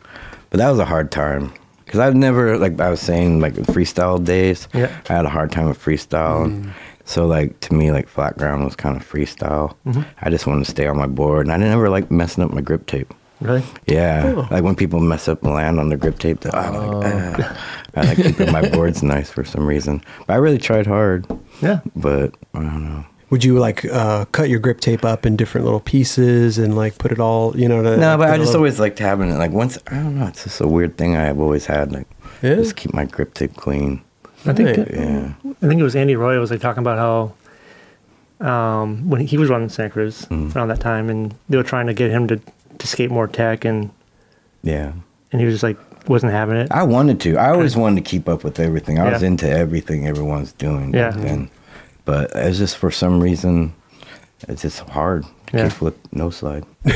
C: But that was a hard time because I've never like I was saying like freestyle days.
B: Yeah.
C: I had a hard time with freestyle. So like to me like flat ground was kind of freestyle. I just wanted to stay on my board, and I didn't ever like messing up my grip tape.
B: Really?
C: Yeah, like when people mess up and land on the grip tape, they're- I'm like, "Ah." I like keeping my boards nice for some reason. But I really tried hard,
B: Yeah.
C: but I don't know.
E: Would you like uh, cut your grip tape up in different little pieces and like put it all? You know, to,
C: No, but I just
E: to-
C: always liked having it. Like once, I don't know. It's just a weird thing I've always had. Like,
E: Yeah?
C: just keep my grip tape clean.
B: I think
E: Right.
C: Yeah,
B: I think it was Andy Roy was like talking about how um, when he was running Santa Cruz
C: Hmm.
B: around that time, and they were trying to get him to, to skate more tech, and
C: yeah.
B: and he was just like wasn't having it.
C: I wanted to. I always wanted to keep up with everything. I was
B: Yeah.
C: into everything everyone's doing.
B: Yeah.
C: Then. But it's just for some reason, it's just hard to
B: Yeah.
C: keep flip no slide.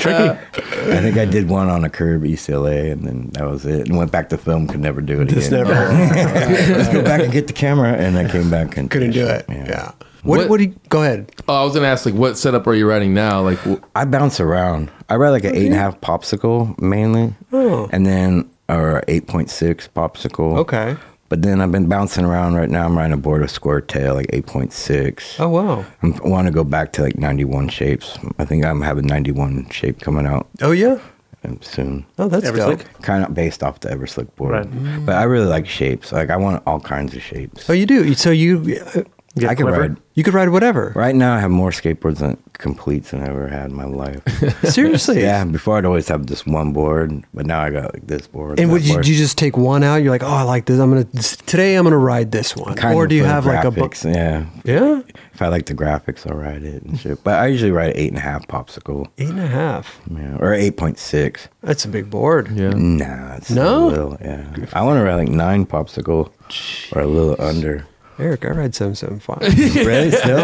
C: Tricky. I think I did one on a curb at UCLA, and then that was it. And went back to film. Could never do it
E: Just
C: again.
E: never
C: Let's go back and get the camera, and I came back and
E: couldn't do it. Yeah. What? What?
D: What-
E: do you, go ahead.
D: Oh, I was gonna ask like, what setup are you riding now? Like, wh-
C: I bounce around. I ride like an eight and a half popsicle mainly,
E: Oh.
C: and then or eight point six popsicle.
E: Okay.
C: But then I've been bouncing around. Right now, I'm riding a board of square tail, like eight point six.
E: Oh wow.
C: I want to go back to like ninety one shapes. I think I'm having ninety one shape coming out
E: Oh yeah.
C: um, soon.
E: Oh, that's dope.
B: Everslick?
C: Kind of based off the Everslick board,
B: Right.
C: but I really like shapes. Like I want all kinds of shapes.
E: Oh, you do. So you
B: Get
C: I can
B: clever.
C: ride.
E: you could ride whatever.
C: Right now, I have more skateboards than completes than I ever had in my life.
E: Seriously.
C: Yeah, before I'd always have this one board, but now I got like this board.
E: And
C: that
E: would you,
C: board.
E: do you just take one out? You're like, oh, I like this. I'm gonna today. I'm gonna ride this one.
C: Kind
E: or
C: of
E: do you
C: for the
E: have like a book?
C: graphics, Yeah,
E: Yeah,
C: if I like the graphics, I'll ride it and shit. But I usually ride eight and a half popsicle,
E: eight and a half.
C: yeah, or eight point six.
E: That's a big board.
D: yeah.
C: Nah, it's
E: No?
C: a little. Yeah, I want to ride like nine popsicle or a little under.
E: Eric, I ride seven seven five.
C: Really? Still?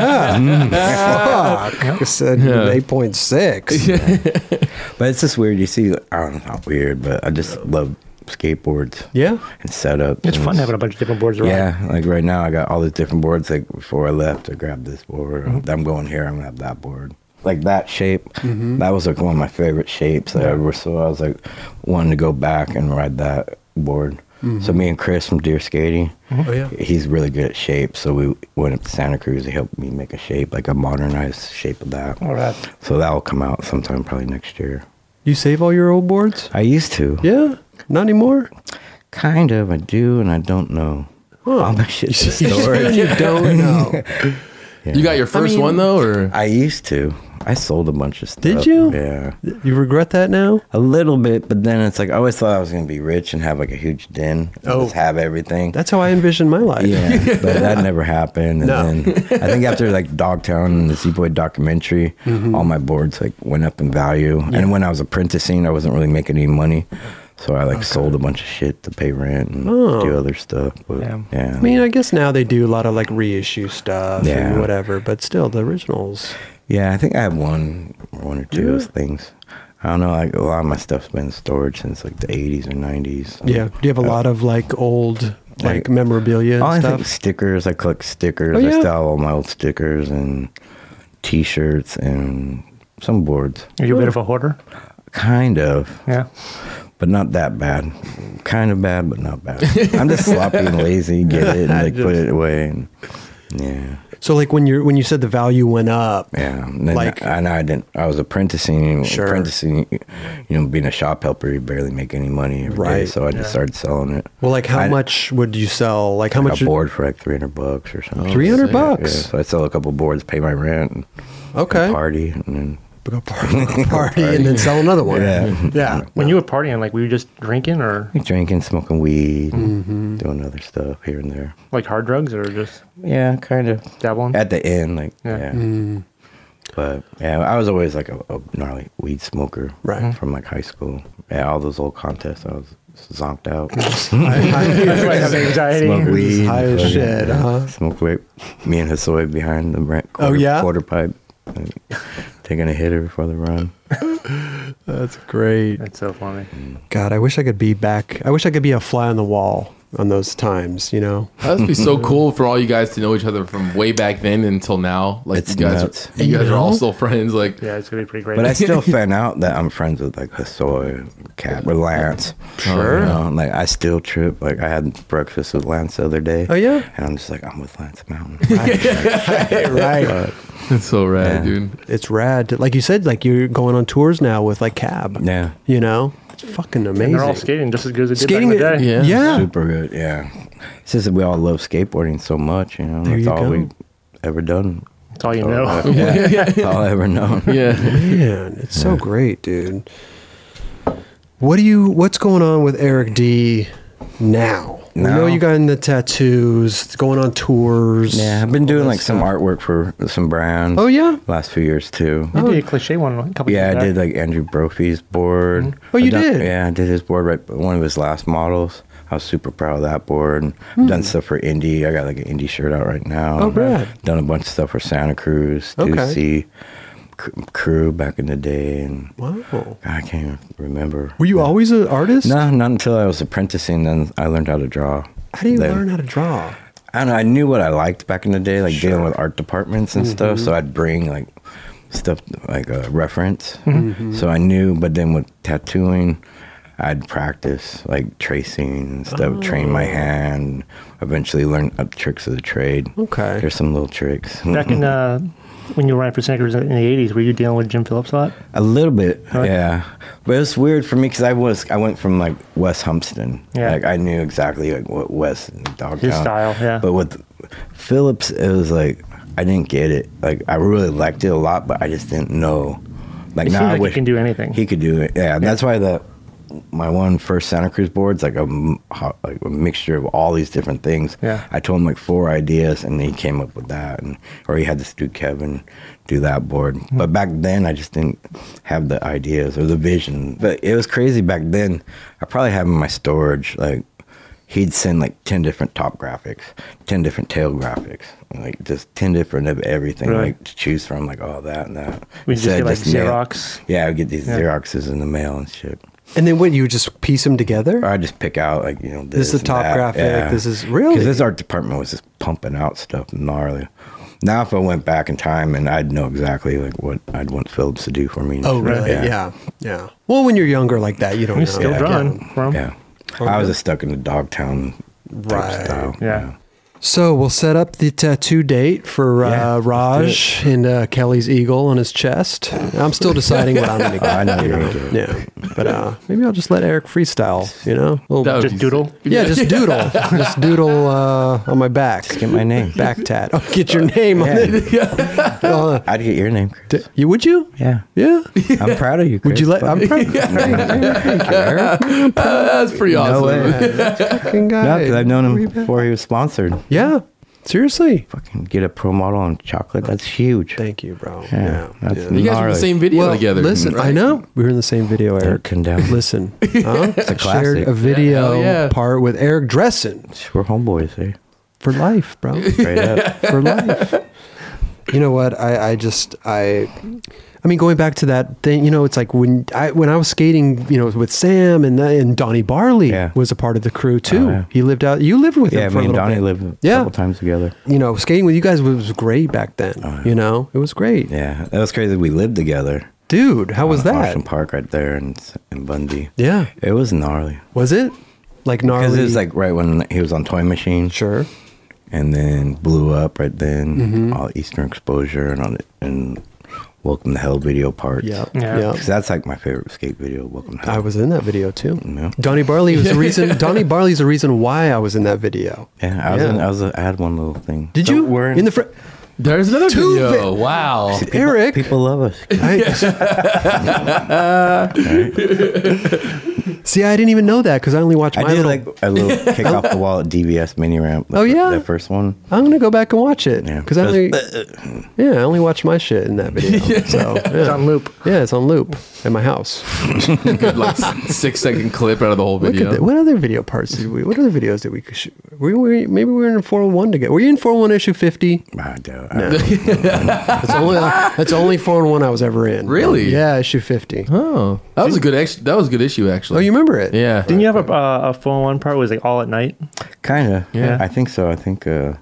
E: Fuck, I said
D: Yeah.
E: eight point six.
C: But it's just weird. You see, I don't know, not weird, but I just love skateboards
E: Yeah,
C: and setups.
B: It's
C: and
B: fun having a bunch of different boards around.
C: Yeah, like right now I got all these different boards. Like before I left, I grabbed this board.
E: Mm-hmm.
C: I'm going here. I'm gonna have that board. Like that shape,
E: Mm-hmm.
C: that was like one of my favorite shapes that I ever saw. I was like wanting to go back and ride that board. So me and Chris from Deer Skating,
E: Mm-hmm. Oh, yeah.
C: he's really good at shape. So we went up to Santa Cruz. He helped me make a shape, like a modernized shape of that.
B: All right.
C: So that will come out sometime probably next year.
E: you save all your old boards.
C: I used to,
E: Yeah, not anymore.
C: kind of. I do, and I don't know. All my shit's just storage.
E: you don't know.
D: You got your first one though, or
C: I used to. I sold a bunch of stuff.
E: Did you?
C: Yeah.
E: You regret that now?
C: A little bit, but then it's like I always thought I was gonna be rich and have like a huge den. and
E: Oh.
C: Just have everything.
E: That's how I envisioned my life.
C: yeah, but that never happened. And
E: No.
C: then I think after like Dogtown and the Seaboy documentary,
E: Mm-hmm.
C: all my boards like went up in value. And when I was apprenticing, I wasn't really making any money, so I like sold a bunch of shit to pay rent and do other stuff. But
B: Yeah.
C: yeah,
E: Oh. I mean, I guess now they do a lot of like reissue stuff
C: Yeah.
E: and whatever, but still, the originals.
C: Yeah, I think I have one, one or two of those things. I don't know. Like a lot of my stuff's been stored since like the 80s or 90s. so-
E: Yeah. Do you have a lot of like old like
C: Like-
E: memorabilia
C: All Oh, I
E: and
C: think
E: stuff?
C: stickers. I collect stickers.
E: Oh, yeah?
C: I still have all my old stickers and T-shirts and some boards.
B: Are you a bit of a hoarder?
C: Kind of,
B: Yeah.
C: but not that bad. Kind of bad, but not bad. I'm just sloppy and lazy. Get it and like put it away. And, yeah,
E: So like when you're when you said the value went up,
C: yeah. And then
E: Like-
C: I, and I didn't. I was apprenticing.
E: Sure.
C: Apprenticing. You know, being a shop helper, you barely make any money every day.
E: Right.
C: So I just started selling it.
E: well like how
C: I-
E: much would you sell? Like how
C: I
E: much
C: got board for like 300 bucks or something.
E: 300
C: Yeah,
E: bucks?
C: Yeah, so I sell a couple boards, pay my rent, and
E: Okay.
C: party, and then
E: Go party, party and then sell another one.
C: yeah,
E: Yeah.
B: When you were partying, like, were you just drinking or
C: drinking, smoking weed,
E: Mm-hmm.
C: doing other stuff here and there.
B: like hard drugs or just
C: Yeah, kind of.
B: dabbling?
C: At the end, like
B: Yeah.
C: yeah.
E: Mm-hmm.
C: But yeah, I was always like a, a gnarly weed smoker,
E: Right.
C: From like high school, yeah, all those old contests, I was zonked out.
B: That's why I have anxiety.
C: Smoke weed,
E: high as
C: fucking-
E: shit,
C: yeah.
E: huh?
C: Smoke weed. Me and Hassoy behind the ra-
E: Oh,
C: quarter,
E: yeah?
C: quarter pipe, like, taking a hitter before the run.
E: That's great.
B: That's so funny.
C: Hmm.
E: God, I wish I could be back. I wish I could be a fly on the wall on those times, you know.
D: That would be so cool for all you guys to know each other from way back then until now. Like
C: It's
D: you guys,
C: nuts.
D: are, you guys are all still friends. Like
B: Yeah, it's gonna be pretty great.
C: But I still found out that I'm friends with like Hassoy, Cap, or Lance.
E: Oh,
C: Sure. like I still trip. Like I had breakfast with Lance the other day.
E: Oh, yeah?
C: And I'm just like I'm with Lance Mountain.
E: right.
D: it's so rad,
C: Yeah.
D: dude.
E: It's rad. Like you said, like you're going on tours now with like Cab.
C: Yeah.
E: You know? It's fucking amazing.
B: and they're all skating just as good as they
E: Skating
B: did back in the day.
E: yeah.
D: Yeah.
C: Super good. Yeah. It's just that we all love skateboarding so much. You know,
E: There
C: that's
E: you
C: all
E: go.
C: we've ever done.
B: That's all you
C: So,
B: know.
C: uh, yeah, that's all I ever known.
D: Yeah.
E: Man, it's so great, dude. What do you what's going on with Eric D now? We know
C: Now?
E: you got in the tattoos, going on tours.
C: Yeah, I've been doing like some artwork for some brands.
E: Oh, yeah? Oh,
C: last few years too.
B: You did a cliche one a couple
C: Yeah,
B: years
C: I
B: back.
C: did like Andrew Brophy's board.
E: Oh, you
C: I've done-
E: did?
C: Yeah, I did his board right, one of his last models. I was super proud of that board. I've done stuff for indie. I got like an indie shirt out right now.
E: Mm. Oh, rad.
C: Done a bunch of stuff for Santa Cruz,
E: Okay.
C: 2C, C- crew back in the day, and
E: Wow.
C: I can't even remember.
E: Were you always an artist?
C: No, not until I was apprenticing. Then I learned how to draw.
E: How do you
C: Then-
E: learn how to draw?
C: I don't know. I knew what I liked back in the day, like dealing with art departments and stuff. So I'd bring like stuff like a reference. So I knew, but then with tattooing, I'd practice like tracing and stuff, train my hand. Eventually, learn up tricks of the trade.
E: Okay.
C: there's some little tricks.
B: Back in uh, when you were running for Santa Cruz in the '80s, were you dealing with Jim Phillips a lot?
C: A little bit, yeah. But it's weird for me because I was I went from like West Humpston,
B: Yeah.
C: like I knew exactly like what West and Dogtown
B: style, yeah.
C: But with Phillips, it was like I didn't get it. Like I really liked it a lot, but I just didn't know. Like
B: It
C: now
B: seems
C: I
B: like he
C: wish
B: can do anything.
C: He could do it, yeah. And that's why the my one first Santa Cruz board's like a m- ho- like a mixture of all these different things.
B: Yeah.
C: I told him like four ideas, and he came up with that, and or he had this dude Kevin do that board.
B: Hmm.
C: But back then, I just didn't have the ideas or the vision. But it was crazy back then. I probably had in my storage like he'd send like ten different top graphics, ten different tail graphics, and, like just ten different of everything
B: Really?
C: like to choose from, like all that and that.
B: We just
C: Instead,
B: get like
C: mail-
B: Xerox.
C: yeah, I would get these
B: Yeah.
C: Xeroxes in the mail and shit.
E: And then what you would just piece them together?
C: Or I just pick out like you know this,
E: This is the
C: and
E: top
C: that.
E: graphic, this is-
C: 'Cause
E: really?
C: this art department was just pumping out stuff gnarly. Now if I went back in time and I'd know exactly like what I'd want Phillips to do for me. and
E: Oh,
C: shit.
E: really? Yeah. yeah. Well, when you're younger like that, you don't
B: He's
E: know.
B: still
E: Yeah.
B: drawing from.
C: Yeah. I was just stuck in the Dogtown type
E: Oh, Right.
C: style.
B: Yeah.
E: So we'll set up the tattoo date for
C: Yeah,
E: uh,
C: let's do
E: Raj and uh, Kelly's eagle on his chest. I'm still deciding what I'm going to
C: Oh,
E: get.
C: I know you're into it.
E: Yeah, but uh, maybe I'll just let Eric freestyle. You know, Little-
D: That would
B: Just
D: be
B: doodle?
D: sick.
E: yeah, just doodle, just doodle uh, on my back,
C: Just get my name.
E: back tat. Oh, get your name on it. Uh,
C: I'd get your name, Chris.
E: d- you would you?
C: yeah.
E: Yeah.
C: I'm proud of you, Chris.
E: Would you let?
C: Fuck.
E: I'm proud.
D: That's pretty
C: no
D: awesome.
C: way.
E: fucking
C: No,
E: guy.
C: 'cause I've known him before he was sponsored.
E: Yeah. Seriously.
C: Fucking get a pro model on chocolate. That's huge.
E: Thank you, bro.
C: Yeah,
E: Yeah.
C: that's
D: You
E: yeah.
D: guys were in
C: Gnarly.
D: the same video
E: well,
D: together. Mm,
E: Listen, I
D: right?
E: know we were in the same video, Eric.
C: condemn.
E: Listen, huh? it's
C: a
E: shared
C: classic.
E: a
D: Yeah,
E: video
D: hell yeah.
E: part with Eric Dressen
C: We're homeboys, eh?
E: for life, bro.
C: Straight up.
E: for life. you know what? I, I just I I mean going back to that thing, you know, it's like when I when I was skating, you know, with Sam and and Donnie Barley
C: Yeah. Oh,
E: was a part of the crew too.
C: yeah.
E: He lived out you lived with
C: Yeah,
E: him for
C: me
E: a
C: and
E: little
C: Donnie
E: bit.
C: lived a
E: Yeah.
C: couple times together.
E: You know, skating with you guys was great back then. You know? It was great.
C: Oh, Yeah, that was crazy. We lived together.
E: Dude, how was that?
C: Washington Park right there in, in Bundy.
E: Yeah.
C: It was gnarly.
E: Was it? Like
C: Because
E: gnarly.
C: it was like right when he was on Toy Machine.
E: sure.
C: and then blew up right then.
E: Mm-hmm.
C: All Eastern Exposure and on and Welcome to Hell video parts.
E: Yeah.
B: Yeah.
E: Yeah.
C: 'Cause that's like my favorite skate video. Welcome to Hell.
E: I was in that video too.
C: Yeah.
E: Donnie Barley was the reason. Donnie Barley's the reason why I was in that video.
C: yeah, I was.
E: Yeah.
C: In, I was. I had one little thing.
E: Did
C: So
E: you?
C: We're in,
E: in the front.
D: There's another
E: Two
D: video.
E: vi-
D: wow.
C: people,
E: Eric.
C: People love us.
E: I- See, I didn't even know that because I only watched.
C: I
E: my
C: did
E: little-
C: like a little kick off the wall at DBS mini ramp. the
E: Oh,
C: fir-
E: yeah?
C: the first one.
E: I'm gonna go back and watch it
C: Yeah.
E: because I only, yeah, I only watched my shit in that video. So
B: It's
E: yeah.
B: on loop.
E: yeah, it's on loop at my house.
D: Good, like six second clip out of the whole
E: Look at
D: video.
E: that. What other video parts did we? What other videos did we? Shoot? We were maybe we were in 401 together. Were you in 401 issue 50?
C: I do.
E: That's only that's only 401 I was ever in.
D: Really?
E: Yeah, issue 50.
D: Oh, that was a good. Ex- that was a good issue actually.
E: Oh, you remember it?
D: Yeah.
B: Didn't you have a, uh, a phone one part was like all at night?
C: Kind of.
D: Yeah.
C: I think so. I think. uh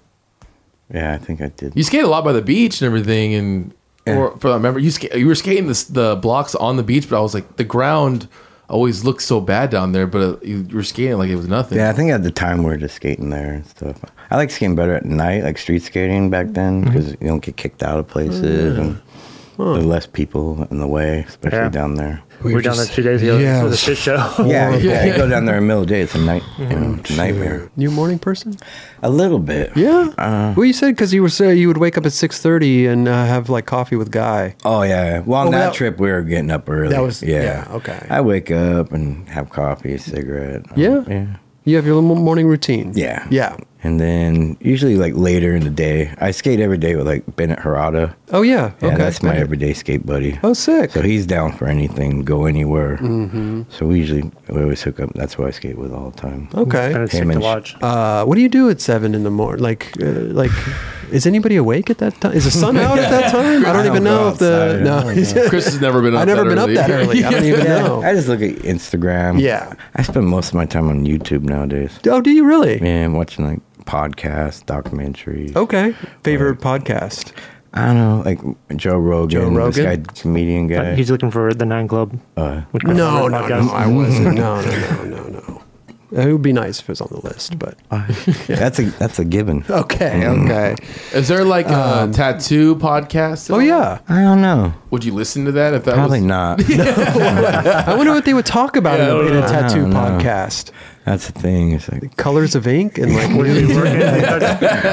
C: Yeah, I think I did.
D: You skate a lot by the beach and everything, and
E: Eh.
D: or, for I remember you skate, you were skating the, s- the blocks on the beach, but I was like the ground always looked so bad down there, but uh, you, you were skating like it was nothing.
C: Yeah, I think at the time we were just skating there and stuff. I like skating better at night, like street skating back then,
E: Mm-hmm.
C: because you don't get kicked out of
E: Oh,
C: places and there's less people in the way, especially
B: Yeah.
C: down there.
B: We were down there
E: just-
B: two days ago.
E: yeah.
B: It was a shit show.
C: Yeah, yeah,
D: yeah.
C: you go down there in the middle of the day. It's a night, you know, it's a nightmare.
E: You a morning person?
C: A little bit.
E: Oh, Yeah.
C: Uh,
E: well, you said because you were say you would wake up at six thirty and uh, have like coffee with Guy.
C: oh yeah. Well, on
E: Well,
C: that,
E: that-
C: trip we were getting up early.
E: That was-
C: yeah.
E: yeah, okay.
C: I wake up and have coffee, a cigarette. uh,
E: Yeah?
C: yeah.
E: You have your little morning routine.
C: Yeah.
E: Yeah.
C: And then usually like later in the day, I skate every day with like Bennett Harada.
E: Oh yeah.
C: Yeah,
E: okay.
C: that's my everyday skate buddy.
E: Oh sick.
C: So he's down for anything, go anywhere.
E: Mm-hmm.
C: So we usually we always hook up. That's who I skate with all the time.
B: And
E: okay.
B: it's sick
C: Hamish.
B: to watch.
E: Uh, what do you do at seven in the morning? Like, uh, like, is anybody awake at that time? Is the sun out at that time? I don't
C: I
E: even
C: don't
E: know
C: go
E: if the
C: outside. I don't
E: no.
D: Chris has never been. Up
E: I've never been up that early. I don't even know.
C: I just look at Instagram.
E: Yeah.
C: I spend most of my time on YouTube nowadays.
E: Oh, do you really?
C: Yeah, I'm watching like podcasts, documentaries.
E: Okay. Favorite podcast?
C: I don't know, like Joe Rogan,
E: Joe
C: this guy
E: Rogan?
C: comedian guy.
B: Uh, He's looking for the Nine Club.
C: uh,
B: which was
E: No, no,
B: another
E: no,
B: podcast.
E: I wasn't. No, no, no, no, no. It would be nice if it was on the list, but
C: that's a that's a given.
E: okay,
C: Mm.
E: okay.
D: Is there like a tattoo podcast? at
E: Um, Oh
D: all?
E: yeah.
C: I don't know.
D: Would you listen to that if that
C: Probably
D: was?
C: not.
E: I wonder what they would talk about in, a,
D: Yeah,
E: in a
D: I
E: tattoo
C: don't know.
E: podcast.
C: That's the thing. It's like
E: Colors of ink and like, what do they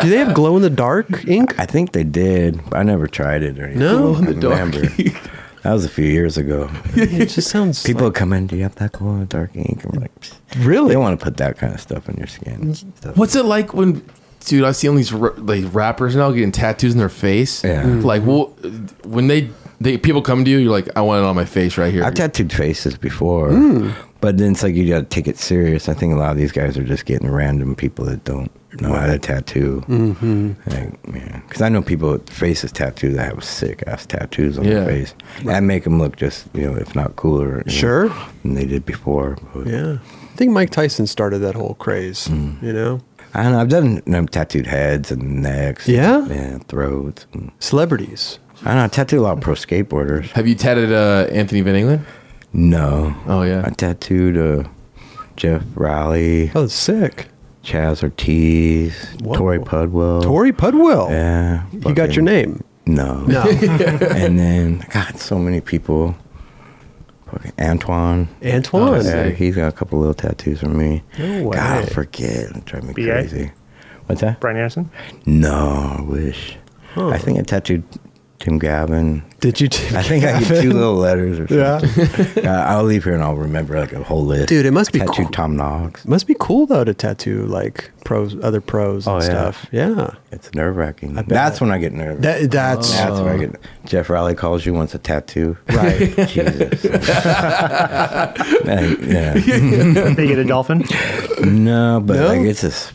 E: Do they have glow in the dark ink?
C: I think they did, but I never tried it or anything.
E: No?
C: I remember. that was a few years ago.
E: It just sounds
C: People
E: like-
C: come in, do you have that glow in the dark ink? I'm like, "Psst." you
E: really. Mm-hmm.
C: don't want to put that kind of stuff in your skin. and Stuff.
D: What's it like when, dude? I see all these ra- like rappers now getting tattoos in their face.
C: Yeah. Mm.
D: Like, well, when they they people come to you, you're like, I want it on my face right here.
C: I've tattooed faces before, but then it's like you got to take it serious. I think a lot of these guys are just getting random people that don't know how to tattoo. Mm-hmm. because I know people with faces tattooed that have sick ass tattoos on
D: Yeah.
C: their face. That make them look just you know, if not cooler, you know,
E: Sure.
C: than they did before. But-
E: Yeah, I think Mike Tyson started that whole craze.
C: Hmm.
E: You know,
C: I don't know. I've done you know, tattooed heads and necks.
E: Yeah?
C: And, yeah, throats. And,
E: celebrities.
C: I don't know. I tattooed a lot of pro skateboarders.
D: Have you tatted uh, Anthony Van England?
C: No.
D: Oh yeah.
C: I tattooed uh, Jeff Riley,
E: Oh, that's sick.
C: Chaz Ortiz,
E: Whoa.
C: Tori Pudwell.
E: Tori Pudwell.
C: Oh. Yeah.
E: You got
C: fucking-
E: your name.
C: No.
E: No,
C: and then, God, so many people. Fucking Antoine.
E: Antoine.
C: Yeah, he's got a couple little tattoos from me.
E: Oh, No way.
C: God, I forget. It drive me
B: BA?
C: crazy. What's that?
B: Brian Anderson.
C: No, I wish. I think I tattooed Tim Gavin.
E: Did you? T-
C: I think I get two little letters or
E: Yeah.
C: something. Yeah. I'll leave here and I'll remember like a whole list.
E: Dude, it must be
C: tattooed
E: cool.
C: Tom Knox.
E: Must be cool though to tattoo like pros, other pros and
C: Oh, yeah.
E: stuff. Yeah,
C: It's nerve wracking. That's when I get nervous.
E: that that's
C: That's when I get. Jeff Riley calls you wants a tattoo.
E: right.
C: Jesus. Like, yeah.
B: They get a dolphin.
C: No, but
E: No?
C: like it's just.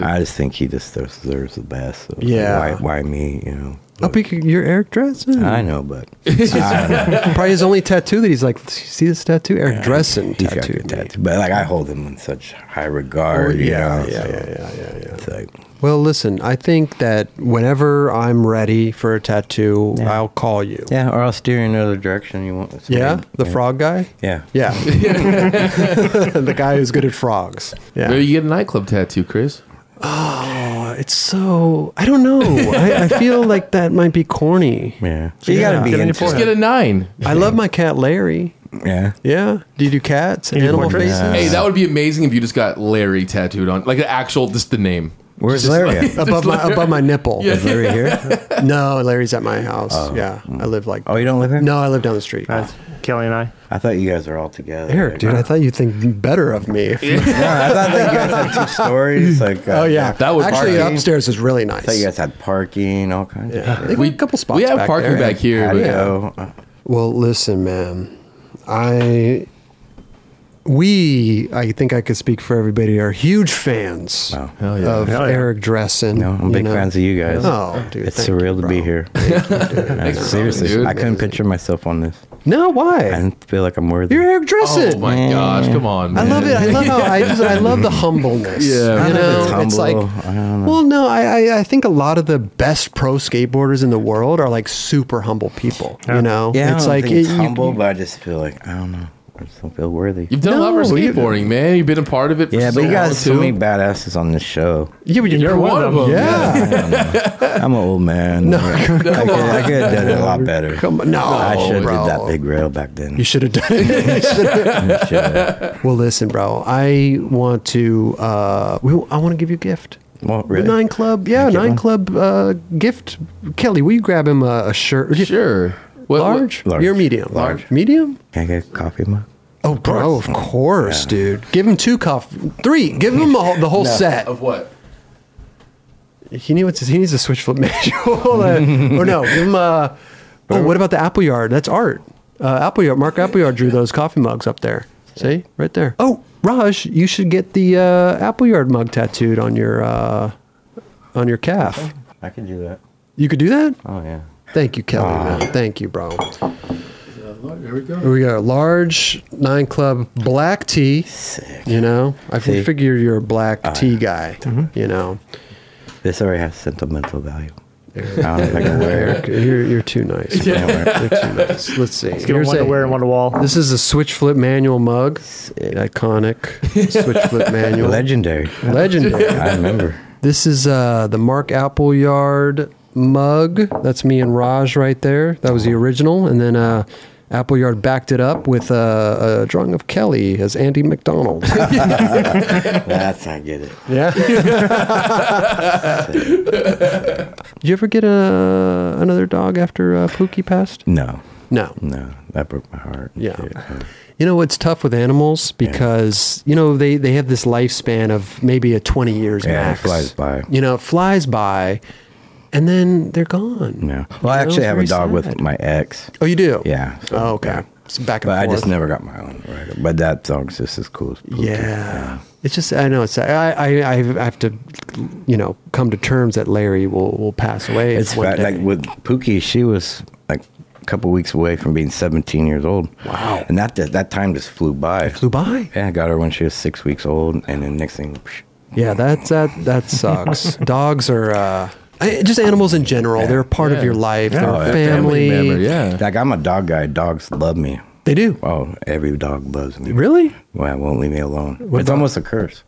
C: I just think he just deserves the best. So it's like,
E: Yeah.
C: why, why me? You know.
E: I'll pick Oh, your Eric Dressen.
C: I know, but I don't know.
E: Probably his only tattoo that he's like, see this tattoo? Eric Dressen
C: He's got Oh,
E: tattoo.
C: good tattoo. But like I hold him in such high regard. you
E: yeah,
C: know,
E: yeah,
C: so
E: yeah, yeah, yeah, yeah.
C: It's like
E: Well, listen, I think that whenever I'm ready for a tattoo,
C: Yeah.
E: I'll call you.
C: yeah, or I'll steer you in another direction. You want somebody-
E: Yeah? The frog guy?
C: Yeah.
E: Yeah. the guy who's good at frogs. Yeah.
D: Maybe you get a nightclub tattoo, Chris.
E: Uh, it's so, I don't know. I, I feel like that might be corny.
C: Yeah. you
E: Yeah.
C: gotta be
E: Get on
C: into
E: your
D: Just
C: it.
D: get a nine.
E: I love my cat Larry.
C: Yeah.
E: Yeah. Do you do cats?
B: do
E: Animal
B: portraits?
E: faces?
D: Hey, that would be amazing if you just got Larry tattooed on, like the actual, just the name.
C: Where's Larry? at?
E: above my above my nipple.
D: Yeah.
C: Larry here?
E: No, Larry's at my house. yeah, I live like.
C: Oh, you don't live here?
E: No, I live down the street.
B: That's Kelly and I.
C: I thought you guys were all together.
E: Eric, dude, I thought you'd think better of me. if-
C: No, I thought that you guys had two stories. Like, uh,
E: oh yeah,
D: That would
E: actually
D: party.
E: upstairs is really
C: I thought
E: nice.
C: you guys had parking, all kinds of
E: They
C: shit.
E: got a couple spots.
D: we have
E: back
D: parking
E: there.
D: back here. But
C: Patio. Oh,
E: Well, listen, man, I we I think I could speak for everybody are huge fans
C: Wow. Oh,
D: Hell yeah.
E: of
B: Hell yeah.
E: Eric Dressen.
C: No, I'm
E: you
C: big
E: know.
C: fans of you guys.
E: Oh, dude,
C: it's
E: thank you,
C: surreal to be
E: bro.
C: here. No,
D: for
C: seriously,
D: coming, dude.
C: I couldn't picture myself on this.
E: No, why?
C: I didn't feel like I'm worthy.
E: You're Eric Dressen.
D: Oh my gosh, come on!
E: I
D: Man.
E: love it. I love how I just I love the humbleness.
D: Yeah.
E: you
C: I
E: know,
C: don't
E: it's,
C: know if it's
E: like.
C: humble. I don't know.
E: Well, no, I, I I think a lot of the best pro skateboarders in the world are like super humble people. You know,
C: yeah, I
E: it's
C: don't
E: like
C: think it's
E: it- you-
C: humble, but I just feel like I don't know. I just don't feel worthy.
D: You've done a lot for
E: No, you-
D: skateboarding, man. You've been a part of it. For
C: yeah,
D: so
C: but you
D: long,
C: guys so
D: too.
C: many badasses on this show.
E: yeah, but
B: You're one of them.
E: Yeah.
C: I don't know. I'm an old man. No, I could I could have done it a lot better.
E: Come on, no,
C: I should have
E: bro.
C: did that big rail back then.
E: You should have done it. You should've-
C: I should've.
E: well, listen, bro. I want to. Uh, we, I want to give you a gift.
C: Well,
E: The
C: really?
E: Nine Club,
C: Can
E: yeah,
C: I get
E: Nine
C: one?
E: Club uh, gift. Kelly, will you grab him a, a shirt?
D: Sure. What,
E: Large?
C: Large.
E: You're medium.
C: Large.
E: Medium?
C: Can I get a coffee mug?
E: Oh, bro, of course, dude. Give him two cuff, three. Give him a, whole- the whole set.
D: What, of what?
E: He needs he needs to switch flip manual. uh, or no, give him a. Oh, what about the Apple Yard? That's art. Uh, Appleyard, Mark Appleyard drew those coffee mugs up there. See, right there. Oh, Raj, you should get the uh, Appleyard mug tattooed on your uh, on your calf.
C: I could do that.
E: You could do that.
C: Oh yeah.
E: Thank you, Kelly. Man. Thank you, bro.
D: There we go.
E: Here we got a large nine club black tea. You know, I
C: See?
E: figure you're a black tea guy. You know,
C: This already has sentimental value. I don't know if I can wear it.
E: Eric, you're, you're too nice.
C: I can't wear it.
E: You're too nice. Let's see.
B: Give him
E: Here's
B: one to
E: a-
B: wear and one to wall.
E: This is a switch flip manual mug. Iconic switch flip manual.
C: Legendary.
E: Legendary.
C: I remember.
E: This is uh, the Mark Appleyard mug. That's me and Raj right there. That was the original, and then uh, Appleyard backed it up with uh, a drawing of Kelly as Andy McDonald.
C: That's I get it.
E: yeah. Did you ever get a, another dog after uh, Pookie passed?
C: No,
E: No.
C: no, that broke my heart. and
E: Yeah.
C: shit.
E: You know what's tough with animals because you know they they have this lifespan of maybe a twenty years
C: Yeah, it
E: max.
C: flies by.
E: You know, it flies by, and then they're gone.
C: No. Well, I
E: You know,
C: actually have a
E: very
C: dog
E: sad.
C: with my ex.
E: Oh, you do.
C: Yeah. so,
E: oh, okay.
C: yeah.
E: It's back and
C: But I
E: forth.
C: just never got my own. Right? But that dog's just as cool. As Pookie.
E: Yeah. It's just I know it's I I I have to, you know, come to terms that Larry will will pass away.
C: It's
E: one
C: fa-
E: day.
C: like with Pookie, she was like a couple weeks away from being 17 years old.
E: Wow.
C: And that that time just flew by.
E: flew by.
C: Yeah, I got her when she was six weeks old, and then next thing, psh,
E: Yeah, that's uh, that that sucks. Dogs are uh, I- just animals in general. They're a part of
D: Yeah.
E: your life.
B: Yeah.
E: They're
C: Oh,
E: a
C: yeah.
E: family.
D: Family member, yeah.
C: like I'm a dog guy. Dogs love me.
E: They do.
C: Oh, every dog loves me.
E: Really?
C: Well, it won't leave me alone. it's
E: about-
C: almost a curse.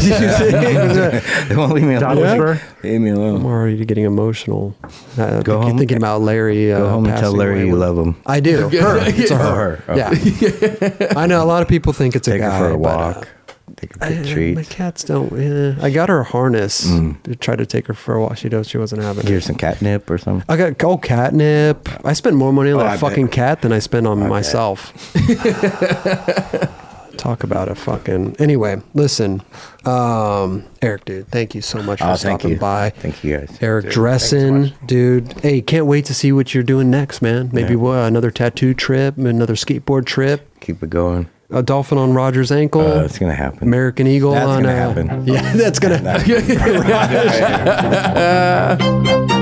E: Yeah.
C: they won't leave me
B: Dog
C: alone.
B: whisperer?
C: Leave me alone.
E: I'm already getting emotional. Uh,
C: Go
E: thinking,
C: home-
E: thinking about Larry. Uh,
C: Go home and tell
E: passing
C: Larry
E: away
C: you
E: when-
C: love him.
E: I do. Her. It's a her.
C: Her. Okay.
E: Yeah. I know a lot of people think it's a
C: Take
E: guy.
C: her for a
E: but, uh,
C: walk. take her for
E: eh, My
C: treats. Mm.
E: cats don't. eh. I got her a harness. to Tried to take her for a walk. She does. She wasn't having
C: Give her
E: it.
C: some catnip or something.
E: I got oh catnip. I spent more money on
C: Oh,
E: that
C: I bet.
E: fucking cat than I spent on myself. Talk about a fucking. Anyway, listen, um, Eric, dude, thank you so much for
C: Oh, thank
E: stopping
C: you.
E: by.
C: Thank you guys.
E: Eric Dressen, dude. Hey, can't wait to see what you're doing next, man. Maybe
C: Yeah.
E: wha- another tattoo trip, another skateboard trip.
C: Keep it going.
E: a dolphin on Roger's ankle.
C: Uh, it's gonna happen.
E: American Eagle
C: That's
E: on
C: gonna
E: uh,
C: happen.
E: Yeah, that's gonna
C: That-